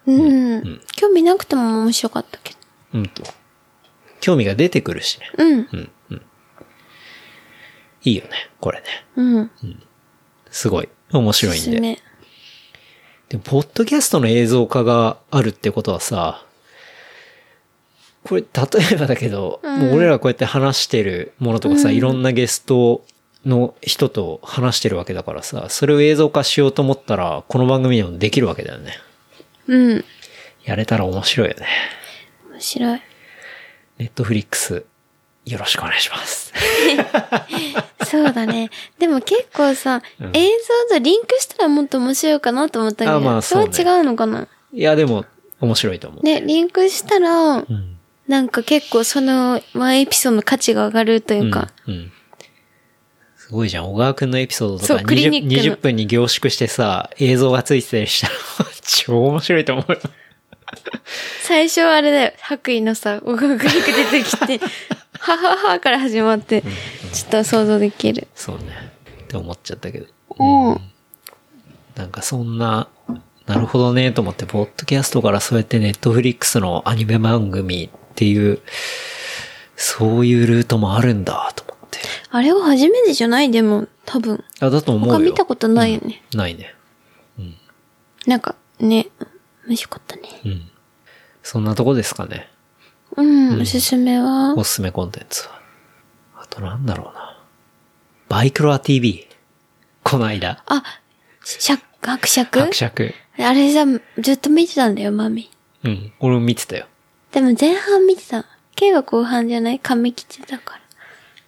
[SPEAKER 1] うね。
[SPEAKER 2] うん。興味なくても面白かったけど。
[SPEAKER 1] うんと。興味が出てくるしね。
[SPEAKER 2] うん。
[SPEAKER 1] うん。うん。いいよね、これね。
[SPEAKER 2] うん。
[SPEAKER 1] すごい。面
[SPEAKER 2] お
[SPEAKER 1] 白い
[SPEAKER 2] す
[SPEAKER 1] ん
[SPEAKER 2] す
[SPEAKER 1] で。
[SPEAKER 2] め。
[SPEAKER 1] でも、ポッドキャストの映像化があるってことはさ、これ、例えばだけど、もう俺らこうやって話してるものとかさ、いろんなゲストの人と話してるわけだからさ、それを映像化しようと思ったら、この番組でもできるわけだよね。
[SPEAKER 2] うん。
[SPEAKER 1] やれたら面白いよね。
[SPEAKER 2] 面白い。
[SPEAKER 1] ネットフリックス、よろしくお願いします。
[SPEAKER 2] そうだね。 でも結構さ、映像とリンクしたらもっと面白いかなと思ったけど、
[SPEAKER 1] あまあ
[SPEAKER 2] それは
[SPEAKER 1] そうね
[SPEAKER 2] 違うのかな。
[SPEAKER 1] いや、でも、面白いと思う。
[SPEAKER 2] ね、リンクしたら
[SPEAKER 1] う、ん。
[SPEAKER 2] なんか結構そのワンエピソードの価値が上がるというか、
[SPEAKER 1] うん。うんすごいじゃん。小川くんのエピソードとか
[SPEAKER 2] そうクリ
[SPEAKER 1] 20,
[SPEAKER 2] ニックの
[SPEAKER 1] 20分に凝縮してさ、映像がついてたりしたら、超面白いと思うよ。
[SPEAKER 2] 最初はあれだよ、白衣のさ、おががが出てきて、 はははから始まって、ちょっと想像できる。
[SPEAKER 1] そうね。って思っちゃったけど。
[SPEAKER 2] うん。
[SPEAKER 1] なんかそんな、なるほどね、と思って、ポッドキャストからそうやってネットフリックスのアニメ番組っていう、そういうルートもあるんだ、と思って。
[SPEAKER 2] あれは初めてじゃないでも、多分。
[SPEAKER 1] あ、だと思うよ。
[SPEAKER 2] 他見たことないよね。
[SPEAKER 1] ないね。
[SPEAKER 2] なんか、ね、面白かったね。
[SPEAKER 1] うん。そんなとこですかね。
[SPEAKER 2] うん、おすすめは
[SPEAKER 1] お、すすめコンテンツは。あとなんだろうな。バイクロア TV。この間。
[SPEAKER 2] あ、しゃ、伯爵
[SPEAKER 1] 伯爵。
[SPEAKER 2] あれさ、ずっと見てたんだよ、マミ。
[SPEAKER 1] うん。俺も見てたよ。
[SPEAKER 2] でも前半見てた。K は後半じゃない髪切ってたから。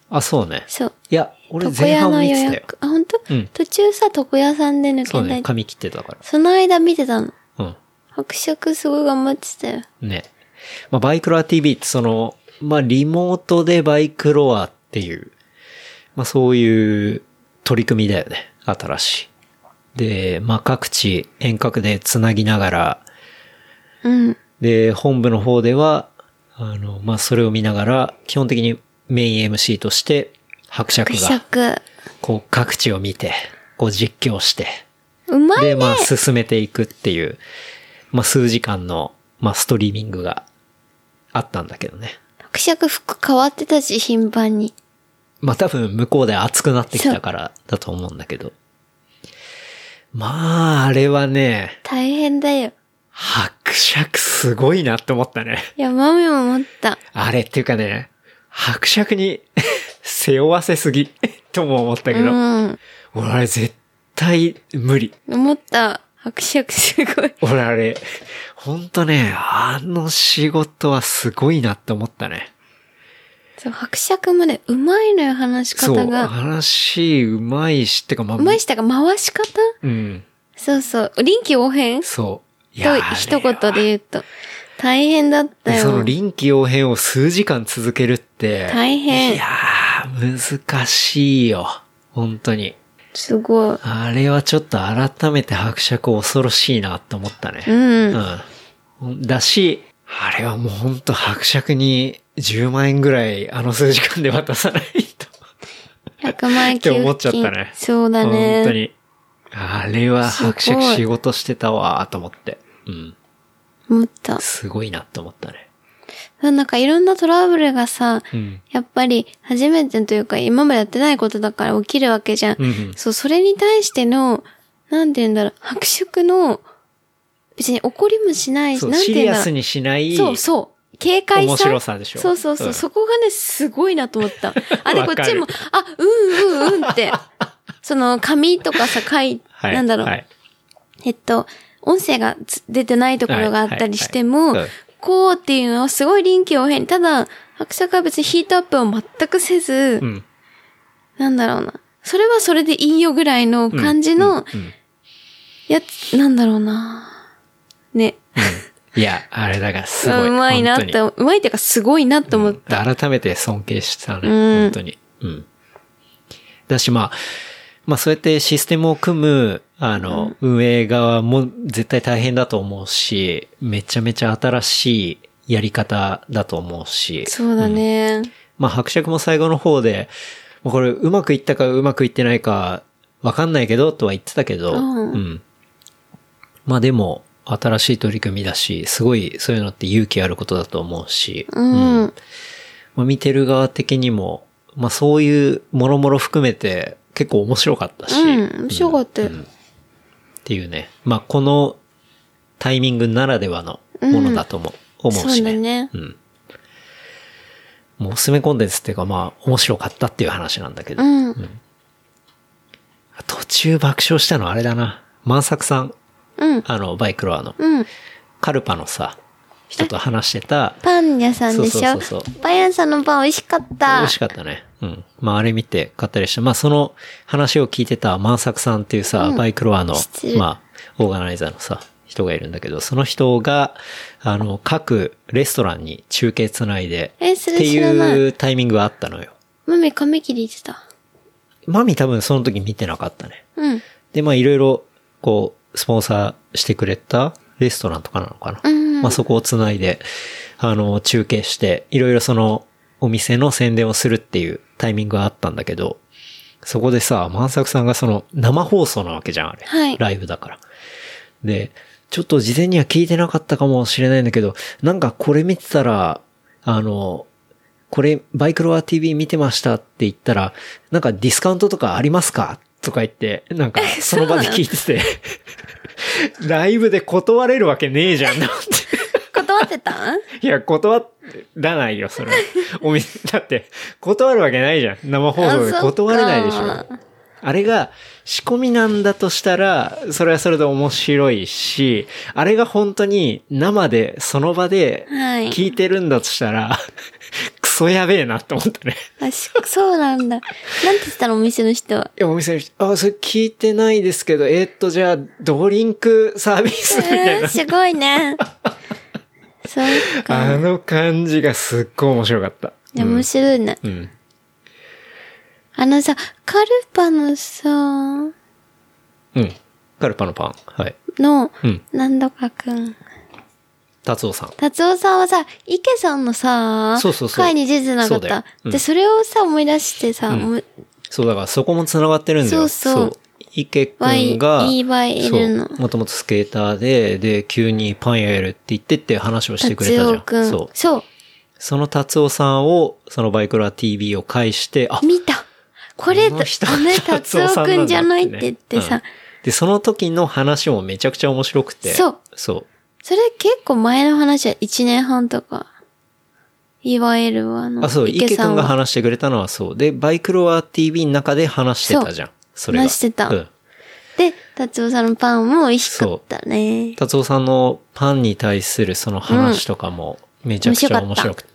[SPEAKER 1] あ、そうね。
[SPEAKER 2] そう。
[SPEAKER 1] いや、俺
[SPEAKER 2] 床
[SPEAKER 1] 前
[SPEAKER 2] 屋
[SPEAKER 1] 半も
[SPEAKER 2] の
[SPEAKER 1] 見
[SPEAKER 2] 予
[SPEAKER 1] てたよ。
[SPEAKER 2] 約。あ、本当、
[SPEAKER 1] うん
[SPEAKER 2] 途中さ、床屋さんで抜け
[SPEAKER 1] そう
[SPEAKER 2] な
[SPEAKER 1] ね。
[SPEAKER 2] い。
[SPEAKER 1] 髪切ってたか
[SPEAKER 2] その間見てたの。
[SPEAKER 1] ら。
[SPEAKER 2] 伯爵すごい頑張ってたよ。
[SPEAKER 1] うん。ね。まあ、バイクロア TV ってその、まあ、リモートでバイクロアっていう、まあ、そういう取り組みだよね。新しい。で、まあ、各地遠隔で繋ぎながら、
[SPEAKER 2] うん。
[SPEAKER 1] で、本部の方では、あの、まあ、それを見ながら、基本的にメイン MC として、伯爵
[SPEAKER 2] 伯
[SPEAKER 1] が、
[SPEAKER 2] 爵。
[SPEAKER 1] こう、各地を見て、こう、実況して、
[SPEAKER 2] うまい
[SPEAKER 1] で、
[SPEAKER 2] ね。
[SPEAKER 1] まあ、進めていくっていう、まあ、数時間の、まあ、ストリーミングがあったんだけどね。
[SPEAKER 2] 伯爵服変わってたし、頻繁に。
[SPEAKER 1] まあ、多分、向こうで熱くなってきたからだと思うんだけど。まあ、あれはね、
[SPEAKER 2] 大変だよ。
[SPEAKER 1] 伯爵すごいなって思ったね。
[SPEAKER 2] いや、マミも思った。
[SPEAKER 1] あれっていうかね、伯爵に 背負わせすぎ とも思ったけ
[SPEAKER 2] う
[SPEAKER 1] ど、
[SPEAKER 2] ん。
[SPEAKER 1] 俺あれ絶対無理。
[SPEAKER 2] 思った。伯爵すごい。
[SPEAKER 1] 俺あれ、ほんとね、あの仕事はすごいなって思ったね。
[SPEAKER 2] そう、伯爵もね、うまいのよ、話し
[SPEAKER 1] そう、
[SPEAKER 2] 方が。
[SPEAKER 1] 話うまいし、ってかまあ、
[SPEAKER 2] うまいしたが、回し方
[SPEAKER 1] うん、
[SPEAKER 2] そうそう。臨機応変と
[SPEAKER 1] そう。いや
[SPEAKER 2] 一言で
[SPEAKER 1] う。
[SPEAKER 2] 言うと。大変だった
[SPEAKER 1] で
[SPEAKER 2] よ。
[SPEAKER 1] その臨機応変を数時間続けるって。
[SPEAKER 2] 大変
[SPEAKER 1] いやー、難しいよ。本当に。
[SPEAKER 2] すごい。
[SPEAKER 1] あれはちょっと改めて伯爵恐ろしいなって思ったね。
[SPEAKER 2] うん。
[SPEAKER 1] うん。だし、あれはもうほんと伯爵に10万円ぐらいあの数時間で渡さないと。
[SPEAKER 2] 100万円
[SPEAKER 1] って
[SPEAKER 2] 給付金。
[SPEAKER 1] 思っちゃったね
[SPEAKER 2] そうだね。
[SPEAKER 1] 本当に。あれは
[SPEAKER 2] すごい
[SPEAKER 1] 伯爵仕事してたわーと思って。うん。
[SPEAKER 2] 思った。
[SPEAKER 1] すごいなって思ったね。
[SPEAKER 2] なんかいろんなトラブルがさ、
[SPEAKER 1] ん
[SPEAKER 2] やっぱり初めてというか今までやってないことだから起きるわけじゃん。
[SPEAKER 1] うんうん
[SPEAKER 2] そう、それに対しての、なんて言うんだろう、白色の、別に怒りもしないし、
[SPEAKER 1] そう、
[SPEAKER 2] なんて
[SPEAKER 1] シ
[SPEAKER 2] 言うん
[SPEAKER 1] リ
[SPEAKER 2] だ
[SPEAKER 1] ア
[SPEAKER 2] ろう。
[SPEAKER 1] スにしない。
[SPEAKER 2] そうそう。警戒さ。
[SPEAKER 1] 面白さでしょ
[SPEAKER 2] そうそうそう。
[SPEAKER 1] うん
[SPEAKER 2] そこがね、すごいなと 思った。あ、で、こ
[SPEAKER 1] わかる
[SPEAKER 2] っちも、あ、うんうんうんって。その、紙とかさ、書い、
[SPEAKER 1] はい。
[SPEAKER 2] なんだろう、
[SPEAKER 1] はい。
[SPEAKER 2] えっと、音声がつ出てないところがあったりしても、
[SPEAKER 1] はいはいはいうん
[SPEAKER 2] こうっていうのはすごい臨機応変に。ただ、白爵は別にヒートアップを全くせず、
[SPEAKER 1] うん。
[SPEAKER 2] なんだろうな。それはそれでいいよぐらいの感じ
[SPEAKER 1] うん
[SPEAKER 2] の
[SPEAKER 1] うん
[SPEAKER 2] やつ、なんだろうな。ね。
[SPEAKER 1] いや、あれだからすごい。
[SPEAKER 2] うまいなっ
[SPEAKER 1] 本
[SPEAKER 2] て、
[SPEAKER 1] 当に
[SPEAKER 2] うまいっていうかすごいなって思った。
[SPEAKER 1] 改めて尊敬したね。
[SPEAKER 2] うん
[SPEAKER 1] 本当に。うん。だし、まあ、まあそうやってシステムを組む、あの、運営側も絶対大変だと思うし、めちゃめちゃ新しいやり方だと思うし。
[SPEAKER 2] そうだね。
[SPEAKER 1] まあ、伯爵も最後の方で、もうこれうまくいったかうまくいってないかわかんないけどとは言ってたけど、
[SPEAKER 2] うん
[SPEAKER 1] んまあでも、新しい取り組みだし、すごいそういうのって勇気あることだと思うし、
[SPEAKER 2] うん。
[SPEAKER 1] まあ、見てる側的にも、まあそういうもろもろ含めて結構面白かったし、
[SPEAKER 2] うん。面白かったよ。
[SPEAKER 1] っていうね。まあこのタイミングならではのものだとも思う
[SPEAKER 2] そう
[SPEAKER 1] し
[SPEAKER 2] だ
[SPEAKER 1] ね。
[SPEAKER 2] ね。
[SPEAKER 1] うん。もうおすすめコンテンツっていうかまあ面白かったっていう話なんだけど。
[SPEAKER 2] うん。
[SPEAKER 1] 途中爆笑したのあれだな。万作さん、
[SPEAKER 2] うん。
[SPEAKER 1] あの、バイクロアの、
[SPEAKER 2] うん。
[SPEAKER 1] カルパのさ、人と話してた、
[SPEAKER 2] パン屋さんでし
[SPEAKER 1] そ
[SPEAKER 2] ょ
[SPEAKER 1] うそうそうそ
[SPEAKER 2] パン屋さんのパン美味しかった。
[SPEAKER 1] 美味しかったね。うん。まあ、あれ見て買ったりして、まあ、その話を聞いてた万作さんっていうさ、バイクロアの
[SPEAKER 2] 知って、る
[SPEAKER 1] まあ、オーガナイザーのさ、人がいるんだけど、その人が、あの、各レストランに中継つないで、
[SPEAKER 2] えそれ
[SPEAKER 1] って
[SPEAKER 2] 知らない
[SPEAKER 1] いうタイミングがあったのよ。
[SPEAKER 2] マミ髪切りしてた。
[SPEAKER 1] マミ多分その時見てなかったね。
[SPEAKER 2] うん。
[SPEAKER 1] で、まあ、いろいろ、こう、スポンサーしてくれたレストランとかなのかな。
[SPEAKER 2] うん
[SPEAKER 1] まあ、そこをつないで、あの、中継して、いろいろその、お店の宣伝をするっていうタイミングがあったんだけど、そこでさ、万作さんがその、生放送なわけじゃん、あれ。
[SPEAKER 2] はい
[SPEAKER 1] ライブだから。で、ちょっと事前には聞いてなかったかもしれないんだけど、なんかこれ見てたら、あの、これ、バイクロア TV 見てましたって言ったら、なんかディスカウントとかありますかとか言って、なんかその場で聞いてて、 ライブで断れるわけねえじゃん、なんて。
[SPEAKER 2] 断ってた
[SPEAKER 1] いや、断らないよ、それ。お店、だって、断るわけないじゃん。生放送で
[SPEAKER 2] あそっか
[SPEAKER 1] 断れないでしょ。あれが仕込みなんだとしたら、それはそれで面白いし、あれが本当に生で、その場で
[SPEAKER 2] はい。
[SPEAKER 1] 聞いてるんだとしたら、クソやべえなって思ったね。
[SPEAKER 2] あ、しそうなんだ。なんて言ってたのお店の人は。
[SPEAKER 1] いや、お店の人、あ、それ聞いてないですけど、えーっと、じゃあ、ドリンクサービスみたい
[SPEAKER 2] えー、
[SPEAKER 1] な。
[SPEAKER 2] すごいね。そう
[SPEAKER 1] あ
[SPEAKER 2] か。
[SPEAKER 1] の感じがすっごい面白かった。
[SPEAKER 2] いや面白いね。
[SPEAKER 1] うん。
[SPEAKER 2] あのさ、カルパのさ、
[SPEAKER 1] うん。カルパのパン。はい。
[SPEAKER 2] の、
[SPEAKER 1] うん。
[SPEAKER 2] なんとかくん。
[SPEAKER 1] 達夫さん。
[SPEAKER 2] 達夫さんはさ、池さんのさ、
[SPEAKER 1] そうそうそう
[SPEAKER 2] 会に出てなかっ
[SPEAKER 1] そうだよ
[SPEAKER 2] た。
[SPEAKER 1] うん
[SPEAKER 2] で、それをさ、思い出してさ、
[SPEAKER 1] ん
[SPEAKER 2] 思い
[SPEAKER 1] そう、だからそこも繋がってるんだよ。
[SPEAKER 2] そうそう
[SPEAKER 1] 池くんが、
[SPEAKER 2] YEYL の
[SPEAKER 1] そうもともとスケーターで、で、急にパン屋やるって言ってって話をしてくれ
[SPEAKER 2] 達
[SPEAKER 1] たじ
[SPEAKER 2] 夫く
[SPEAKER 1] ゃん。
[SPEAKER 2] ん。
[SPEAKER 1] そう。
[SPEAKER 2] そ
[SPEAKER 1] その達夫さんを、そのバイクラー TV を介して、あ
[SPEAKER 2] う。、見た。これ、
[SPEAKER 1] こ
[SPEAKER 2] こ
[SPEAKER 1] の人
[SPEAKER 2] れ
[SPEAKER 1] 達
[SPEAKER 2] 達
[SPEAKER 1] 夫さ
[SPEAKER 2] 夫
[SPEAKER 1] んなんだ
[SPEAKER 2] くんじゃないっ
[SPEAKER 1] って
[SPEAKER 2] て
[SPEAKER 1] ね
[SPEAKER 2] 言ってさ、
[SPEAKER 1] で、その時の話もめちゃくちゃ面白くて。
[SPEAKER 2] そう。
[SPEAKER 1] そう。
[SPEAKER 2] それ結構前の話は1年半とか。いわゆるあの、
[SPEAKER 1] あ、そう、池く
[SPEAKER 2] さ
[SPEAKER 1] ん
[SPEAKER 2] ん
[SPEAKER 1] が
[SPEAKER 2] は。
[SPEAKER 1] 話してくれたのはそう。で、バイクロア TV の中で話してたじゃん。それが。
[SPEAKER 2] 話してた
[SPEAKER 1] うん。
[SPEAKER 2] で、達夫さんのパンも美味しかったね。
[SPEAKER 1] 達夫さんのパンに対するその話とかもめちゃくちゃ面白くて。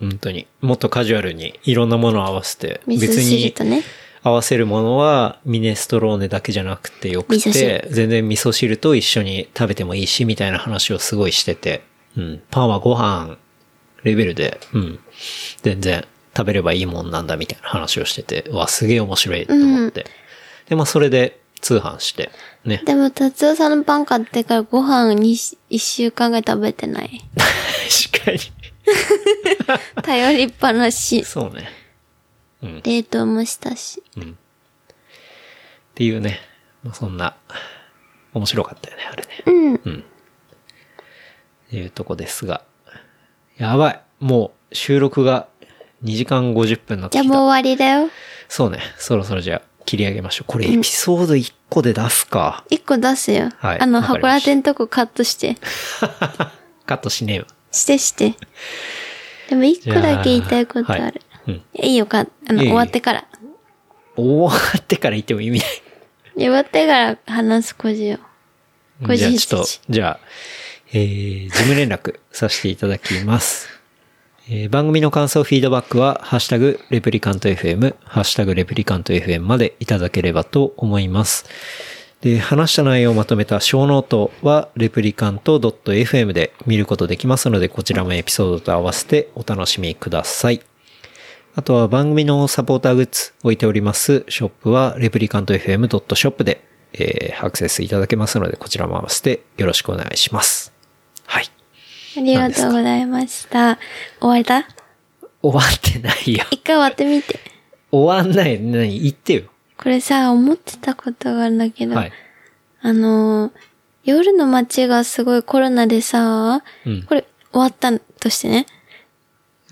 [SPEAKER 1] 本当に。もっとカジュアルにいろんなものを合わせて、
[SPEAKER 2] 味噌
[SPEAKER 1] 別
[SPEAKER 2] 汁
[SPEAKER 1] に
[SPEAKER 2] とね。
[SPEAKER 1] 合わせるものはミネストローネだけじゃなくてよく
[SPEAKER 2] 味噌
[SPEAKER 1] て
[SPEAKER 2] 汁、
[SPEAKER 1] 全然味噌汁と一緒に食べてもいいしみたいな話をすごいしてて、うん。パンはご飯レベルで、うん。全然食べればいいもんなんだみたいな話をしてて、うわ、すげえ面白いと思って。で、まあそれで通販して、ね。
[SPEAKER 2] でも、達夫さんのパン買ってからご飯に1週間ぐらい食べて ない。
[SPEAKER 1] 確かに。
[SPEAKER 2] 頼りっぱなし。
[SPEAKER 1] そうね。
[SPEAKER 2] 冷凍もしたし。
[SPEAKER 1] っていうね。まあ、そんな、面白かったよね、あれね。
[SPEAKER 2] うん。
[SPEAKER 1] っていうとこですが。やばい。もう収録が2時間50分になって
[SPEAKER 2] じゃあ
[SPEAKER 1] き
[SPEAKER 2] もう
[SPEAKER 1] た。
[SPEAKER 2] 終わりだよ。
[SPEAKER 1] そうね。そろそろじゃあ切り上げましょう。これエピソード1個で出すか。
[SPEAKER 2] 一個出すよ。
[SPEAKER 1] はい
[SPEAKER 2] あ
[SPEAKER 1] わ
[SPEAKER 2] の、
[SPEAKER 1] かりました
[SPEAKER 2] 函館のとこカットして。
[SPEAKER 1] カットしねえわ。
[SPEAKER 2] してして。でも一個だけ言いたいことある。
[SPEAKER 1] はいうん
[SPEAKER 2] い、いよか、あの、
[SPEAKER 1] いえいえ
[SPEAKER 2] 終わってから。
[SPEAKER 1] 終わってから言っても意味ない。
[SPEAKER 2] 終わってから話す個人を。個
[SPEAKER 1] じゃあ
[SPEAKER 2] 人
[SPEAKER 1] ちょっと
[SPEAKER 2] 質。、
[SPEAKER 1] じゃあ、えー、事務連絡させていただきます。えー番組の感想、フィードバックは、ハッシュタグ、レプリカント FM、ハッシュタグ、レプリカント FM までいただければと思います。で、話した内容をまとめた小ノートは、レプリカント .fm で見ることできますので、こちらもエピソードと合わせてお楽しみください。あとは番組のサポーターグッズ置いておりますショップは replicantfm.shop で、えーアクセスいただけますのでこちらも合わせてよろしくお願いします。はい。
[SPEAKER 2] ありがとうございました。終わりだ
[SPEAKER 1] 終わってないや。
[SPEAKER 2] 一回終わってみて。
[SPEAKER 1] 終わんない。何言ってよ。
[SPEAKER 2] これさ、思ってたことがあるんだけど、
[SPEAKER 1] はい。
[SPEAKER 2] あのー、夜の街がすごいコロナでさ、
[SPEAKER 1] うん
[SPEAKER 2] これ終わったとしてね。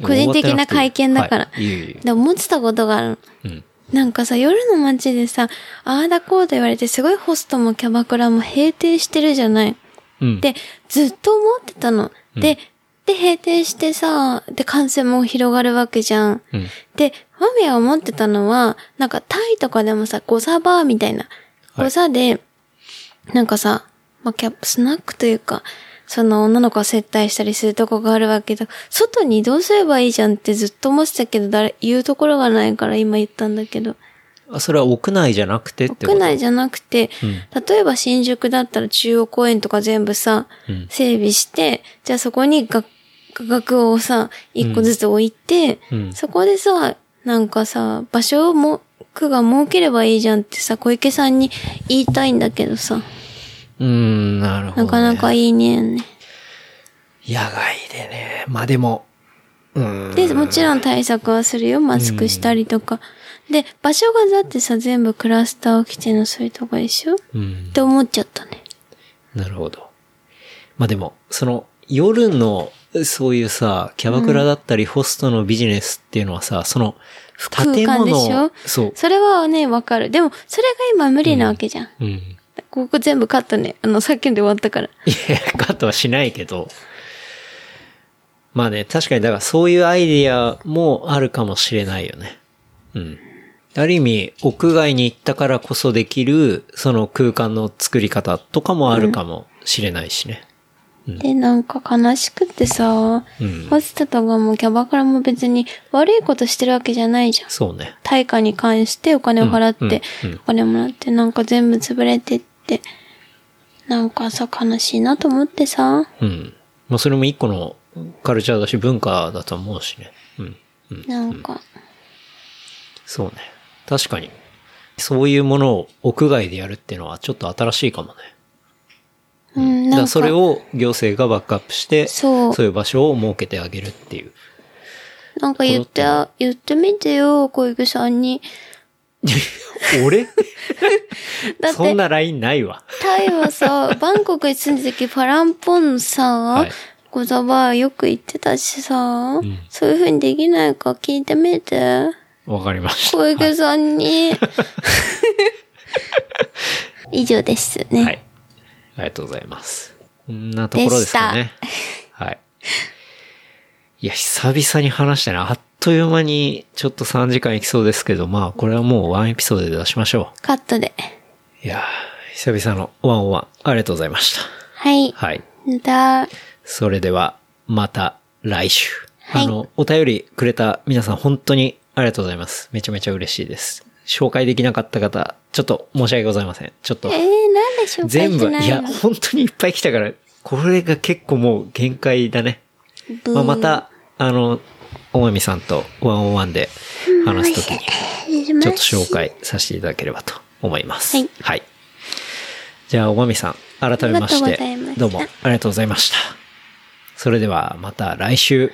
[SPEAKER 2] 個人的な会見だから
[SPEAKER 1] はい、いえいえ
[SPEAKER 2] で、思ってたことがあるの。
[SPEAKER 1] うん。
[SPEAKER 2] なんかさ、夜の街でさ、ああだこうだ言われて、すごいホストもキャバクラも閉店してるじゃない。
[SPEAKER 1] うん。
[SPEAKER 2] で、ずっと思ってたの。で、で、閉店してさ、で、感染も広がるわけじゃん。
[SPEAKER 1] うん。
[SPEAKER 2] で、ファミアが思ってたのは、なんかタイとかでもさ、ゴザバーみたいな。
[SPEAKER 1] はい
[SPEAKER 2] ゴザで、なんかさ、まあ、キャスナックというか、その女の子が接待したりするとこがあるわけだ。外に移動すればいいじゃんってずっと思ってたけど、誰、言うところがないから今言ったんだけど。
[SPEAKER 1] あ、それは屋内じゃなくてってこと
[SPEAKER 2] 屋内じゃなくて、例えば新宿だったら中央公園とか全部さ、
[SPEAKER 1] うん
[SPEAKER 2] 整備して、じゃあそこにが学をさ、一個ずつ置いて、
[SPEAKER 1] うん
[SPEAKER 2] そこでさ、なんかさ、場所をも、区が設ければいいじゃんってさ、小池さんに言いたいんだけどさ、
[SPEAKER 1] うーん、なるほど、
[SPEAKER 2] な
[SPEAKER 1] ね。
[SPEAKER 2] かなかいいねね。
[SPEAKER 1] 野外でね。まあでも、うーん。
[SPEAKER 2] で、もちろん対策はするよ。マスクしたりとか。で、場所がだってさ、全部クラスター起きてるのそういうとこでしょっ
[SPEAKER 1] うん。
[SPEAKER 2] て思っちゃったね。
[SPEAKER 1] なるほど。まあでも、その夜のそういうさ、キャバクラだったりホストのビジネスっていうのはさ、その建
[SPEAKER 2] 空間でし
[SPEAKER 1] 物
[SPEAKER 2] ょ、
[SPEAKER 1] そう。
[SPEAKER 2] それはね、わかる。でも、それが今無理なわけじゃん。
[SPEAKER 1] うん。
[SPEAKER 2] ここ全部カットね。あの、さっきので終わったから。
[SPEAKER 1] いや、カットはしないけど。まあね、確かにだからそういうアイディアもあるかもしれないよね。うん。ある意味、屋外に行ったからこそできる、その空間の作り方とかもあるかもしれないしね。
[SPEAKER 2] で、なんか悲しくってさ、
[SPEAKER 1] うん
[SPEAKER 2] ホストとかもキャバクラも別に悪いことしてるわけじゃないじゃん。
[SPEAKER 1] そうね。
[SPEAKER 2] 対価に関してお金を払って、
[SPEAKER 1] うんうんうん
[SPEAKER 2] お金もらって、なんか全部潰れてって、なんかさ、悲しいなと思ってさ、
[SPEAKER 1] うん。まあ、それも一個のカルチャーだし、文化だと思うしね。うん。うん。
[SPEAKER 2] なんか、
[SPEAKER 1] そうね。確かに。そういうものを屋外でやるっていうのはちょっと新しいかもね。
[SPEAKER 2] うん、
[SPEAKER 1] だか
[SPEAKER 2] なん
[SPEAKER 1] ら
[SPEAKER 2] か、
[SPEAKER 1] それを行政がバックアップして、
[SPEAKER 2] そう
[SPEAKER 1] いう場所を設けてあげるって いう。
[SPEAKER 2] なんか言って、言ってみてよ、小池さんに。
[SPEAKER 1] 俺
[SPEAKER 2] だっ
[SPEAKER 1] そん
[SPEAKER 2] て、
[SPEAKER 1] なラインないわ。
[SPEAKER 2] タイ はさ、バンコクに住んでた時、パランポンのさ、
[SPEAKER 1] はい
[SPEAKER 2] ござばよく行ってたしさ、
[SPEAKER 1] ん
[SPEAKER 2] そういう風にできないか聞いてみて。
[SPEAKER 1] わかりました。
[SPEAKER 2] 小池さんに。以上ですね。
[SPEAKER 1] はい。ありがとうございます。こんなところですかね。はい。いや、久々に話したね。あっという間にちょっと3時間いきそうですけど、まあ、これはもうワンエピソードで出しましょ
[SPEAKER 2] カットで。
[SPEAKER 1] う。いやー、久々のワンオンワン、ありがとうございました。
[SPEAKER 2] はい。
[SPEAKER 1] はい。
[SPEAKER 2] また、
[SPEAKER 1] それでは、また来週。
[SPEAKER 2] はい
[SPEAKER 1] あの、お便りくれた皆さん、本当にありがとうございます。めちゃめちゃ嬉しいです。紹介できなかった方、ちょっと申し訳ございません。ちょっと
[SPEAKER 2] えー、、なんで紹介
[SPEAKER 1] 全
[SPEAKER 2] し
[SPEAKER 1] 部、
[SPEAKER 2] ないい
[SPEAKER 1] や、
[SPEAKER 2] の
[SPEAKER 1] 本当にいっぱい来たから、これが結構もう限界だね。
[SPEAKER 2] ブー
[SPEAKER 1] まあ、また、あの、おまみさんとワンオンワンで話すときに、ちょっと紹介させていただければと思います。
[SPEAKER 2] はい
[SPEAKER 1] じゃあ、おまみさん、改めまし
[SPEAKER 2] ありがとうご
[SPEAKER 1] て
[SPEAKER 2] ざいまし、た
[SPEAKER 1] どうもありがとうございました。それでは、また来週